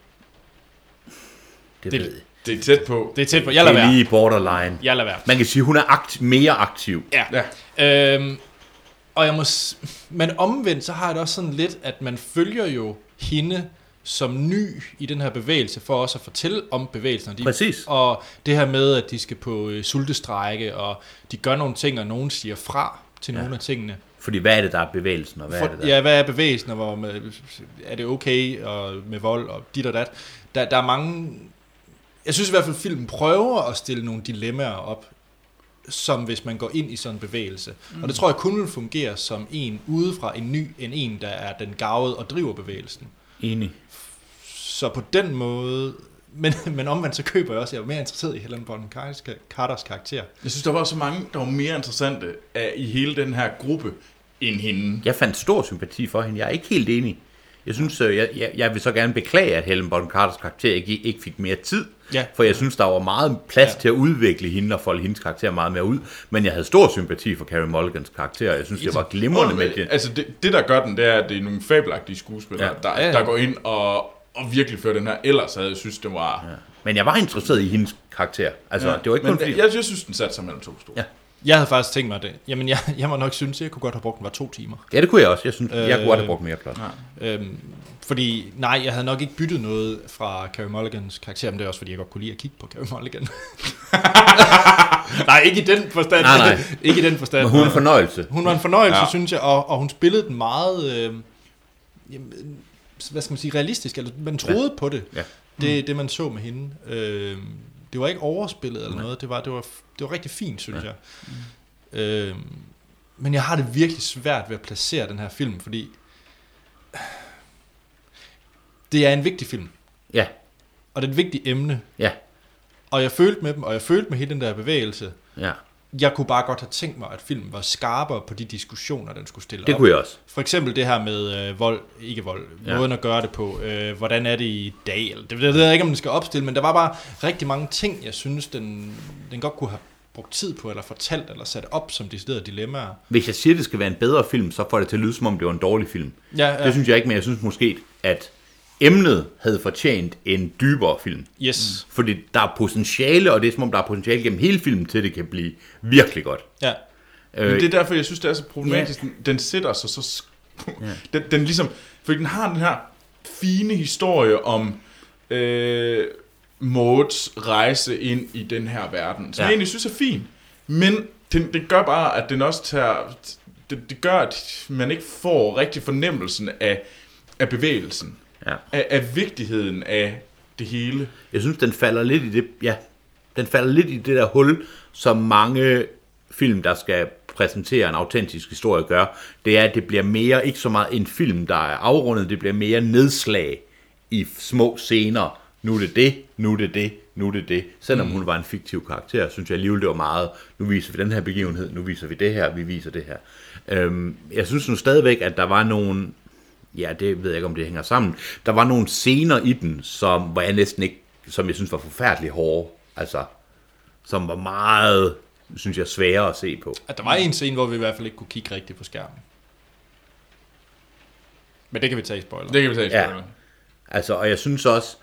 Det,
Det-
ved jeg.
Det er tæt på.
Det er tæt på, jeg
det
lader
er
være.
lige borderline.
Jeg lader være.
Man kan sige, hun er akt, mere aktiv.
Ja. ja. Øhm, og jeg må... s- Men omvendt, så har jeg det også sådan lidt, at man følger jo hende som ny i den her bevægelse, for også at fortælle om bevægelsen. Og de,
Præcis.
Og det her med, at de skal på øh, sultestrække, og de gør nogle ting, og nogen siger fra til ja. nogle af tingene.
Fordi hvad er det, der er bevægelsen, og hvad er det,
For,
der
ja, hvad er bevægelsen, og hvor med, er det okay og med vold og dit og dat? Der, der er mange... Jeg synes i hvert fald, at filmen prøver at stille nogle dilemmaer op, som hvis man går ind i sådan en bevægelse. Mm. Og det tror jeg kun vil fungere som en udefra, en ny, end en, der er den gavede og driver bevægelsen.
Enig.
Så på den måde... Men, men omvendt så køber jeg også, jeg er mere interesseret i Helen Bonham Carters Carters karakter.
Jeg synes, der var så mange, der var mere interessante af, i hele den her gruppe, end hende.
Jeg fandt stor sympati for hende. Jeg er ikke helt enig. Jeg synes, øh, jeg, jeg, jeg vil så gerne beklage, at Helen Bonham Carters karakter ikke, ikke fik mere tid.
Ja.
For jeg synes, der var meget plads
Ja.
ja. til at udvikle hende og folde hendes karakter meget mere ud. Men jeg havde stor sympati for Carey Mulligans karakter, og jeg synes, det var glimrende med det.
Altså, det, det, der gør den, det er, at det er nogle fabelagtige skuespillere,
Ja.
ja. der,
Ja, ja.
der går ind og, og virkelig fører den her. Ellers havde jeg synes, det var... Ja.
Men jeg var interesseret i hendes karakter. Altså, ja. det var ikke
Men
kun fordi...
jeg, jeg synes, den satte sig mellem to stole.
Ja.
Jeg havde faktisk tænkt mig det. Jamen, jeg, jeg må nok synes, at jeg kunne godt have brugt den var to timer.
Ja, det kunne jeg også. Jeg synes, øh, jeg
Øh,
kunne godt have brugt mere plot. Ja.
Øhm, fordi, nej, jeg havde nok ikke byttet noget fra Carey Mulligans karakter, men det er også, fordi jeg godt kunne lide at kigge på Carey Mulligan. nej, ikke i den forstand.
Nej, nej.
ikke i den forstand.
Men hun er en fornøjelse.
Hun var en fornøjelse, ja.
Ja.
synes jeg, og, og hun spillede den meget, øh, jamen, øh, hvad skal man sige, realistisk, eller man troede ja. Mm. på det.
Ja.
Det, det man så med hende. Øh, det var ikke overspillet eller noget, det var, det var, det var rigtig fint, synes ja. jeg. Øh, men jeg har det virkelig svært ved at placere den her film, fordi det er en vigtig film,
Ja,
og det er et vigtigt emne,
ja,
og jeg følte med dem, og jeg følte med hele den der bevægelse.
ja.
Jeg kunne bare godt have tænkt mig, at filmen var skarpere på de diskussioner, den skulle stille
Det
op.
kunne jeg også.
For eksempel det her med øh, vold, ikke vold, ja.
Ja.
måden at gøre det på, øh, hvordan er det i dag, eller det, det ved jeg ikke, om den skal opstille, men der var bare rigtig mange ting, jeg synes, den, den godt kunne have brugt tid på, eller fortalt, eller sat op som deciderede dilemmaer.
Hvis jeg siger, at det skal være en bedre film, så får det til at lyde, som om det var en dårlig film.
Ja, ja.
Det synes jeg ikke, men jeg synes måske, at emnet havde fortjent en dybere film.
Yes.
Fordi der er potentiale, og det er som om, der er potentiale gennem hele filmen til, at det kan blive virkelig godt.
Ja.
Øh,
Men det er derfor, jeg synes, det er så problematisk. Ja. Den sætter sig så... sk- Den, den ligesom... Fordi den har den her fine historie om øh, Mauds rejse ind i den her verden, som ja.
Ja.
jeg egentlig synes er fin. Men den, den gør bare, at den også tager... Det, det gør, at man ikke får rigtig fornemmelsen af, af bevægelsen.
Ja.
Af, af vigtigheden af det hele.
Jeg synes, den falder lidt i det, ja, den falder lidt i det der hul, som mange film, der skal præsentere en autentisk historie, gør. Det er, at det bliver mere, ikke så meget en film, der er afrundet, det bliver mere nedslag i små scener. Nu er det det, nu er det det, nu er det det. Selvom mm. hun var en fiktiv karakter, synes jeg alligevel, det var meget, nu viser vi den her begivenhed, nu viser vi det her, vi viser det her. Øhm, jeg synes nu stadigvæk, at der var nogle Ja, det ved jeg ikke, om det hænger sammen. Der var nogle scener i den, som var jeg næsten ikke, som jeg synes var forfærdeligt hårde. Altså, som var meget, synes jeg, svære at se på.
At der var en scene, hvor vi i hvert fald ikke kunne kigge rigtigt på skærmen. Men det kan vi tage i spoiler.
Det kan vi tage i
Ja.
ja.
Altså, og jeg synes også,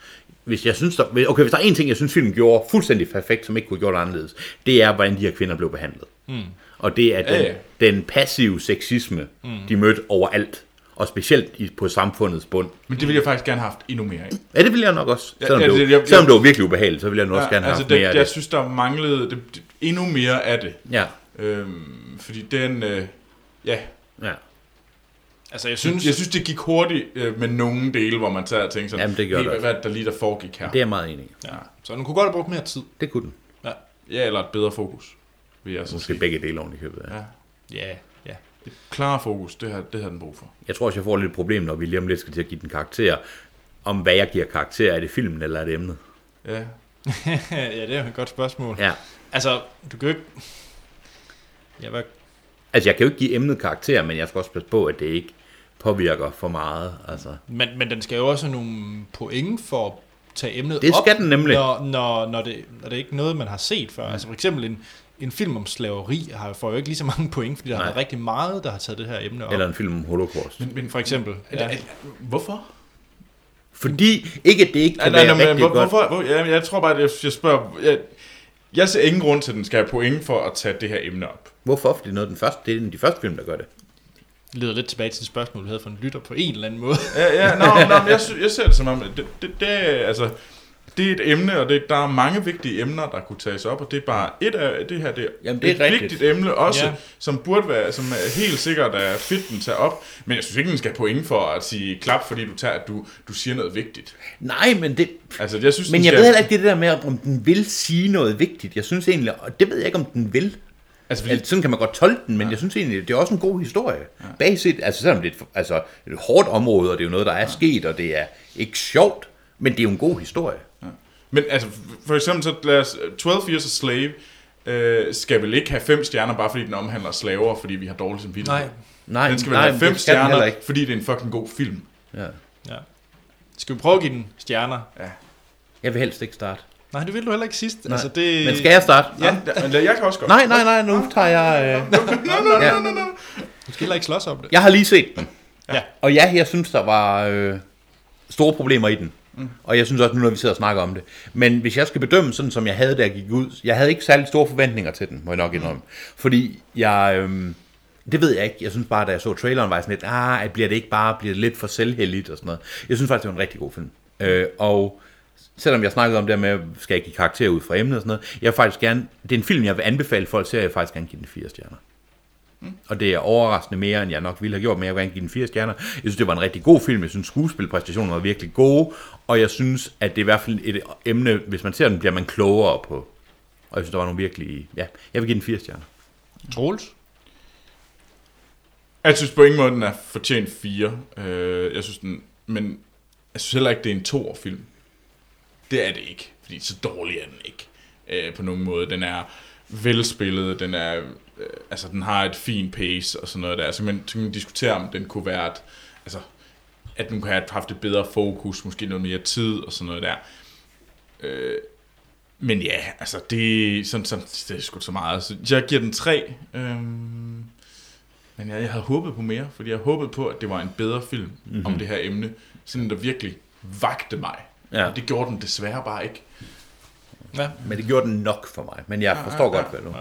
hvis jeg synes, der, okay, hvis der er en ting, jeg synes, filmen gjorde fuldstændig perfekt, som ikke kunne have gjort anderledes, det er, hvordan de her kvinder blev behandlet. Mm. Og det er
Ja,
den,
ja.
den passive sexisme, mm. de mødte overalt. Og specielt i, på samfundets bund.
Men det ville jeg faktisk gerne have haft endnu mere af.
Ja, det ville jeg nok også. Selvom,
ja,
det,
det-
var,
jeg-
selvom det var virkelig ubehageligt, så ville jeg nok også gerne have
altså
haft mere
det,
af
jeg
det.
synes, der manglede det, det, endnu mere af det.
Ja,
Øhm, fordi den, øh, ja,
ja.
Altså, jeg synes,
synes, jeg synes, det gik hurtigt øh, med nogle dele, hvor man tager og tænker sådan,
Jamen, det gjorde
"Hey,
det
hvad, hvad er det, der lige der foregik her?
Det er jeg meget enig i.
Ja.
så den kunne godt have brugt mere tid.
Det kunne den.
Ja,
ja, eller et bedre fokus, vil jeg så
Måske
sige.
begge dele oven i købet. Ja.
Ja.
ja, ja.
Klar fokus, det har, det har den brug for.
Jeg tror også, jeg får lidt problem, når vi lige om lidt skal til at give den karakter. Om hvad jeg giver karakter. Er det filmen, eller er det emnet?
Ja.
ja, det er jo et godt spørgsmål.
Ja.
Altså, du kan jo ikke... Ja, hvad...
Altså, jeg kan jo ikke give emnet karakter, men jeg skal også passe på, at det ikke påvirker for meget. Altså.
Men, men den skal jo også have nogle point for at tage emnet
Det
op.
skal den nemlig.
Når, når, når, det, når det ikke er noget, man har set før. Altså for eksempel en, en film om slaveri har, får jo ikke lige så mange point, fordi der
Nej.
er rigtig meget, der har taget det her emne op.
Eller en film om holocaust.
men for eksempel.
Er,
Ja.
er, hvorfor?
Fordi, ikke at det ikke
Nej,
kan
nej, nej,
være
men
rigtig
hvor,
godt.
hvorfor? Hvor, jeg, jeg tror bare, at jeg, jeg spørger... Jeg, jeg ser ingen grund til, at den skal have point for at tage det her emne op.
Hvorfor? Fordi det er noget af den første, det er en af de første film, der gør det.
Det leder lidt tilbage til det spørgsmål, vi havde for en lytter på en eller anden måde.
Ja, ja, nå, nå, men jeg, sy- jeg ser det som om, at det, det, det, er- altså, det er et emne, og det, der er mange vigtige emner, der kunne tages op, og det er bare et af det her, det,
Jamen, det er
et
rigtigt.
vigtigt emne også,
Ja.
ja. som burde være, som er helt sikkert er fedt, den tager op, men jeg synes ikke, den skal have point for at sige klap, fordi du, tager, at du, du siger noget vigtigt.
Nej, men det...
Altså, jeg synes,
Men
den
jeg
skal,
ved heller ikke det der med, om den vil sige noget vigtigt. Jeg synes egentlig, og det ved jeg ikke, om den vil.
Altså, fordi,
Altså, sådan kan man godt tolke den, men ja. jeg synes egentlig, det er også en god historie. Ja. Basisk, altså selvom det er et, altså, et hårdt område, og det er jo noget, der er sket, og det er ikke sjovt, men det er jo en god historie.
men altså, for eksempel så lad os, 12 Years a Slave øh, skal vel ikke have fem stjerner, bare fordi den omhandler slaver, fordi vi har dårlig samvittighed.
Nej.
Nej,
den skal vel
nej,
have
men
fem
det skal den heller
stjerner,
ikke.
fordi det er en fucking god film.
Ja.
Ja. Skal vi prøve at give den stjerner?
Jeg vil helst ikke starte.
Nej, det ville du heller ikke sidst. Altså, det...
Men skal jeg starte?
Ja, men jeg kan også godt.
Nej, nej, nej, nu tager jeg... Øh...
nej, nej, nej.
Du skal heller ikke slås om det.
Jeg har lige set den.
Ja.
Og ja, jeg synes, der var øh, store problemer i den. Mm. Og jeg synes også, nu når vi sidder og snakker om det. Men hvis jeg skal bedømme sådan, som jeg havde, da jeg gik ud, jeg havde ikke særlig store forventninger til den, må jeg nok indrømme. Fordi jeg... Øh, det ved jeg ikke. Jeg synes bare, da jeg så traileren, var jeg sådan lidt, ah, bliver det ikke bare bliver det lidt for selvheldigt og sådan noget. Jeg synes faktisk, det var en rigtig god film. Øh, og selvom jeg snakkede om det her med, skal jeg give karakter ud fra emnet og sådan noget, jeg vil faktisk gerne, det er en film, jeg vil anbefale folk til, og jeg vil faktisk gerne give den fire stjerner. Og det er overraskende mere, end jeg nok ville have gjort, men jeg vil gerne give den fire stjerner. Jeg synes, det var en rigtig god film. Jeg synes, skuespilpræstationen var virkelig gode. Og jeg synes, at det er i hvert fald et emne, hvis man ser den, bliver man klogere på. Og jeg synes, der var nogle virkelig... Ja, jeg vil give den fire stjerner.
Troels?
Jeg synes på ingen måde, den er fortjent 4. Øh, jeg synes den, men jeg synes heller ikke, det er en toer film. Det er det ikke, fordi så dårlig er den ikke øh, på nogen måde. Den er velspillet, den er, øh, altså den har et fint pace og sådan noget der. Så man, så kan man diskutere, om den kunne være, et, altså, at den kunne have haft et bedre fokus, måske noget mere tid og sådan noget der. Øh, men ja, altså det, sådan, sådan, det er sgu så meget. Så jeg giver den 3. Øh, men jeg, jeg havde håbet på mere, fordi jeg håbede på, at det var en bedre film mm-hmm.
Mhm.
om det her emne, sådan der virkelig vagte mig.
Ja.
Og det gjorde den desværre bare ikke.
Ja.
Men det gjorde den nok for mig. Men jeg forstår godt, hvad du...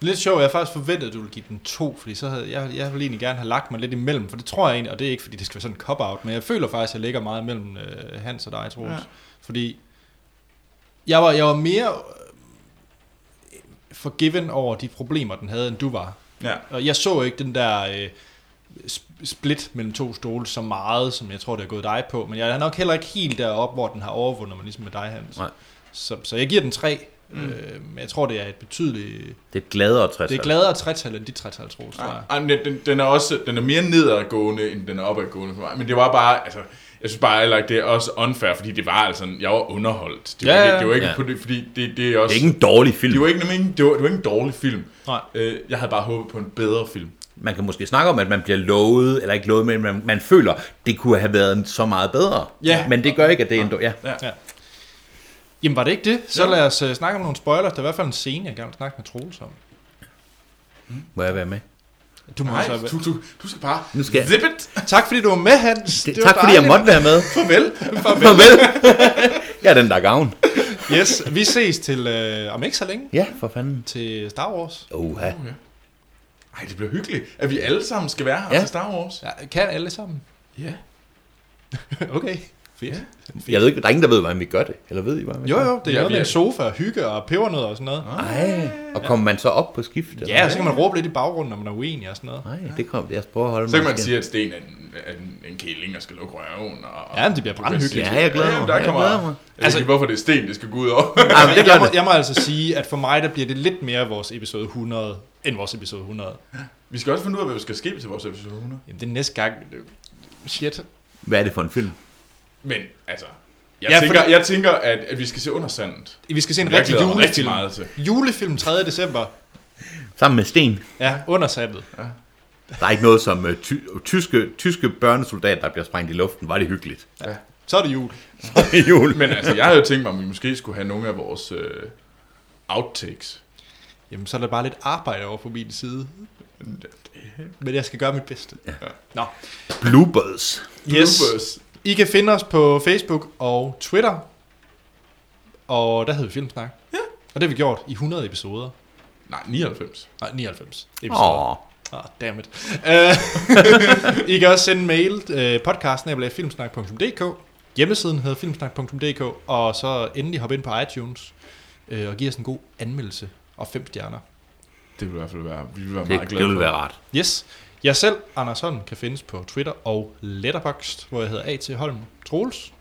Lidt sjovt, jeg havde faktisk forventet, at du ville give den to, fordi så havde, jeg, jeg ville egentlig gerne have lagt mig lidt imellem, for det tror jeg egentlig, og det er ikke, fordi det skal være sådan en cop-out, men jeg føler faktisk, at jeg ligger meget imellem øh, Hans og dig, Troels. Ja. Fordi jeg var, jeg var mere øh, forgiven over de problemer, den havde, end du var.
Ja.
Og jeg så ikke den der øh, sp- split mellem to stole så meget, som jeg tror, det har gået dig på. Men jeg er nok heller ikke helt deroppe, hvor den har overvundet mig, ligesom med dig, Hans.
Nej.
Så, så jeg giver den tre. Mm. Øh, men jeg tror, det er et betydeligt...
Det er et gladere 60.
Det er gladere tretal end de tretal, tror jeg. Ja.
Ej, men den- den, den, er også den er mere nedadgående, end den er opadgående for mig. Men det var bare, altså, jeg synes bare heller ikke, det er også unfair, fordi det var altså, jeg var underholdt. Det var
Ja,
ikke,
ja.
det var ikke
Ja.
på det, fordi det, det er også...
Det er ikke en dårlig film.
det var ikke, nemlig- det var, det var ikke en dårlig film.
Nej.
Øh, jeg havde bare håbet på en bedre film.
Man kan måske snakke om, at man bliver lovet, eller ikke lovet, men man, man føler, det kunne have været en så meget bedre.
Ja.
Men det gør ikke, at det er en dårlig... Ja.
Ja. Jamen var det ikke det? Så lad os øh, snakke om nogle spoilers. Der er i hvert fald en scene, jeg gerne vil snakke med Troels om.
Må jeg være med?
Du må
Nej,
altså...
du, du, du skal bare
Nu skal jeg-
zip it.
Tak fordi du var med, Hans.
Det,
var
tak fordi jeg
dejligt.
måtte være med.
Farvel.
Farvel. jeg er den, der er gavn.
Yes, vi ses til... Øh, om ikke så længe.
Ja, for fanden.
Til Star Wars.
Oha.
Ej, det bliver hyggeligt, at vi alle sammen skal være her
Ja.
til Star Wars.
Ja, kan alle sammen?
Ja.
Okay. Fedt.
Jeg ved ikke, der er ingen, der ved, hvordan vi gør det. Eller ved I, hvordan vi
Jo,
gør det?
jo, det er
Ja,
noget
vi
med
er-
en sofa og hygge og pebernødder og sådan noget.
Ej, og kommer man så op på skift? eller
Ja,
hvad?
og så kan man råbe lidt i baggrunden, når man er uenig og sådan noget.
Nej, det kom. Jeg prøver at holde
Så kan
mig
man
igen.
sige, at Sten er en, er en, en kæling og skal lukke røven. Og,
Ja, men det bliver brandhyggeligt.
Ja, jeg glæder mig.
der
Jeg
kommer,
glæder mig.
Jeg altså, ikke, hvorfor det er Sten, det skal gå ud over.
Ej, men det
Jeg,
gør
jeg, må,
det.
jeg må altså sige, at for mig der bliver det lidt mere vores episode 100, end vores episode 100.
vi skal også finde ud af, hvad vi skal ske til vores episode 100.
Jamen, det er næste gang. øh, Shit.
Hvad er det for en film?
Men altså, jeg,
Ja,
ja,
for
tænker,
det-
jeg tænker, at, at vi skal se under sandet.
Vi skal se en
Jeg
rigtig
glæder mig
julefilm.
rigtig meget til.
Julefilm 3. december.
Sammen med Sten.
Ja, undersattet.
Der er ikke noget som øh, ty- tyske, tyske børnesoldater, der bliver sprængt i luften. Var det hyggeligt?
Så er det jul.
I jul.
Men altså, jeg havde jo tænkt mig, at vi måske skulle have nogle af vores øh, outtakes.
Jamen, så er der bare lidt arbejde over på min side. Men jeg skal gøre mit bedste. Ja. Nå.
Bloopers.
Yes.
Bloopers.
I kan finde os på Facebook og Twitter. Og der hedder vi Filmsnak. Ja. Og det har vi gjort i 100 episoder.
Nej, 99.
Nej, 99 episoder.
Åh,
Ah, oh, dammit. Uh, I kan også sende en mail, uh, podcast-filmsnak.dk, hjemmesiden hedder filmsnak.dk, og så endelig hoppe ind på iTunes uh, og give os en god anmeldelse og fem stjerner.
Det ville i hvert fald være, vi ville være
det,
meget
det
glade
ville
for.
være rart.
Yes, jeg selv, Anders Holm, kan findes på Twitter og Letterboxd, hvor jeg hedder A.T. Holm Troels.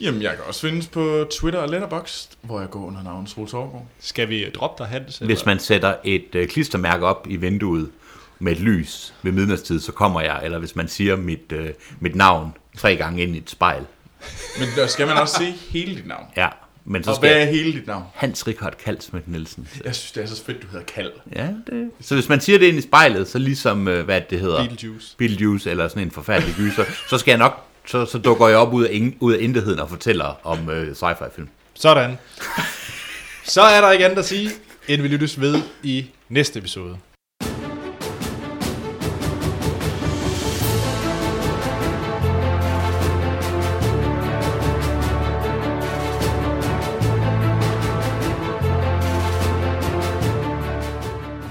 Jamen, jeg kan også findes på Twitter og Letterboxd, hvor jeg går under navnet Troels Overgaard.
Skal vi droppe dig, Hans? eller?
Hvis man sætter et øh, klistermærke op i vinduet med et lys ved midnatstid, så kommer jeg. Eller hvis man siger mit, øh, mit navn tre gange ind i et spejl.
Men der skal man også se hele dit navn.
Ja, men så
Og
skal
hvad er
jeg...
hele dit navn?
Hans Richard Kalsmith Nielsen.
Jeg synes, det er så fedt, du hedder Kald.
Ja, det... Så hvis man siger det ind i spejlet, så ligesom, øh, hvad det hedder?
Beetlejuice.
Beetlejuice eller sådan en forfærdelig gyser, så skal jeg nok så, så dukker jeg op ud af, ingen, ud af intetheden og fortæller om øh, sci-fi-film.
Sådan. Så er der ikke andet at sige, end vi lyttes ved i næste episode.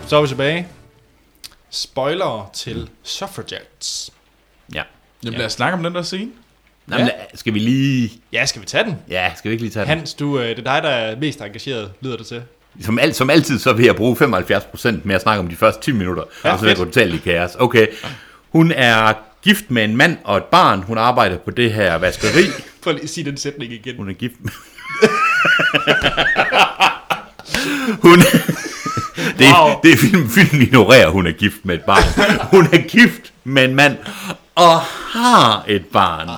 Så er vi tilbage. Spoiler til Suffragettes.
Ja.
Jamen, lad os snakke om den der scene.
Nå, men, skal vi lige...
Ja, skal vi tage den?
Ja, skal vi ikke lige tage den?
Hans, du, øh, det er dig, der er mest engageret, lyder det til.
Som, alt, som altid, så vil jeg bruge 75% med at snakke om de første 10 minutter,
Ja,
ja, og så vil jeg gå
fedt.
totalt i kaos. Okay, hun er gift med en mand og et barn. Hun arbejder på det her vaskeri.
Prøv lige at sige den sætning igen.
Hun er gift med... hun... Det, wow.
Wow.
det er film, film ignorerer, hun er gift med et barn. Hun er gift med en mand og har et barn.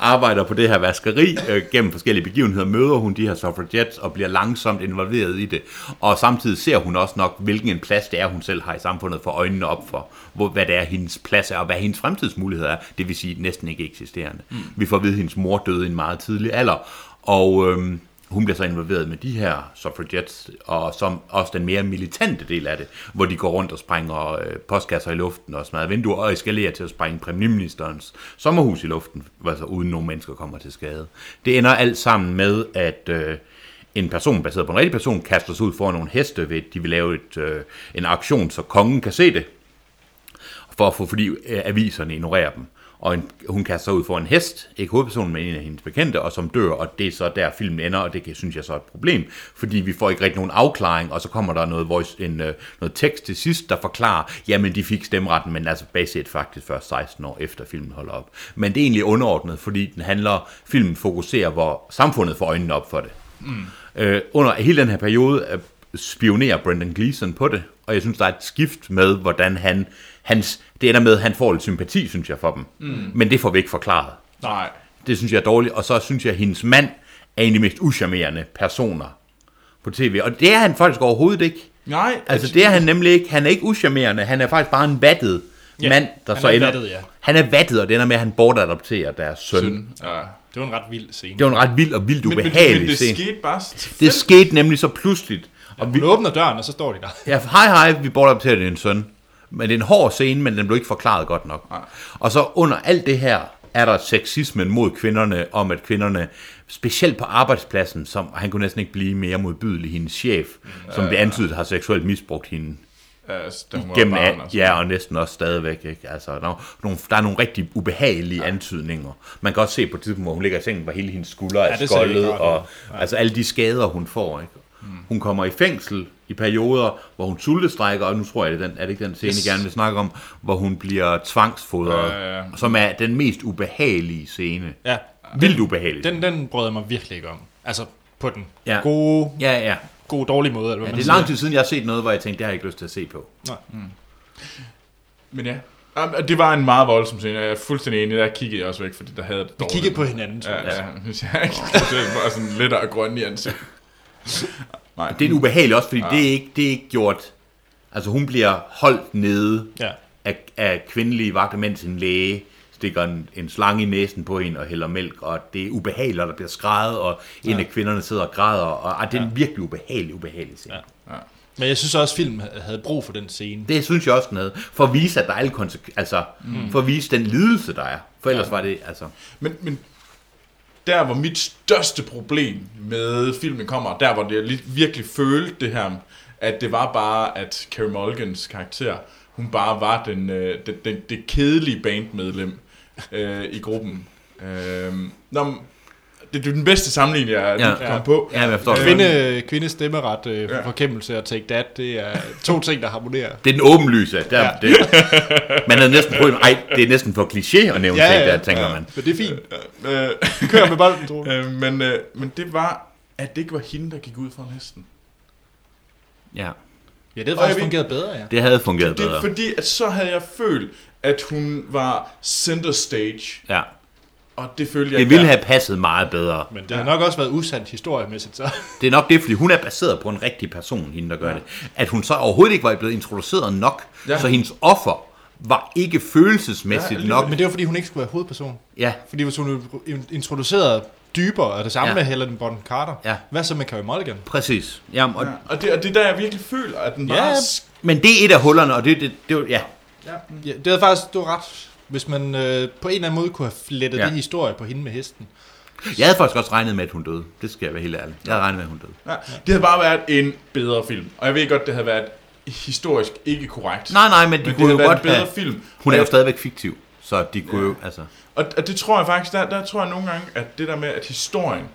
Arbejder på det her vaskeri øh, gennem forskellige begivenheder, møder hun de her suffragettes og bliver langsomt involveret i det. Og samtidig ser hun også nok, hvilken en plads det er, hun selv har i samfundet for øjnene op for. Hvor, hvad det er, hendes plads er, og hvad hendes fremtidsmuligheder er. Det vil sige næsten ikke eksisterende. Mm. Vi får at vide, at hendes mor døde i en meget tidlig alder. Og øhm, hun bliver så involveret med de her suffragettes, og som også den mere militante del af det, hvor de går rundt og sprænger øh, postkasser i luften og smadrer vinduer, og eskalerer til at sprænge premierministerens sommerhus i luften, altså uden nogen mennesker kommer til skade. Det ender alt sammen med, at øh, en person baseret på en rigtig person kaster sig ud foran nogle heste, ved at de vil lave et, øh, en aktion, så kongen kan se det, for at få, fordi øh, aviserne ignorerer dem. Og en, hun kaster sig ud for en hest, ikke hovedpersonen, men en af hendes bekendte, og som dør, og det er så der filmen ender, og det kan, synes jeg så er et problem, fordi vi får ikke rigtig nogen afklaring, og så kommer der noget, voice, en, øh, noget tekst til sidst, der forklarer, jamen de fik stemmeretten, men altså baseret faktisk først 16 år efter filmen holder op. Men det er egentlig underordnet, fordi den handler, filmen fokuserer, hvor samfundet får øjnene op for det. Øh, under hele den her periode øh, spionerer Brendan Gleeson på det, og jeg synes, der er et skift med, hvordan han... Hans, det ender med, at han får lidt sympati, synes jeg, for dem. Mm. Men det får vi ikke forklaret.
Nej.
Det synes jeg er dårligt. Og så synes jeg, at hendes mand er en af de mest uschammerende personer på tv. Og det er han faktisk overhovedet ikke.
Nej.
Altså, det er han nemlig ikke. Han er ikke uschammerende. Han er faktisk bare en vattet
Ja,
ja, mand, der
han
så
er
ender...
vattet, ja.
Han er vattet, og det ender med, at han bortadopterer deres søn. søn.
Søn. Ja.
Det var en ret vild scene.
Det var en ret vild og vildt
Men, men,
ubehagelig
men det
scene.
skete bare
Det skete nemlig så pludseligt. Og vi,
Hun åbner døren, og så står de der.
Ja, hej hej, vi bortadopterer din søn. Men det er en hård scene, men den blev ikke forklaret godt nok. Og så under alt det her er der sexismen mod kvinderne, om at kvinderne, specielt på arbejdspladsen, som han kunne næsten ikke blive mere modbydelig, hendes chef, som det antydet har seksuelt misbrugt hende
Altså, da hun var
gennem
barn,
barn,
altså.
ja, og næsten også stadigvæk. Ikke? Altså, der, er nogle, der er nogle rigtig ubehagelige ja. antydninger. Man kan også se på et tidspunkt, hvor hun ligger i sengen, hvor hele hendes skulder er
det ser
ja,
vi
skoldet,
godt,
og ja. altså alle de skader, hun får. Ikke? Mm. Hun kommer i fængsel i perioder, hvor hun sultestrækker, og nu tror jeg, det er, den, er det ikke den scene, yes. jeg gerne vil snakke om, hvor hun bliver tvangsfodret,
Ja, ja, ja.
som er den mest ubehagelige scene.
Ja.
Vildt ubehagelig.
Den, den brød jeg mig virkelig ikke om. Altså, på den ja.
Ja.
gode, ja.
ja, ja.
gode, dårlige måde. Eller hvad
ja
man
det er
siger.
lang tid siden, jeg har set noget, hvor jeg tænkte, det har jeg ikke lyst til at se på.
Men ja. Jamen, og Det var en meget voldsom scene, og jeg er fuldstændig enig, der kiggede jeg også væk, fordi der havde det dårligt.
kiggede på hinanden, tror
ja,
jeg.
ja. Hvis jeg ikke det var sådan lidt og grøn i ansigtet. Nej.
Det er en ubehagelig også, fordi Mm. ja. det, er ikke, det er ikke gjort... Altså hun bliver holdt nede
Ja.
af, af kvindelige vagter, mens en læge stikker en, en slange i næsen på hende og hælder mælk, og det er ubehageligt, og der bliver skrædet, og en af kvinderne sidder og græder, og ah, det er en virkelig ubehagelig, ubehagelig scene. Ja.
Men jeg synes også, at filmen ha- havde brug for den scene.
Det synes jeg også noget, for at vise, at der er alle konsek- altså, mm. for at vise den lidelse, der er. For ellers ja. var det, altså...
Men, men der var mit største problem med filmen kommer, der hvor jeg lidt virkelig følte det her, at det var bare, at Carey Mulligans karakter, hun bare var den, øh, den, den, det kedelige bandmedlem øh, i gruppen. Øh, nå, men det er den bedste sammenligning, jeg ja. kan komme på.
Ja, men jeg forstår det. godt.
Øh, Kvinde, kvindes stemmeret, øh,
Ja.
forkæmmelse og take that, det er to ting, der harmonerer.
Det er den åbenlyse. Der, ja. det, man er næsten på en, ej, det er næsten for kliché at nævne ja, ting, der, tænker ja. man.
Men det er fint.
Øh,
Kør med bolden, Troels.
øh, men, øh, men det var, at det ikke var hende, der gik ud fra hesten.
Ja.
Ja, det havde
Og jeg
faktisk
ved-
fungeret bedre, ja.
Det havde fungeret
Det er
bedre.
fordi, at så havde jeg følt, at hun var center stage,
Ja.
og det følte jeg
Det
ikke
ville
der.
have passet meget bedre.
Men det har nok også været usandt historiemæssigt, så.
Det er nok det, fordi hun er baseret på en rigtig person, hende der gør det. At hun så overhovedet ikke var blevet introduceret nok,
Ja.
så hendes offer var ikke følelsesmæssigt ja, nok.
Men det var fordi, hun ikke skulle være hovedperson.
Ja,
Fordi hvis hun introducerede dybere, og det samme
Ja.
ja. med Helen Bonham Carter,
Ja.
hvad så med Carey Mulligan?
præcis. Jamen, og, ja.
Og det, og det er der, jeg virkelig føler, at den var...
Men det er et af hullerne, og det, det, det, var- ja,
Ja, det havde faktisk, du har ret, hvis man øh, på en eller anden måde kunne have flettet
Ja.
ja. det historie på hende med hesten.
Jeg havde faktisk også regnet med, at hun døde. Det skal jeg være helt ærlig. Jeg havde regnet med, at hun døde.
Ja, det havde bare været en bedre film. Og jeg ved godt, det havde været historisk ikke korrekt.
Nej, nej, men de
Men det
kunne
havde
jo
været
godt
en bedre
have...
film.
Hun er
Og
jo
jeg-
stadigvæk fiktiv, så de kunne jo, altså...
Og, og det tror jeg faktisk, der, der tror jeg nogle gange, at det der med, at historien, det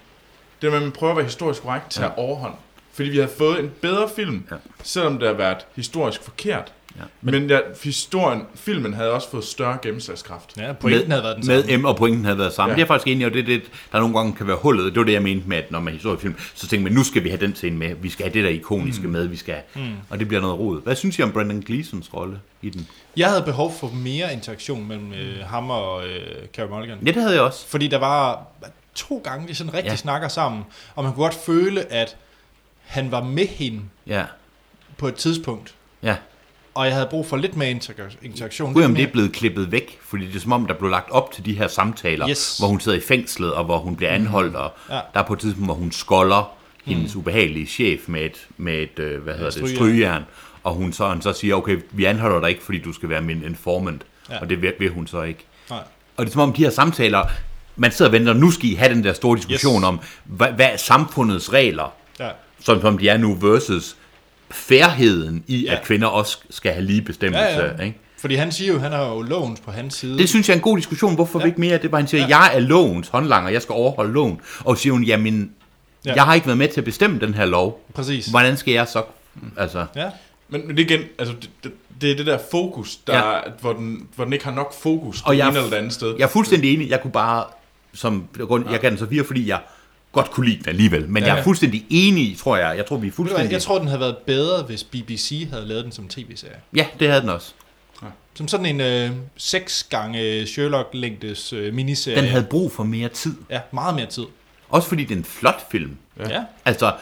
der med, at man prøver at være historisk korrekt, tager ja. overhånd. Fordi vi havde fået en bedre film,
Ja.
ja. selvom det har været historisk forkert.
Ja.
Ja. Men, Men ja, historien, filmen havde også fået større gennemslagskraft.
Ja, pointen havde været den samme.
med M og pointen havde været samme. Ja.
Ja.
Det er jeg faktisk enig, i, og det er det, der nogle gange kan være hullet. Det var det, jeg mente med, at når man historisk film, så tænker man, nu skal vi have den scene med, vi skal have det der ikoniske mm. med, vi skal mm. og det bliver noget rod. Hvad synes I om Brendan Gleesons rolle i den?
Jeg havde behov for mere interaktion mellem øh, ham og øh, Carey Mulligan.
Ja, det havde jeg også.
Fordi der var to gange, de sådan rigtig
Ja.
ja. snakker sammen, og man kunne godt føle, at han var med hende
Ja,
på et tidspunkt.
ja.
Og jeg havde brug for lidt mere inter- interaktion.
Gud,
Lidt
om det er
mere-
blevet klippet væk, fordi det er som om, der blev lagt op til de her samtaler,
Yes. Mhm.
hvor hun sidder i fængslet, og hvor hun bliver anholdt, og ja.
Ja. Mhm.
der er på et tidspunkt, hvor hun skolder hendes ubehagelige chef med et, med et øh, hvad hedder det,
strygejern.
strygejern, og hun så, han så siger, okay, vi anholder dig ikke, fordi du skal være min informant, ja.
Ja.
og det vil, vil hun så ikke.
Nej.
Og det er som om, de her samtaler, man sidder og venter, nu skal I have den der store diskussion
Yes.
om, hvad, hvad er samfundets regler,
Ja.
som, som de er nu, versus færheden i, ja.
Ja.
at kvinder også skal have lige bestemmelse.
Ja,
Ja, ja.
ja.
Altså, Ikke?
Fordi han siger jo, at han har jo lovens på hans side.
Det synes jeg er en god diskussion. Hvorfor ja. ikke mere? Det var, han siger, ja. jeg er lovens håndlanger, jeg skal overholde loven. Og så siger hun, jamen, ja.
Ja.
jeg har ikke været med til at bestemme den her lov.
Præcis.
Hvordan skal jeg så? Altså, ja.
Ja.
Men, men det er igen, altså, det, det, det er det der fokus, der,
Ja.
ja. hvor, den, hvor den ikke har nok fokus
Og
det
jeg-
ene eller det andet sted.
jeg er fuldstændig enig. Jeg kunne bare, som grund, jeg gav den så fire, fordi jeg godt kunne lide den alligevel. Men ja, jeg er
ja.
fuldstændig enig, i, tror jeg. Jeg tror, vi er
Ved du hvad,
fuldstændig...
Jeg tror, den havde været bedre, hvis BBC havde lavet den som tv-serie.
Ja, det havde den også.
Som sådan en øh, seks gange Sherlock-længdes øh, miniserie.
Den havde brug for mere tid.
Ja, meget mere tid.
Også fordi det er en flot film.
Ja. ja.
Altså,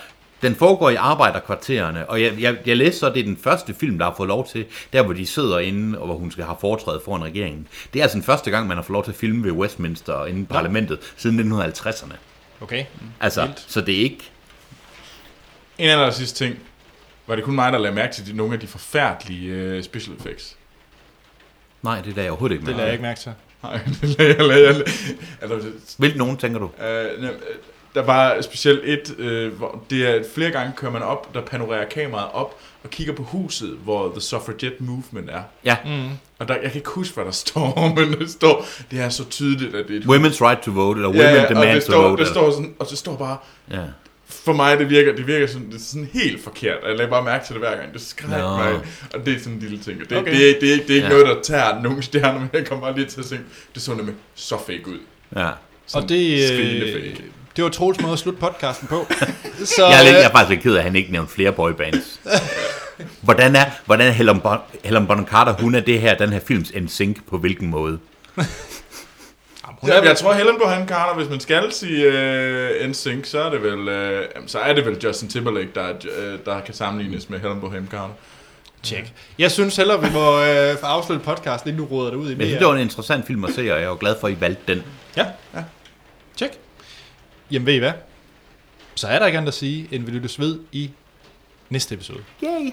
den foregår i arbejderkvartererne, og jeg, jeg, jeg læste så, at det er den første film, der har fået lov til, der hvor de sidder inde, og hvor hun skal have foretrædet foran regeringen. Det er altså den første gang, man har fået lov til at filme ved Westminster og inde i parlamentet siden 1950'erne.
Okay.
Altså,
Vildt.
så det er ikke...
En anden sidste ting, var det kun mig, der lagde mærke til de, nogle af de forfærdelige uh, special effects.
Nej, det er jeg overhovedet ikke
Det
med.
lader jeg ikke mærke til.
Nej, det lagde jeg, lagde jeg, altså, det-
Hvilken nogen, tænker du?
Øh, nem- øh, der var specielt et, øh, hvor det er flere gange kører man op, der panorerer kameraet op og kigger på huset, hvor The Suffragette Movement er.
Ja,
Og der, jeg kan ikke huske, hvad der står, men der står, det er så tydeligt, at det er et
Women's Right to Vote, eller
Ja,
Women
ja, og
Demand
det
to
står,
Vote. altså.
det
Eller,
står sådan, og det står bare,
ja.
for mig, det virker, det virker sådan, det er sådan helt forkert, og jeg lagde bare mærke til det hver gang, det skreg
Nå.
mig, og det er sådan en lille ting, og det,
Okay.
okay. det, er- det, er ikke- det er ikke
Ja.
ja. noget, der tager nogen stjerner, men jeg kommer bare lige til at tænke, det så nemlig så fake ud.
ja.
Sådan
Og det,
skrigende
øh,
fake.
det var Troels måde at slutte podcasten på. Så,
Jeg er, lidt, jeg er
øh,
faktisk lidt ked af, at han ikke nævnte flere boybands. Hvordan er, hvordan er Helen, bon, Helen Bonham Carter, hun er det her, den her films NSYNC på hvilken måde?
hun er
Ja,
vel-
jeg tror Helen Bonham Carter, hvis man skal sige øh, NSYNC, så er det vel øh, jamen, så er det vel Justin Timberlake der er- øh, der kan sammenlignes med Helen Bonham Carter.
Check. Jeg synes hellere, vi må øh, få afsluttet podcasten, inden du råder det ud i
Men jeg synes, det var en interessant film at se, og jeg var glad for, at I valgte den.
Ja. ja. Check. Jamen ved I hvad? Så er der ikke andet at sige, end vi lyttes ved i næste episode.
Yay!